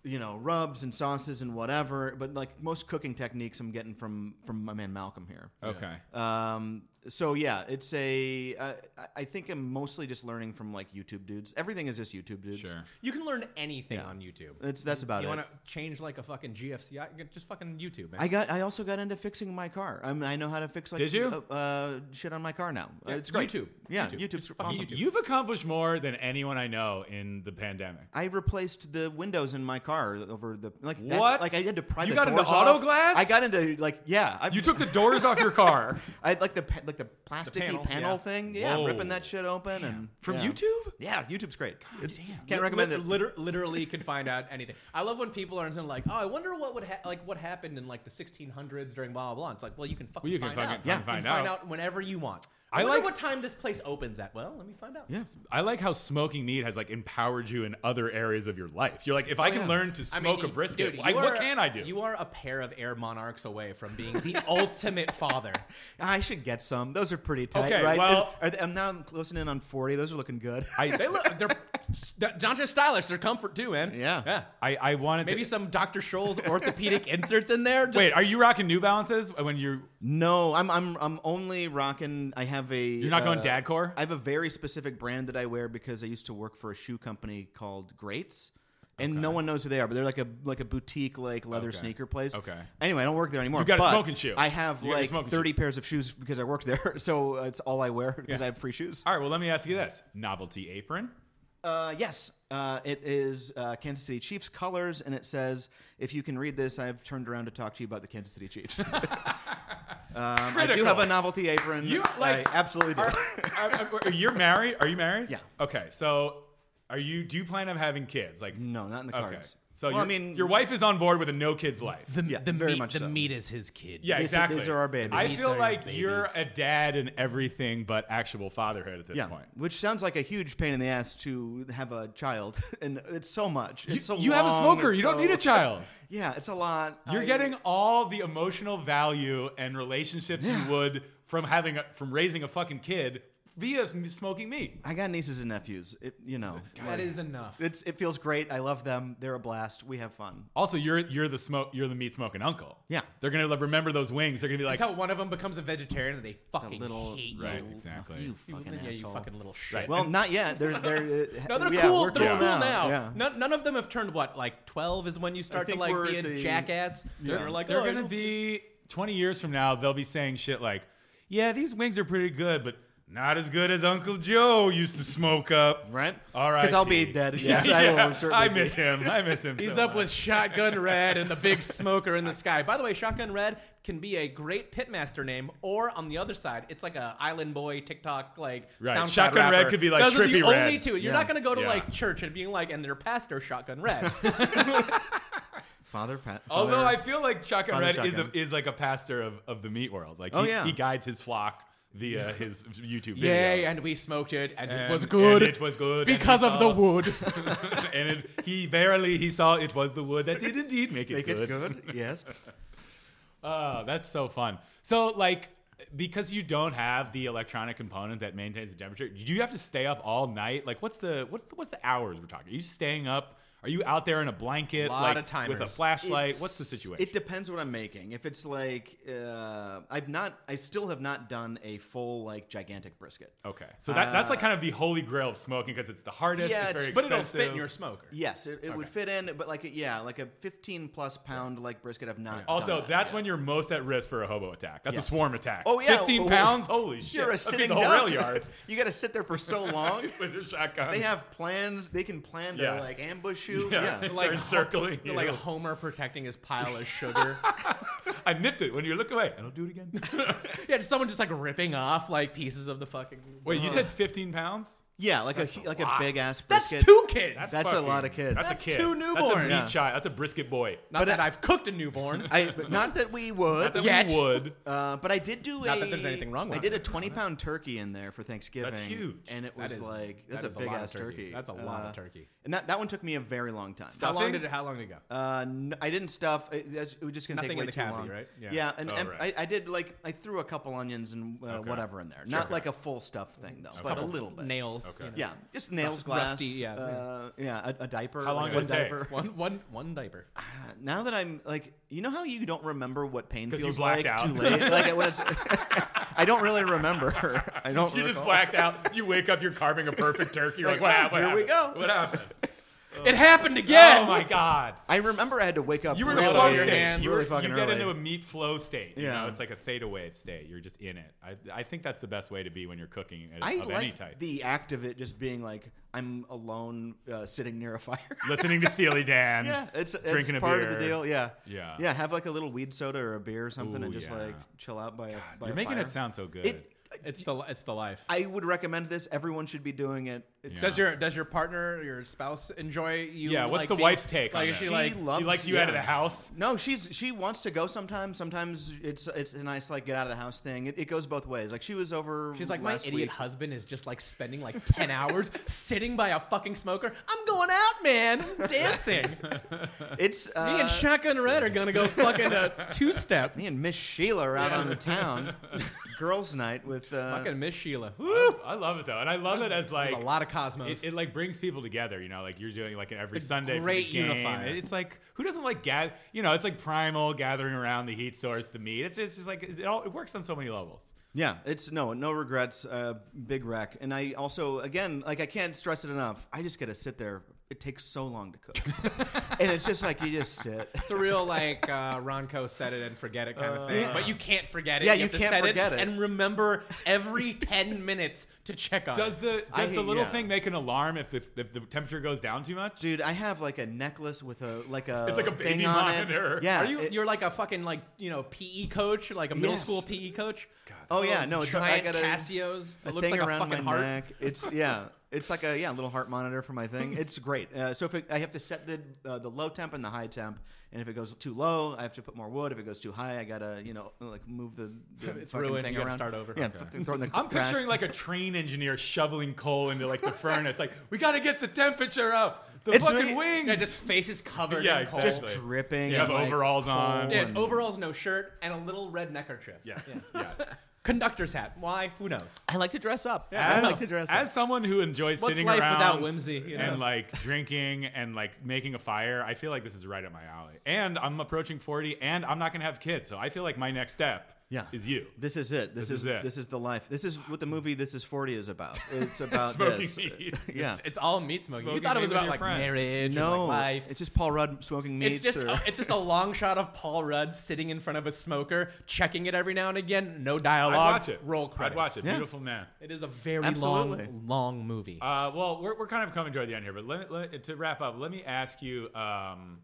[SPEAKER 3] you know rubs and sauces and whatever. But like most cooking techniques, I'm getting from from my man Malcolm here.
[SPEAKER 1] Okay.
[SPEAKER 3] Um, so yeah, it's a. Uh, I- I think I'm mostly just learning from like YouTube dudes. Everything is just YouTube dudes.
[SPEAKER 1] Sure.
[SPEAKER 2] You can learn anything
[SPEAKER 3] Yeah.
[SPEAKER 2] on YouTube.
[SPEAKER 3] It's that's about
[SPEAKER 2] you
[SPEAKER 3] it.
[SPEAKER 2] want to change like a fucking GFCI? Just fucking YouTube, man.
[SPEAKER 3] I got. I also got into fixing my car. I, mean, I know how to fix like
[SPEAKER 1] Did you?
[SPEAKER 3] uh, uh, shit on my car now. Uh, it's great.
[SPEAKER 2] YouTube.
[SPEAKER 3] Yeah,
[SPEAKER 2] YouTube.
[SPEAKER 3] YouTube's
[SPEAKER 2] fucking
[SPEAKER 3] awesome.
[SPEAKER 2] YouTube.
[SPEAKER 1] You've accomplished more than anyone I know in the pandemic.
[SPEAKER 3] I replaced the windows in my car over the like that-
[SPEAKER 1] What?
[SPEAKER 3] like I had to pry
[SPEAKER 1] You
[SPEAKER 3] the
[SPEAKER 1] got into
[SPEAKER 3] doors off.
[SPEAKER 1] auto glass?
[SPEAKER 3] I got into like yeah. I,
[SPEAKER 1] You took the doors off your car
[SPEAKER 3] I had, like the pa- like the plasticky panel,
[SPEAKER 2] panel, yeah.
[SPEAKER 3] thing. Yeah,
[SPEAKER 1] Whoa.
[SPEAKER 3] ripping that shit open and
[SPEAKER 1] from
[SPEAKER 3] yeah.
[SPEAKER 1] YouTube?
[SPEAKER 3] Yeah, YouTube's great. it's,
[SPEAKER 1] damn.
[SPEAKER 3] Can't recommend
[SPEAKER 2] Lit-
[SPEAKER 3] it.
[SPEAKER 2] liter- literally can find out anything. I love when people are into like, oh, I wonder what would ha- like what happened in like the 1600s during blah blah blah. It's like, well, you can fucking
[SPEAKER 1] Well, you can
[SPEAKER 2] find
[SPEAKER 1] fucking fucking
[SPEAKER 2] out.
[SPEAKER 3] Yeah.
[SPEAKER 1] find
[SPEAKER 2] you can find
[SPEAKER 1] out.
[SPEAKER 2] out whenever you want.
[SPEAKER 1] I
[SPEAKER 2] I wonder
[SPEAKER 1] like-
[SPEAKER 2] what time this place opens at. Well, let me find out.
[SPEAKER 3] Yeah.
[SPEAKER 1] I like how smoking meat has like empowered you in other areas of your life. You're like, if I can
[SPEAKER 3] yeah.
[SPEAKER 1] learn to
[SPEAKER 2] Oh, I
[SPEAKER 1] smoke
[SPEAKER 2] mean,
[SPEAKER 1] a brisket,
[SPEAKER 2] dude,
[SPEAKER 1] like,
[SPEAKER 2] you
[SPEAKER 1] what
[SPEAKER 2] are-
[SPEAKER 1] can I do?
[SPEAKER 2] You are a pair of air monarchs away from being the ultimate father.
[SPEAKER 3] I should get some. Those are pretty tight,
[SPEAKER 1] Okay,
[SPEAKER 3] right?
[SPEAKER 1] well-
[SPEAKER 3] Are they- I'm now closing in on 40. Those are looking good.
[SPEAKER 1] I,
[SPEAKER 2] They look, they're not just stylish, they're comfort too, man.
[SPEAKER 3] Yeah.
[SPEAKER 2] yeah.
[SPEAKER 1] I, I wanted
[SPEAKER 2] Maybe
[SPEAKER 1] to.
[SPEAKER 2] some Dr. Scholl's orthopedic inserts in there. Just
[SPEAKER 1] Wait, are you rocking New Balances when you're
[SPEAKER 3] no, I'm I'm I'm only rocking. I have a. uh,
[SPEAKER 1] you're not going Dadcore?
[SPEAKER 3] I have a very specific brand that I wear because I used to work for a shoe company called Greats. And no one knows who they are, but they're like a like a boutique like leather
[SPEAKER 1] Okay.
[SPEAKER 3] sneaker place.
[SPEAKER 1] Okay.
[SPEAKER 3] Anyway, I don't work there anymore.
[SPEAKER 1] You got a
[SPEAKER 3] but
[SPEAKER 1] smoking shoe.
[SPEAKER 3] I have
[SPEAKER 1] You got your
[SPEAKER 3] like
[SPEAKER 1] smoking
[SPEAKER 3] thirty
[SPEAKER 1] shoes.
[SPEAKER 3] pairs of shoes because I work there, so it's all I wear because
[SPEAKER 1] Yeah.
[SPEAKER 3] I have free shoes.
[SPEAKER 1] All right, well, let me ask you this: novelty apron.
[SPEAKER 3] Uh, yes, uh, it is uh, Kansas City Chiefs colors, and it says, "If you can read this, I've turned around to talk to you about the Kansas City Chiefs." um, I do
[SPEAKER 1] Critical.
[SPEAKER 3] have a novelty apron.
[SPEAKER 1] You, like,
[SPEAKER 3] I absolutely do.
[SPEAKER 1] Are, are- are- you're married? Are you married?
[SPEAKER 3] Yeah.
[SPEAKER 1] Okay, so are you? Do you plan on having kids? Like,
[SPEAKER 3] no, not in the
[SPEAKER 1] Okay.
[SPEAKER 3] cards.
[SPEAKER 1] So
[SPEAKER 3] Well, I
[SPEAKER 1] your-
[SPEAKER 3] mean-
[SPEAKER 1] your wife is on board with a no kids life.
[SPEAKER 2] The,
[SPEAKER 3] Yeah,
[SPEAKER 2] the
[SPEAKER 3] very
[SPEAKER 2] meat,
[SPEAKER 3] much
[SPEAKER 2] the
[SPEAKER 3] so.
[SPEAKER 2] meat is his kid.
[SPEAKER 1] yeah,
[SPEAKER 3] These-
[SPEAKER 1] exactly.
[SPEAKER 3] these are our babies.
[SPEAKER 1] I
[SPEAKER 2] These
[SPEAKER 1] feel
[SPEAKER 2] are
[SPEAKER 1] like
[SPEAKER 2] your
[SPEAKER 1] you're
[SPEAKER 2] babies.
[SPEAKER 1] a dad in everything but actual fatherhood at this
[SPEAKER 3] Yeah,
[SPEAKER 1] point.
[SPEAKER 3] which sounds like a huge pain in the ass to have a child, and it's so much. It's
[SPEAKER 1] You,
[SPEAKER 3] so
[SPEAKER 1] you have a
[SPEAKER 3] long,
[SPEAKER 1] smoker.
[SPEAKER 3] it's
[SPEAKER 1] You don't
[SPEAKER 3] so-
[SPEAKER 1] need a child.
[SPEAKER 3] Yeah, it's a lot.
[SPEAKER 1] You're
[SPEAKER 3] I-
[SPEAKER 1] getting all the emotional value and relationships
[SPEAKER 3] Yeah.
[SPEAKER 1] you would from having a, from raising a fucking kid via sm- smoking meat.
[SPEAKER 3] I got nieces and nephews. It, you know,
[SPEAKER 2] that is enough.
[SPEAKER 3] it's it feels great. I love them. They're a blast. We have fun.
[SPEAKER 1] Also, you're you're the smoke you're the meat smoking uncle.
[SPEAKER 3] Yeah.
[SPEAKER 1] they're gonna like, remember those wings. They're gonna be like,
[SPEAKER 2] Until one of them becomes a vegetarian and they
[SPEAKER 3] A
[SPEAKER 2] fucking
[SPEAKER 3] little
[SPEAKER 2] hate
[SPEAKER 1] Right,
[SPEAKER 2] you.
[SPEAKER 1] exactly.
[SPEAKER 3] You
[SPEAKER 2] You-
[SPEAKER 3] fucking
[SPEAKER 2] yeah,
[SPEAKER 3] asshole.
[SPEAKER 2] you fucking little shit.
[SPEAKER 1] Right.
[SPEAKER 3] Well, not yet. They're they're uh,
[SPEAKER 2] No, they're
[SPEAKER 3] yeah,
[SPEAKER 2] cool.
[SPEAKER 3] we're
[SPEAKER 2] They're cool now.
[SPEAKER 3] Yeah.
[SPEAKER 2] None, none of them have turned what, like twelve is when you start to
[SPEAKER 3] think
[SPEAKER 2] like
[SPEAKER 3] we're
[SPEAKER 2] be a
[SPEAKER 3] at the-
[SPEAKER 2] jackass.
[SPEAKER 3] Yeah.
[SPEAKER 2] You're like,
[SPEAKER 1] they're
[SPEAKER 2] "Oh, I
[SPEAKER 1] gonna
[SPEAKER 2] don't-
[SPEAKER 1] be 20 years from now. They'll be saying shit like, yeah, these wings are pretty good, but not as good as Uncle Joe used to smoke up.
[SPEAKER 3] Right?
[SPEAKER 1] All right.
[SPEAKER 3] Because I'll be dead. Yes, I will certainly.
[SPEAKER 1] I
[SPEAKER 3] be.
[SPEAKER 1] miss him. I miss him.
[SPEAKER 2] He's
[SPEAKER 1] so
[SPEAKER 2] up
[SPEAKER 1] much.
[SPEAKER 2] with Shotgun Red and the big smoker in the sky. By the way, Shotgun Red can be a great pitmaster name, or on the other side, it's like a Island Boy TikTok like.
[SPEAKER 1] Right.
[SPEAKER 2] SoundCloud
[SPEAKER 1] Shotgun Red
[SPEAKER 2] rapper.
[SPEAKER 1] could be like
[SPEAKER 2] Those are the
[SPEAKER 1] Trippy Red.
[SPEAKER 2] only two. You're
[SPEAKER 3] Yeah.
[SPEAKER 2] not gonna go to
[SPEAKER 1] Yeah.
[SPEAKER 2] like church and being like, and their pastor Shotgun Red.
[SPEAKER 3] Father Pat.
[SPEAKER 1] Although
[SPEAKER 3] Father-
[SPEAKER 1] I feel like Shotgun
[SPEAKER 3] Father
[SPEAKER 1] Red is a,
[SPEAKER 3] Shotgun.
[SPEAKER 1] is like a pastor of, of the meat world. Like
[SPEAKER 3] Oh,
[SPEAKER 1] he,
[SPEAKER 3] yeah.
[SPEAKER 1] he guides his flock via his YouTube videos.
[SPEAKER 2] Yay! And we smoked it, and,
[SPEAKER 1] And-
[SPEAKER 2] it was good.
[SPEAKER 1] and it was good, and
[SPEAKER 2] because
[SPEAKER 1] we
[SPEAKER 2] of the
[SPEAKER 1] saw-
[SPEAKER 2] wood.
[SPEAKER 1] and it, he verily he saw it was the wood that did indeed make it
[SPEAKER 3] make
[SPEAKER 1] good.
[SPEAKER 3] it good. Yes.
[SPEAKER 1] Oh, that's so fun. So like because you don't have the electronic component that maintains the temperature, do you have to stay up all night? Like what's the what, what's the hours we're talking? Are you staying up? Are you out there in a blanket
[SPEAKER 2] Lot
[SPEAKER 1] like
[SPEAKER 2] of timers.
[SPEAKER 1] with a flashlight?
[SPEAKER 3] It's-
[SPEAKER 1] what's the situation?
[SPEAKER 3] It depends what I'm making. If it's like uh, I've not, I still have not done a full like gigantic brisket.
[SPEAKER 1] okay. So that, that's like
[SPEAKER 3] Uh,
[SPEAKER 1] kind of the holy grail of smoking because it's the hardest,
[SPEAKER 3] Yeah,
[SPEAKER 1] it's very
[SPEAKER 3] it's-
[SPEAKER 2] but it'll fit in
[SPEAKER 1] expensive.
[SPEAKER 2] your smoker.
[SPEAKER 3] Yes, it, it would
[SPEAKER 1] Okay.
[SPEAKER 3] fit in, but like a, yeah, like a 15 plus pound like brisket. I've not.
[SPEAKER 1] Also,
[SPEAKER 3] done that
[SPEAKER 1] that's
[SPEAKER 3] yet.
[SPEAKER 1] when you're most at risk for a hobo attack. That's
[SPEAKER 3] Yes.
[SPEAKER 1] a swarm attack.
[SPEAKER 3] Oh, yeah.
[SPEAKER 1] 15
[SPEAKER 3] Oh,
[SPEAKER 1] pounds? Holy shit.
[SPEAKER 3] you're a
[SPEAKER 1] That'd be
[SPEAKER 3] sitting
[SPEAKER 1] the whole
[SPEAKER 3] duck.
[SPEAKER 1] rail yard
[SPEAKER 3] you got to sit there for so long.
[SPEAKER 1] with your shotgun.
[SPEAKER 3] they have plans. They can plan to
[SPEAKER 1] Yes.
[SPEAKER 3] like ambush you.
[SPEAKER 1] Yeah.
[SPEAKER 3] Yeah.
[SPEAKER 1] They're encircling
[SPEAKER 2] Ho- like
[SPEAKER 1] you.
[SPEAKER 2] Homer protecting his pile of sugar.
[SPEAKER 1] I nipped it when you look away. And I'll do it again.
[SPEAKER 2] yeah, just someone just like ripping off like pieces of the fucking.
[SPEAKER 1] Wait,
[SPEAKER 3] Uh-huh.
[SPEAKER 1] you said 15 pounds?
[SPEAKER 3] Yeah, like a, like a
[SPEAKER 1] lot.
[SPEAKER 3] big ass
[SPEAKER 2] That's
[SPEAKER 3] brisket.
[SPEAKER 2] two kids.
[SPEAKER 3] That's a
[SPEAKER 1] fucking-
[SPEAKER 3] lot of kids.
[SPEAKER 1] That's,
[SPEAKER 2] That's
[SPEAKER 1] a kid.
[SPEAKER 2] two
[SPEAKER 1] That's a
[SPEAKER 2] newborns.
[SPEAKER 1] meat
[SPEAKER 3] Yeah.
[SPEAKER 1] child. That's a brisket boy.
[SPEAKER 2] Not that I've cooked a newborn.
[SPEAKER 3] I, but not that we would.
[SPEAKER 1] Not that
[SPEAKER 2] Yet.
[SPEAKER 1] we would.
[SPEAKER 3] Uh, but I did do
[SPEAKER 2] Not
[SPEAKER 3] a.
[SPEAKER 2] that there's anything wrong with
[SPEAKER 3] I did a
[SPEAKER 2] it.
[SPEAKER 3] 20 pound turkey in there for Thanksgiving.
[SPEAKER 1] huge.
[SPEAKER 3] And it
[SPEAKER 2] That
[SPEAKER 3] was
[SPEAKER 2] is-
[SPEAKER 3] like that's
[SPEAKER 2] that
[SPEAKER 3] a
[SPEAKER 2] is a
[SPEAKER 3] big
[SPEAKER 2] lot of
[SPEAKER 3] ass
[SPEAKER 2] turkey.
[SPEAKER 3] turkey. Uh,
[SPEAKER 2] That's a lot of turkey.
[SPEAKER 3] And that, that one took me a very long time.
[SPEAKER 2] how long
[SPEAKER 1] Stuffing?
[SPEAKER 2] did it? How long did it go?
[SPEAKER 3] Uh, n- I didn't stuff. It, that's- it was just gonna
[SPEAKER 2] Nothing
[SPEAKER 3] take way
[SPEAKER 2] in the
[SPEAKER 3] too
[SPEAKER 2] cavity,
[SPEAKER 3] long.
[SPEAKER 2] right? Yeah.
[SPEAKER 3] Yeah, and,
[SPEAKER 1] Oh,
[SPEAKER 3] and
[SPEAKER 1] right.
[SPEAKER 3] I, I did like I threw a couple onions and uh,
[SPEAKER 1] Okay.
[SPEAKER 3] whatever in there. Not like a full stuff thing though, but a
[SPEAKER 1] Couple
[SPEAKER 3] little bit.
[SPEAKER 2] Nails.
[SPEAKER 1] Okay.
[SPEAKER 2] you know.
[SPEAKER 3] Yeah, just nails,
[SPEAKER 2] Rust-
[SPEAKER 3] glass,
[SPEAKER 2] rusty, yeah.
[SPEAKER 3] uh, yeah, a, a diaper.
[SPEAKER 1] How long
[SPEAKER 3] like a
[SPEAKER 1] did it
[SPEAKER 3] wet
[SPEAKER 1] take?
[SPEAKER 3] diaper.
[SPEAKER 2] One, one, one diaper.
[SPEAKER 3] Uh, Now that I'm like, you know how you don't remember what pain
[SPEAKER 1] 'Cause you
[SPEAKER 3] feels
[SPEAKER 1] blacked
[SPEAKER 3] like
[SPEAKER 1] out.
[SPEAKER 3] too late. Like when it's, I don't really remember. I don't.
[SPEAKER 1] You just
[SPEAKER 3] recall.
[SPEAKER 1] blacked out. You wake up, you're carving a perfect turkey. You're like,
[SPEAKER 3] Like,
[SPEAKER 1] what
[SPEAKER 3] oh,
[SPEAKER 1] happened?
[SPEAKER 3] here we
[SPEAKER 1] happened?
[SPEAKER 3] go.
[SPEAKER 1] What happened?
[SPEAKER 2] It happened again.
[SPEAKER 1] Oh, my God.
[SPEAKER 3] I remember I had to wake up.
[SPEAKER 1] You were in
[SPEAKER 3] really
[SPEAKER 1] a flow
[SPEAKER 2] your
[SPEAKER 1] state.
[SPEAKER 2] hands.
[SPEAKER 1] You,
[SPEAKER 3] really
[SPEAKER 1] were,
[SPEAKER 3] fucking
[SPEAKER 1] you get
[SPEAKER 3] early.
[SPEAKER 1] into a meat flow state. You
[SPEAKER 3] Yeah.
[SPEAKER 1] know, it's like a theta wave state. You're just in it. I, I think that's the best way to be when you're cooking at-
[SPEAKER 3] I
[SPEAKER 1] of any
[SPEAKER 3] like
[SPEAKER 1] type.
[SPEAKER 3] the act of it just being like I'm alone uh, sitting near a fire.
[SPEAKER 1] Listening to Steely Dan.
[SPEAKER 3] yeah, it's, it's
[SPEAKER 1] drinking a
[SPEAKER 3] part
[SPEAKER 1] beer.
[SPEAKER 3] of the deal. Yeah,
[SPEAKER 1] Yeah.
[SPEAKER 3] yeah. Have like a little weed soda or a beer or something,
[SPEAKER 1] Ooh,
[SPEAKER 3] and just
[SPEAKER 1] yeah.
[SPEAKER 3] like chill out by. a, by
[SPEAKER 1] You're
[SPEAKER 3] a
[SPEAKER 1] making
[SPEAKER 3] fire.
[SPEAKER 1] it sound so good.
[SPEAKER 3] It,
[SPEAKER 2] It's the it's the life.
[SPEAKER 3] I would recommend this. Everyone should be doing it.
[SPEAKER 1] Yeah.
[SPEAKER 3] It's,
[SPEAKER 2] Does your does your partner your spouse enjoy you?
[SPEAKER 1] Yeah, what's
[SPEAKER 2] like,
[SPEAKER 1] the
[SPEAKER 2] being-
[SPEAKER 1] wife's take on
[SPEAKER 2] Like,
[SPEAKER 1] that?
[SPEAKER 2] is she
[SPEAKER 1] She
[SPEAKER 2] like
[SPEAKER 3] loves-
[SPEAKER 1] she likes you out of the
[SPEAKER 3] yeah.
[SPEAKER 1] house.
[SPEAKER 3] No, she's she wants to go sometimes. Sometimes it's it's a nice like get out of the house thing. It, it goes both ways. Like she was over.
[SPEAKER 2] she's like my
[SPEAKER 3] last
[SPEAKER 2] idiot
[SPEAKER 3] week.
[SPEAKER 2] husband is just like spending like ten hours sitting by a fucking smoker. I'm going out, man. I'm dancing.
[SPEAKER 3] It's uh,
[SPEAKER 2] Me and Shotgun Red are gonna go fucking uh, a two step.
[SPEAKER 3] me and Miss Sheila are out on the town, girls' night with uh,
[SPEAKER 2] Fucking Miss Sheila.
[SPEAKER 1] Woo! I love it though, and I love it as like
[SPEAKER 2] There's a lot of cosmos.
[SPEAKER 1] It, it like brings people together, you know. Like you're doing like every Sunday for
[SPEAKER 2] great
[SPEAKER 1] the game.
[SPEAKER 2] unifier.
[SPEAKER 1] It- It's like who doesn't like gather? You know, it's like primal gathering around the heat source, the meat. It's just, it's just like it all. It works on so many levels.
[SPEAKER 3] Yeah, it's no, no regrets. Uh, big wreck, and I also, again, like I can't stress it enough. I just gotta sit there. It takes so long to cook, and it's just like you just sit.
[SPEAKER 2] It's a real like uh, Ronco set it and forget it kind of thing.
[SPEAKER 3] Uh,
[SPEAKER 2] But you can't forget it.
[SPEAKER 3] Yeah, you
[SPEAKER 2] have to
[SPEAKER 3] can't
[SPEAKER 2] set
[SPEAKER 3] forget it.
[SPEAKER 2] And remember every ten minutes to check on.
[SPEAKER 1] Does
[SPEAKER 2] it.
[SPEAKER 1] the
[SPEAKER 3] I
[SPEAKER 1] does the
[SPEAKER 3] hate-
[SPEAKER 1] little
[SPEAKER 3] yeah.
[SPEAKER 1] thing make an alarm if the, if the temperature goes down too much?
[SPEAKER 3] Dude, I have like a necklace with a like a
[SPEAKER 1] It's like a
[SPEAKER 3] thing
[SPEAKER 1] baby
[SPEAKER 3] on
[SPEAKER 1] monitor.
[SPEAKER 3] It. Yeah,
[SPEAKER 2] Are you?
[SPEAKER 3] it-
[SPEAKER 2] you're like a fucking like you know PE coach, like a middle
[SPEAKER 3] Yes.
[SPEAKER 2] school PE coach.
[SPEAKER 3] oh
[SPEAKER 2] Those
[SPEAKER 3] yeah, no, it's
[SPEAKER 2] giant
[SPEAKER 3] I got a,
[SPEAKER 2] Casios.
[SPEAKER 3] a
[SPEAKER 2] It looks
[SPEAKER 3] thing
[SPEAKER 2] like a
[SPEAKER 3] around
[SPEAKER 2] fucking
[SPEAKER 3] my
[SPEAKER 2] heart.
[SPEAKER 3] neck. It's yeah, It's like a yeah little heart monitor for my thing. It's great. Uh, so if it, I have to set the uh, the low temp and the high temp, and if it goes too low, I have to put more wood. If it goes too high, I gotta you know like move the, the
[SPEAKER 2] It's
[SPEAKER 3] fucking
[SPEAKER 2] ruined.
[SPEAKER 3] thing
[SPEAKER 2] You gotta
[SPEAKER 3] around.
[SPEAKER 2] start over.
[SPEAKER 3] Yeah,
[SPEAKER 2] Okay.
[SPEAKER 3] fucking throw it in the
[SPEAKER 1] I'm
[SPEAKER 3] trash.
[SPEAKER 1] picturing like a train engineer shoveling coal into like the furnace. Like, we got to get the temperature up. The
[SPEAKER 3] It's
[SPEAKER 1] fucking
[SPEAKER 3] really-
[SPEAKER 1] wing.
[SPEAKER 2] Yeah, just faces covered.
[SPEAKER 1] Yeah,
[SPEAKER 2] in coal.
[SPEAKER 1] exactly.
[SPEAKER 3] just dripping.
[SPEAKER 1] You have
[SPEAKER 3] and, like,
[SPEAKER 1] overalls on.
[SPEAKER 3] coal
[SPEAKER 2] Yeah,
[SPEAKER 3] and-
[SPEAKER 2] overalls, no shirt, and a little red neckerchief.
[SPEAKER 1] yes, yes.
[SPEAKER 2] Conductor's hat. Why? Who knows?
[SPEAKER 3] I like to dress up.
[SPEAKER 1] As,
[SPEAKER 3] I like to dress
[SPEAKER 1] as
[SPEAKER 3] up.
[SPEAKER 1] someone who enjoys
[SPEAKER 2] What's
[SPEAKER 1] sitting
[SPEAKER 2] life
[SPEAKER 1] around
[SPEAKER 2] without whimsy, you know?
[SPEAKER 1] and like drinking and like making a fire, I feel like this is right up my alley. And I'm approaching 40, and I'm not gonna have kids, so I feel like my next step
[SPEAKER 3] Yeah.
[SPEAKER 1] is you.
[SPEAKER 3] This is it. This,
[SPEAKER 1] This is
[SPEAKER 3] is,
[SPEAKER 1] it.
[SPEAKER 3] This is the life. This is what the movie This Is Forty is about. It's about
[SPEAKER 1] Smoking
[SPEAKER 3] this.
[SPEAKER 1] weed.
[SPEAKER 3] Yeah.
[SPEAKER 2] It's all meat smoking.
[SPEAKER 1] Smoking
[SPEAKER 2] you thought it was
[SPEAKER 1] meat with
[SPEAKER 2] about
[SPEAKER 1] your
[SPEAKER 2] like
[SPEAKER 1] friends.
[SPEAKER 2] marriage,
[SPEAKER 3] No,
[SPEAKER 2] and, like, life.
[SPEAKER 3] it's just Paul Rudd smoking meats.
[SPEAKER 2] It's just
[SPEAKER 3] or,
[SPEAKER 2] uh, it's just a long shot of Paul Rudd sitting in front of a smoker, checking it every now and again. No dialogue.
[SPEAKER 1] I'd watch it.
[SPEAKER 2] Roll credits.
[SPEAKER 1] I'd watch it.
[SPEAKER 3] Yeah.
[SPEAKER 1] Beautiful man.
[SPEAKER 2] It is a very
[SPEAKER 3] Absolutely.
[SPEAKER 2] long, long movie.
[SPEAKER 1] Uh, well, we're, we're kind of coming toward the end here, but let, me- let, to wrap up, let me ask you, um,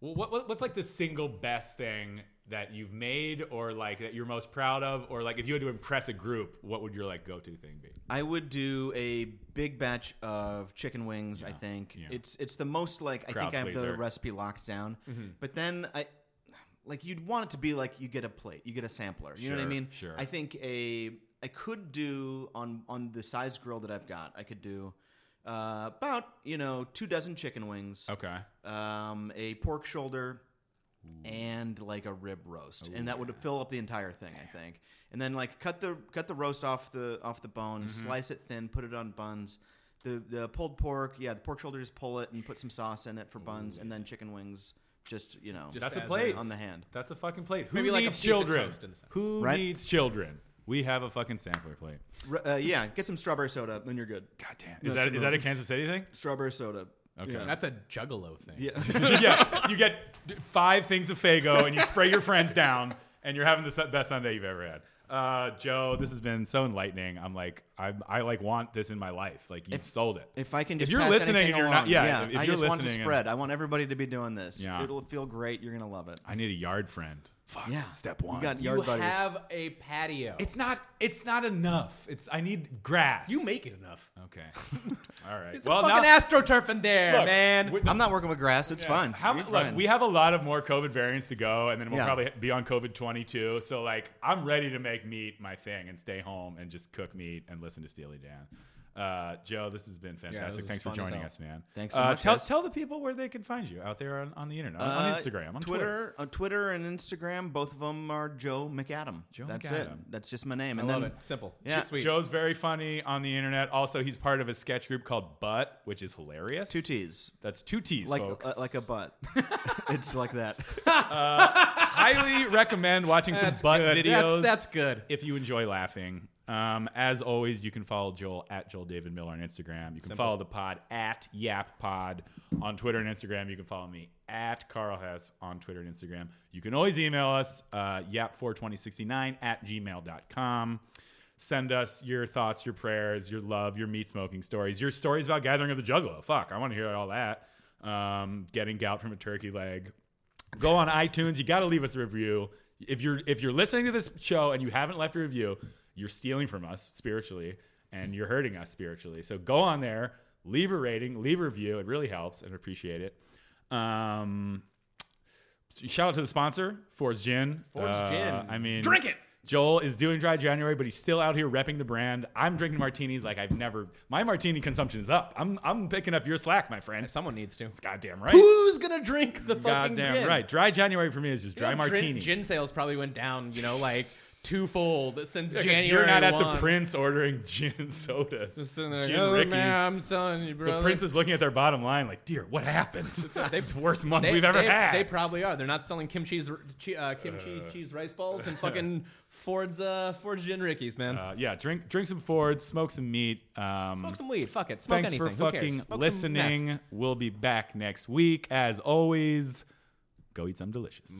[SPEAKER 1] well, what, what, what's like the single best thing that you've made, or like that you're most proud of, or like if you had to impress a group, what would your like go-to thing be?
[SPEAKER 3] I would do a big batch of chicken wings. I think
[SPEAKER 1] yeah.
[SPEAKER 3] it's it's the most like I
[SPEAKER 1] Crowd
[SPEAKER 3] think I have the
[SPEAKER 1] pleaser.
[SPEAKER 3] recipe locked down.
[SPEAKER 1] Mm-hmm.
[SPEAKER 3] But then I like you'd want it to be like you get a plate, you get a sampler. You know what I
[SPEAKER 1] Sure,
[SPEAKER 3] mean?
[SPEAKER 1] sure.
[SPEAKER 3] I think a I could do on on the size grill that I've got. I could do uh, about you know two dozen chicken wings.
[SPEAKER 1] Okay.
[SPEAKER 3] um, a pork shoulder, and like a rib roast, and
[SPEAKER 1] Oh,
[SPEAKER 3] that would fill up the entire thing, I think. And then like cut the cut the roast off the off the bone,
[SPEAKER 1] Mm-hmm.
[SPEAKER 3] slice it thin, put it on buns. The the pulled pork, yeah, the pork shoulder, just pull it and put some sauce in it for buns, and then chicken wings, just you know,
[SPEAKER 1] That's a
[SPEAKER 2] as
[SPEAKER 1] plate.
[SPEAKER 2] a-
[SPEAKER 3] on the hand.
[SPEAKER 1] That's a fucking plate. Who
[SPEAKER 2] Maybe like a
[SPEAKER 1] needs
[SPEAKER 2] piece of
[SPEAKER 1] children?
[SPEAKER 2] toast in the center.
[SPEAKER 1] Who
[SPEAKER 3] Right?
[SPEAKER 1] needs children? We have a fucking sampler plate.
[SPEAKER 3] R- uh, yeah, get some strawberry soda, then you're good.
[SPEAKER 1] God damn.
[SPEAKER 3] No,
[SPEAKER 1] Is that
[SPEAKER 3] some
[SPEAKER 1] is that a
[SPEAKER 3] movies.
[SPEAKER 1] Kansas City thing?
[SPEAKER 3] Strawberry soda.
[SPEAKER 1] Okay.
[SPEAKER 3] Yeah.
[SPEAKER 2] That's a juggalo thing.
[SPEAKER 3] yeah.
[SPEAKER 1] yeah. You get five things of Fago and you spray your friends down, and you're having the su- best Sunday you've ever had. Uh, Joe, this has been so enlightening. I'm like, I, I like want this in my life. Like you've sold it.
[SPEAKER 3] If I can just
[SPEAKER 1] you're
[SPEAKER 3] pass
[SPEAKER 1] listening
[SPEAKER 3] anything
[SPEAKER 1] and you're
[SPEAKER 3] along,
[SPEAKER 1] not- yeah, if
[SPEAKER 3] I
[SPEAKER 1] you're
[SPEAKER 3] just want to
[SPEAKER 1] listening and-
[SPEAKER 3] spread. I want everybody to be doing this.
[SPEAKER 1] Yeah.
[SPEAKER 3] It'll feel great. You're gonna love it.
[SPEAKER 1] I need a yard friend. Fuck.
[SPEAKER 3] Yeah.
[SPEAKER 1] Ah, Step one.
[SPEAKER 3] You got
[SPEAKER 2] You
[SPEAKER 3] yard buddies.
[SPEAKER 2] have a patio.
[SPEAKER 1] it's not. It's not enough. It's. I need grass.
[SPEAKER 2] you make it enough.
[SPEAKER 1] Okay. All right.
[SPEAKER 2] It's
[SPEAKER 1] Oh. well,
[SPEAKER 2] a fucking
[SPEAKER 1] now,
[SPEAKER 2] astroturf in there,
[SPEAKER 1] look,
[SPEAKER 2] man.
[SPEAKER 1] with the
[SPEAKER 3] I'm not working with grass. It's fine.
[SPEAKER 1] How,
[SPEAKER 3] You're
[SPEAKER 1] look,
[SPEAKER 3] fine.
[SPEAKER 1] we have a lot of more COVID variants to go, and then we'll
[SPEAKER 3] Yeah.
[SPEAKER 1] probably be on COVID 22. So, like, I'm ready to make meat my thing and stay home and just cook meat and listen to Steely Dan. Uh, Joe, this has been
[SPEAKER 2] this
[SPEAKER 1] fantastic.
[SPEAKER 2] was
[SPEAKER 1] Thanks for
[SPEAKER 2] fun as
[SPEAKER 1] joining
[SPEAKER 2] hell.
[SPEAKER 1] us, man.
[SPEAKER 3] Thanks so
[SPEAKER 1] uh,
[SPEAKER 3] much,
[SPEAKER 1] Tell,
[SPEAKER 3] guys.
[SPEAKER 1] tell the people where they can find you out there on, on the internet, on, on
[SPEAKER 3] Uh,
[SPEAKER 1] Instagram, on
[SPEAKER 3] Twitter,
[SPEAKER 1] Twitter.
[SPEAKER 3] on Twitter and Instagram, both of them are Joe McAdam.
[SPEAKER 1] Joe
[SPEAKER 3] That's
[SPEAKER 1] McAdam.
[SPEAKER 3] it. That's just my name.
[SPEAKER 2] I
[SPEAKER 3] and
[SPEAKER 2] love
[SPEAKER 3] then
[SPEAKER 2] it. Simple.
[SPEAKER 3] Yeah.
[SPEAKER 2] Just Sweet.
[SPEAKER 1] Joe's very funny on the internet. Also, he's part of a sketch group called Butt, which is hilarious.
[SPEAKER 3] two T's,
[SPEAKER 1] That's two T's,
[SPEAKER 3] like
[SPEAKER 1] folks.
[SPEAKER 3] uh, like a butt. it's like that.
[SPEAKER 1] Highly recommend watching some butt
[SPEAKER 2] good.
[SPEAKER 1] videos.
[SPEAKER 2] That's, that's good.
[SPEAKER 1] if you enjoy laughing. Um, as always, you can follow Joel at Joel David Miller on Instagram. You can follow the pod at Yap Pod on Twitter and Instagram. You can follow me at Carl Hess on Twitter and Instagram. You can always email us uh, yap42069 at gmail.com. Send us your thoughts, your prayers, your love, your meat smoking stories, your stories about gathering of the juggalo. Fuck, I want to hear all that. Um, getting gout from a turkey leg go on iTunes. You got to leave us a review. If you're if you're listening to this show and you haven't left a review, you're stealing from us spiritually and you're hurting us spiritually. So go on there, leave a rating, leave a review. It really helps and appreciate it. Um, shout out to the sponsor, Forge Gin. Uh,
[SPEAKER 2] Fords Gin.
[SPEAKER 1] I mean,
[SPEAKER 2] Drink it!
[SPEAKER 1] Joel is doing dry January, but he's still out here repping the brand. I'm drinking martinis like I've never. My martini consumption is up. I'm I'm picking up your slack, my friend.
[SPEAKER 2] Someone needs to.
[SPEAKER 1] Goddamn right.
[SPEAKER 2] Who's gonna drink the fucking
[SPEAKER 1] Goddamn
[SPEAKER 2] gin?
[SPEAKER 1] right. Dry January for me is just
[SPEAKER 2] You know,
[SPEAKER 1] dry martini.
[SPEAKER 2] Gin, gin sales probably went down, you know, like twofold since January.
[SPEAKER 1] You're not at
[SPEAKER 2] 1.
[SPEAKER 1] the Prince ordering gin and sodas.
[SPEAKER 2] Just sitting there,
[SPEAKER 1] gin
[SPEAKER 2] "Oh,
[SPEAKER 1] Rickeys.
[SPEAKER 2] man, I'm telling you,
[SPEAKER 1] the
[SPEAKER 2] bro.
[SPEAKER 1] Prince is looking at their bottom line like, dear, what happened? That's the worst month
[SPEAKER 2] they,
[SPEAKER 1] we've ever
[SPEAKER 2] they,
[SPEAKER 1] had.
[SPEAKER 2] They probably are. They're not selling kimchi's che- uh, kimchi cheese rice balls and fucking Ford's uh, Ford's gin rickeys, man.
[SPEAKER 1] uh, yeah, drink drink some Fords, smoke some meat. Um,
[SPEAKER 2] Smoke some weed. Fuck it. Smoke
[SPEAKER 1] thanks
[SPEAKER 2] anything.
[SPEAKER 1] for
[SPEAKER 2] Who cares?
[SPEAKER 1] fucking
[SPEAKER 2] Smoke some meth.
[SPEAKER 1] listening. We'll be back next week. As always, go eat some delicious.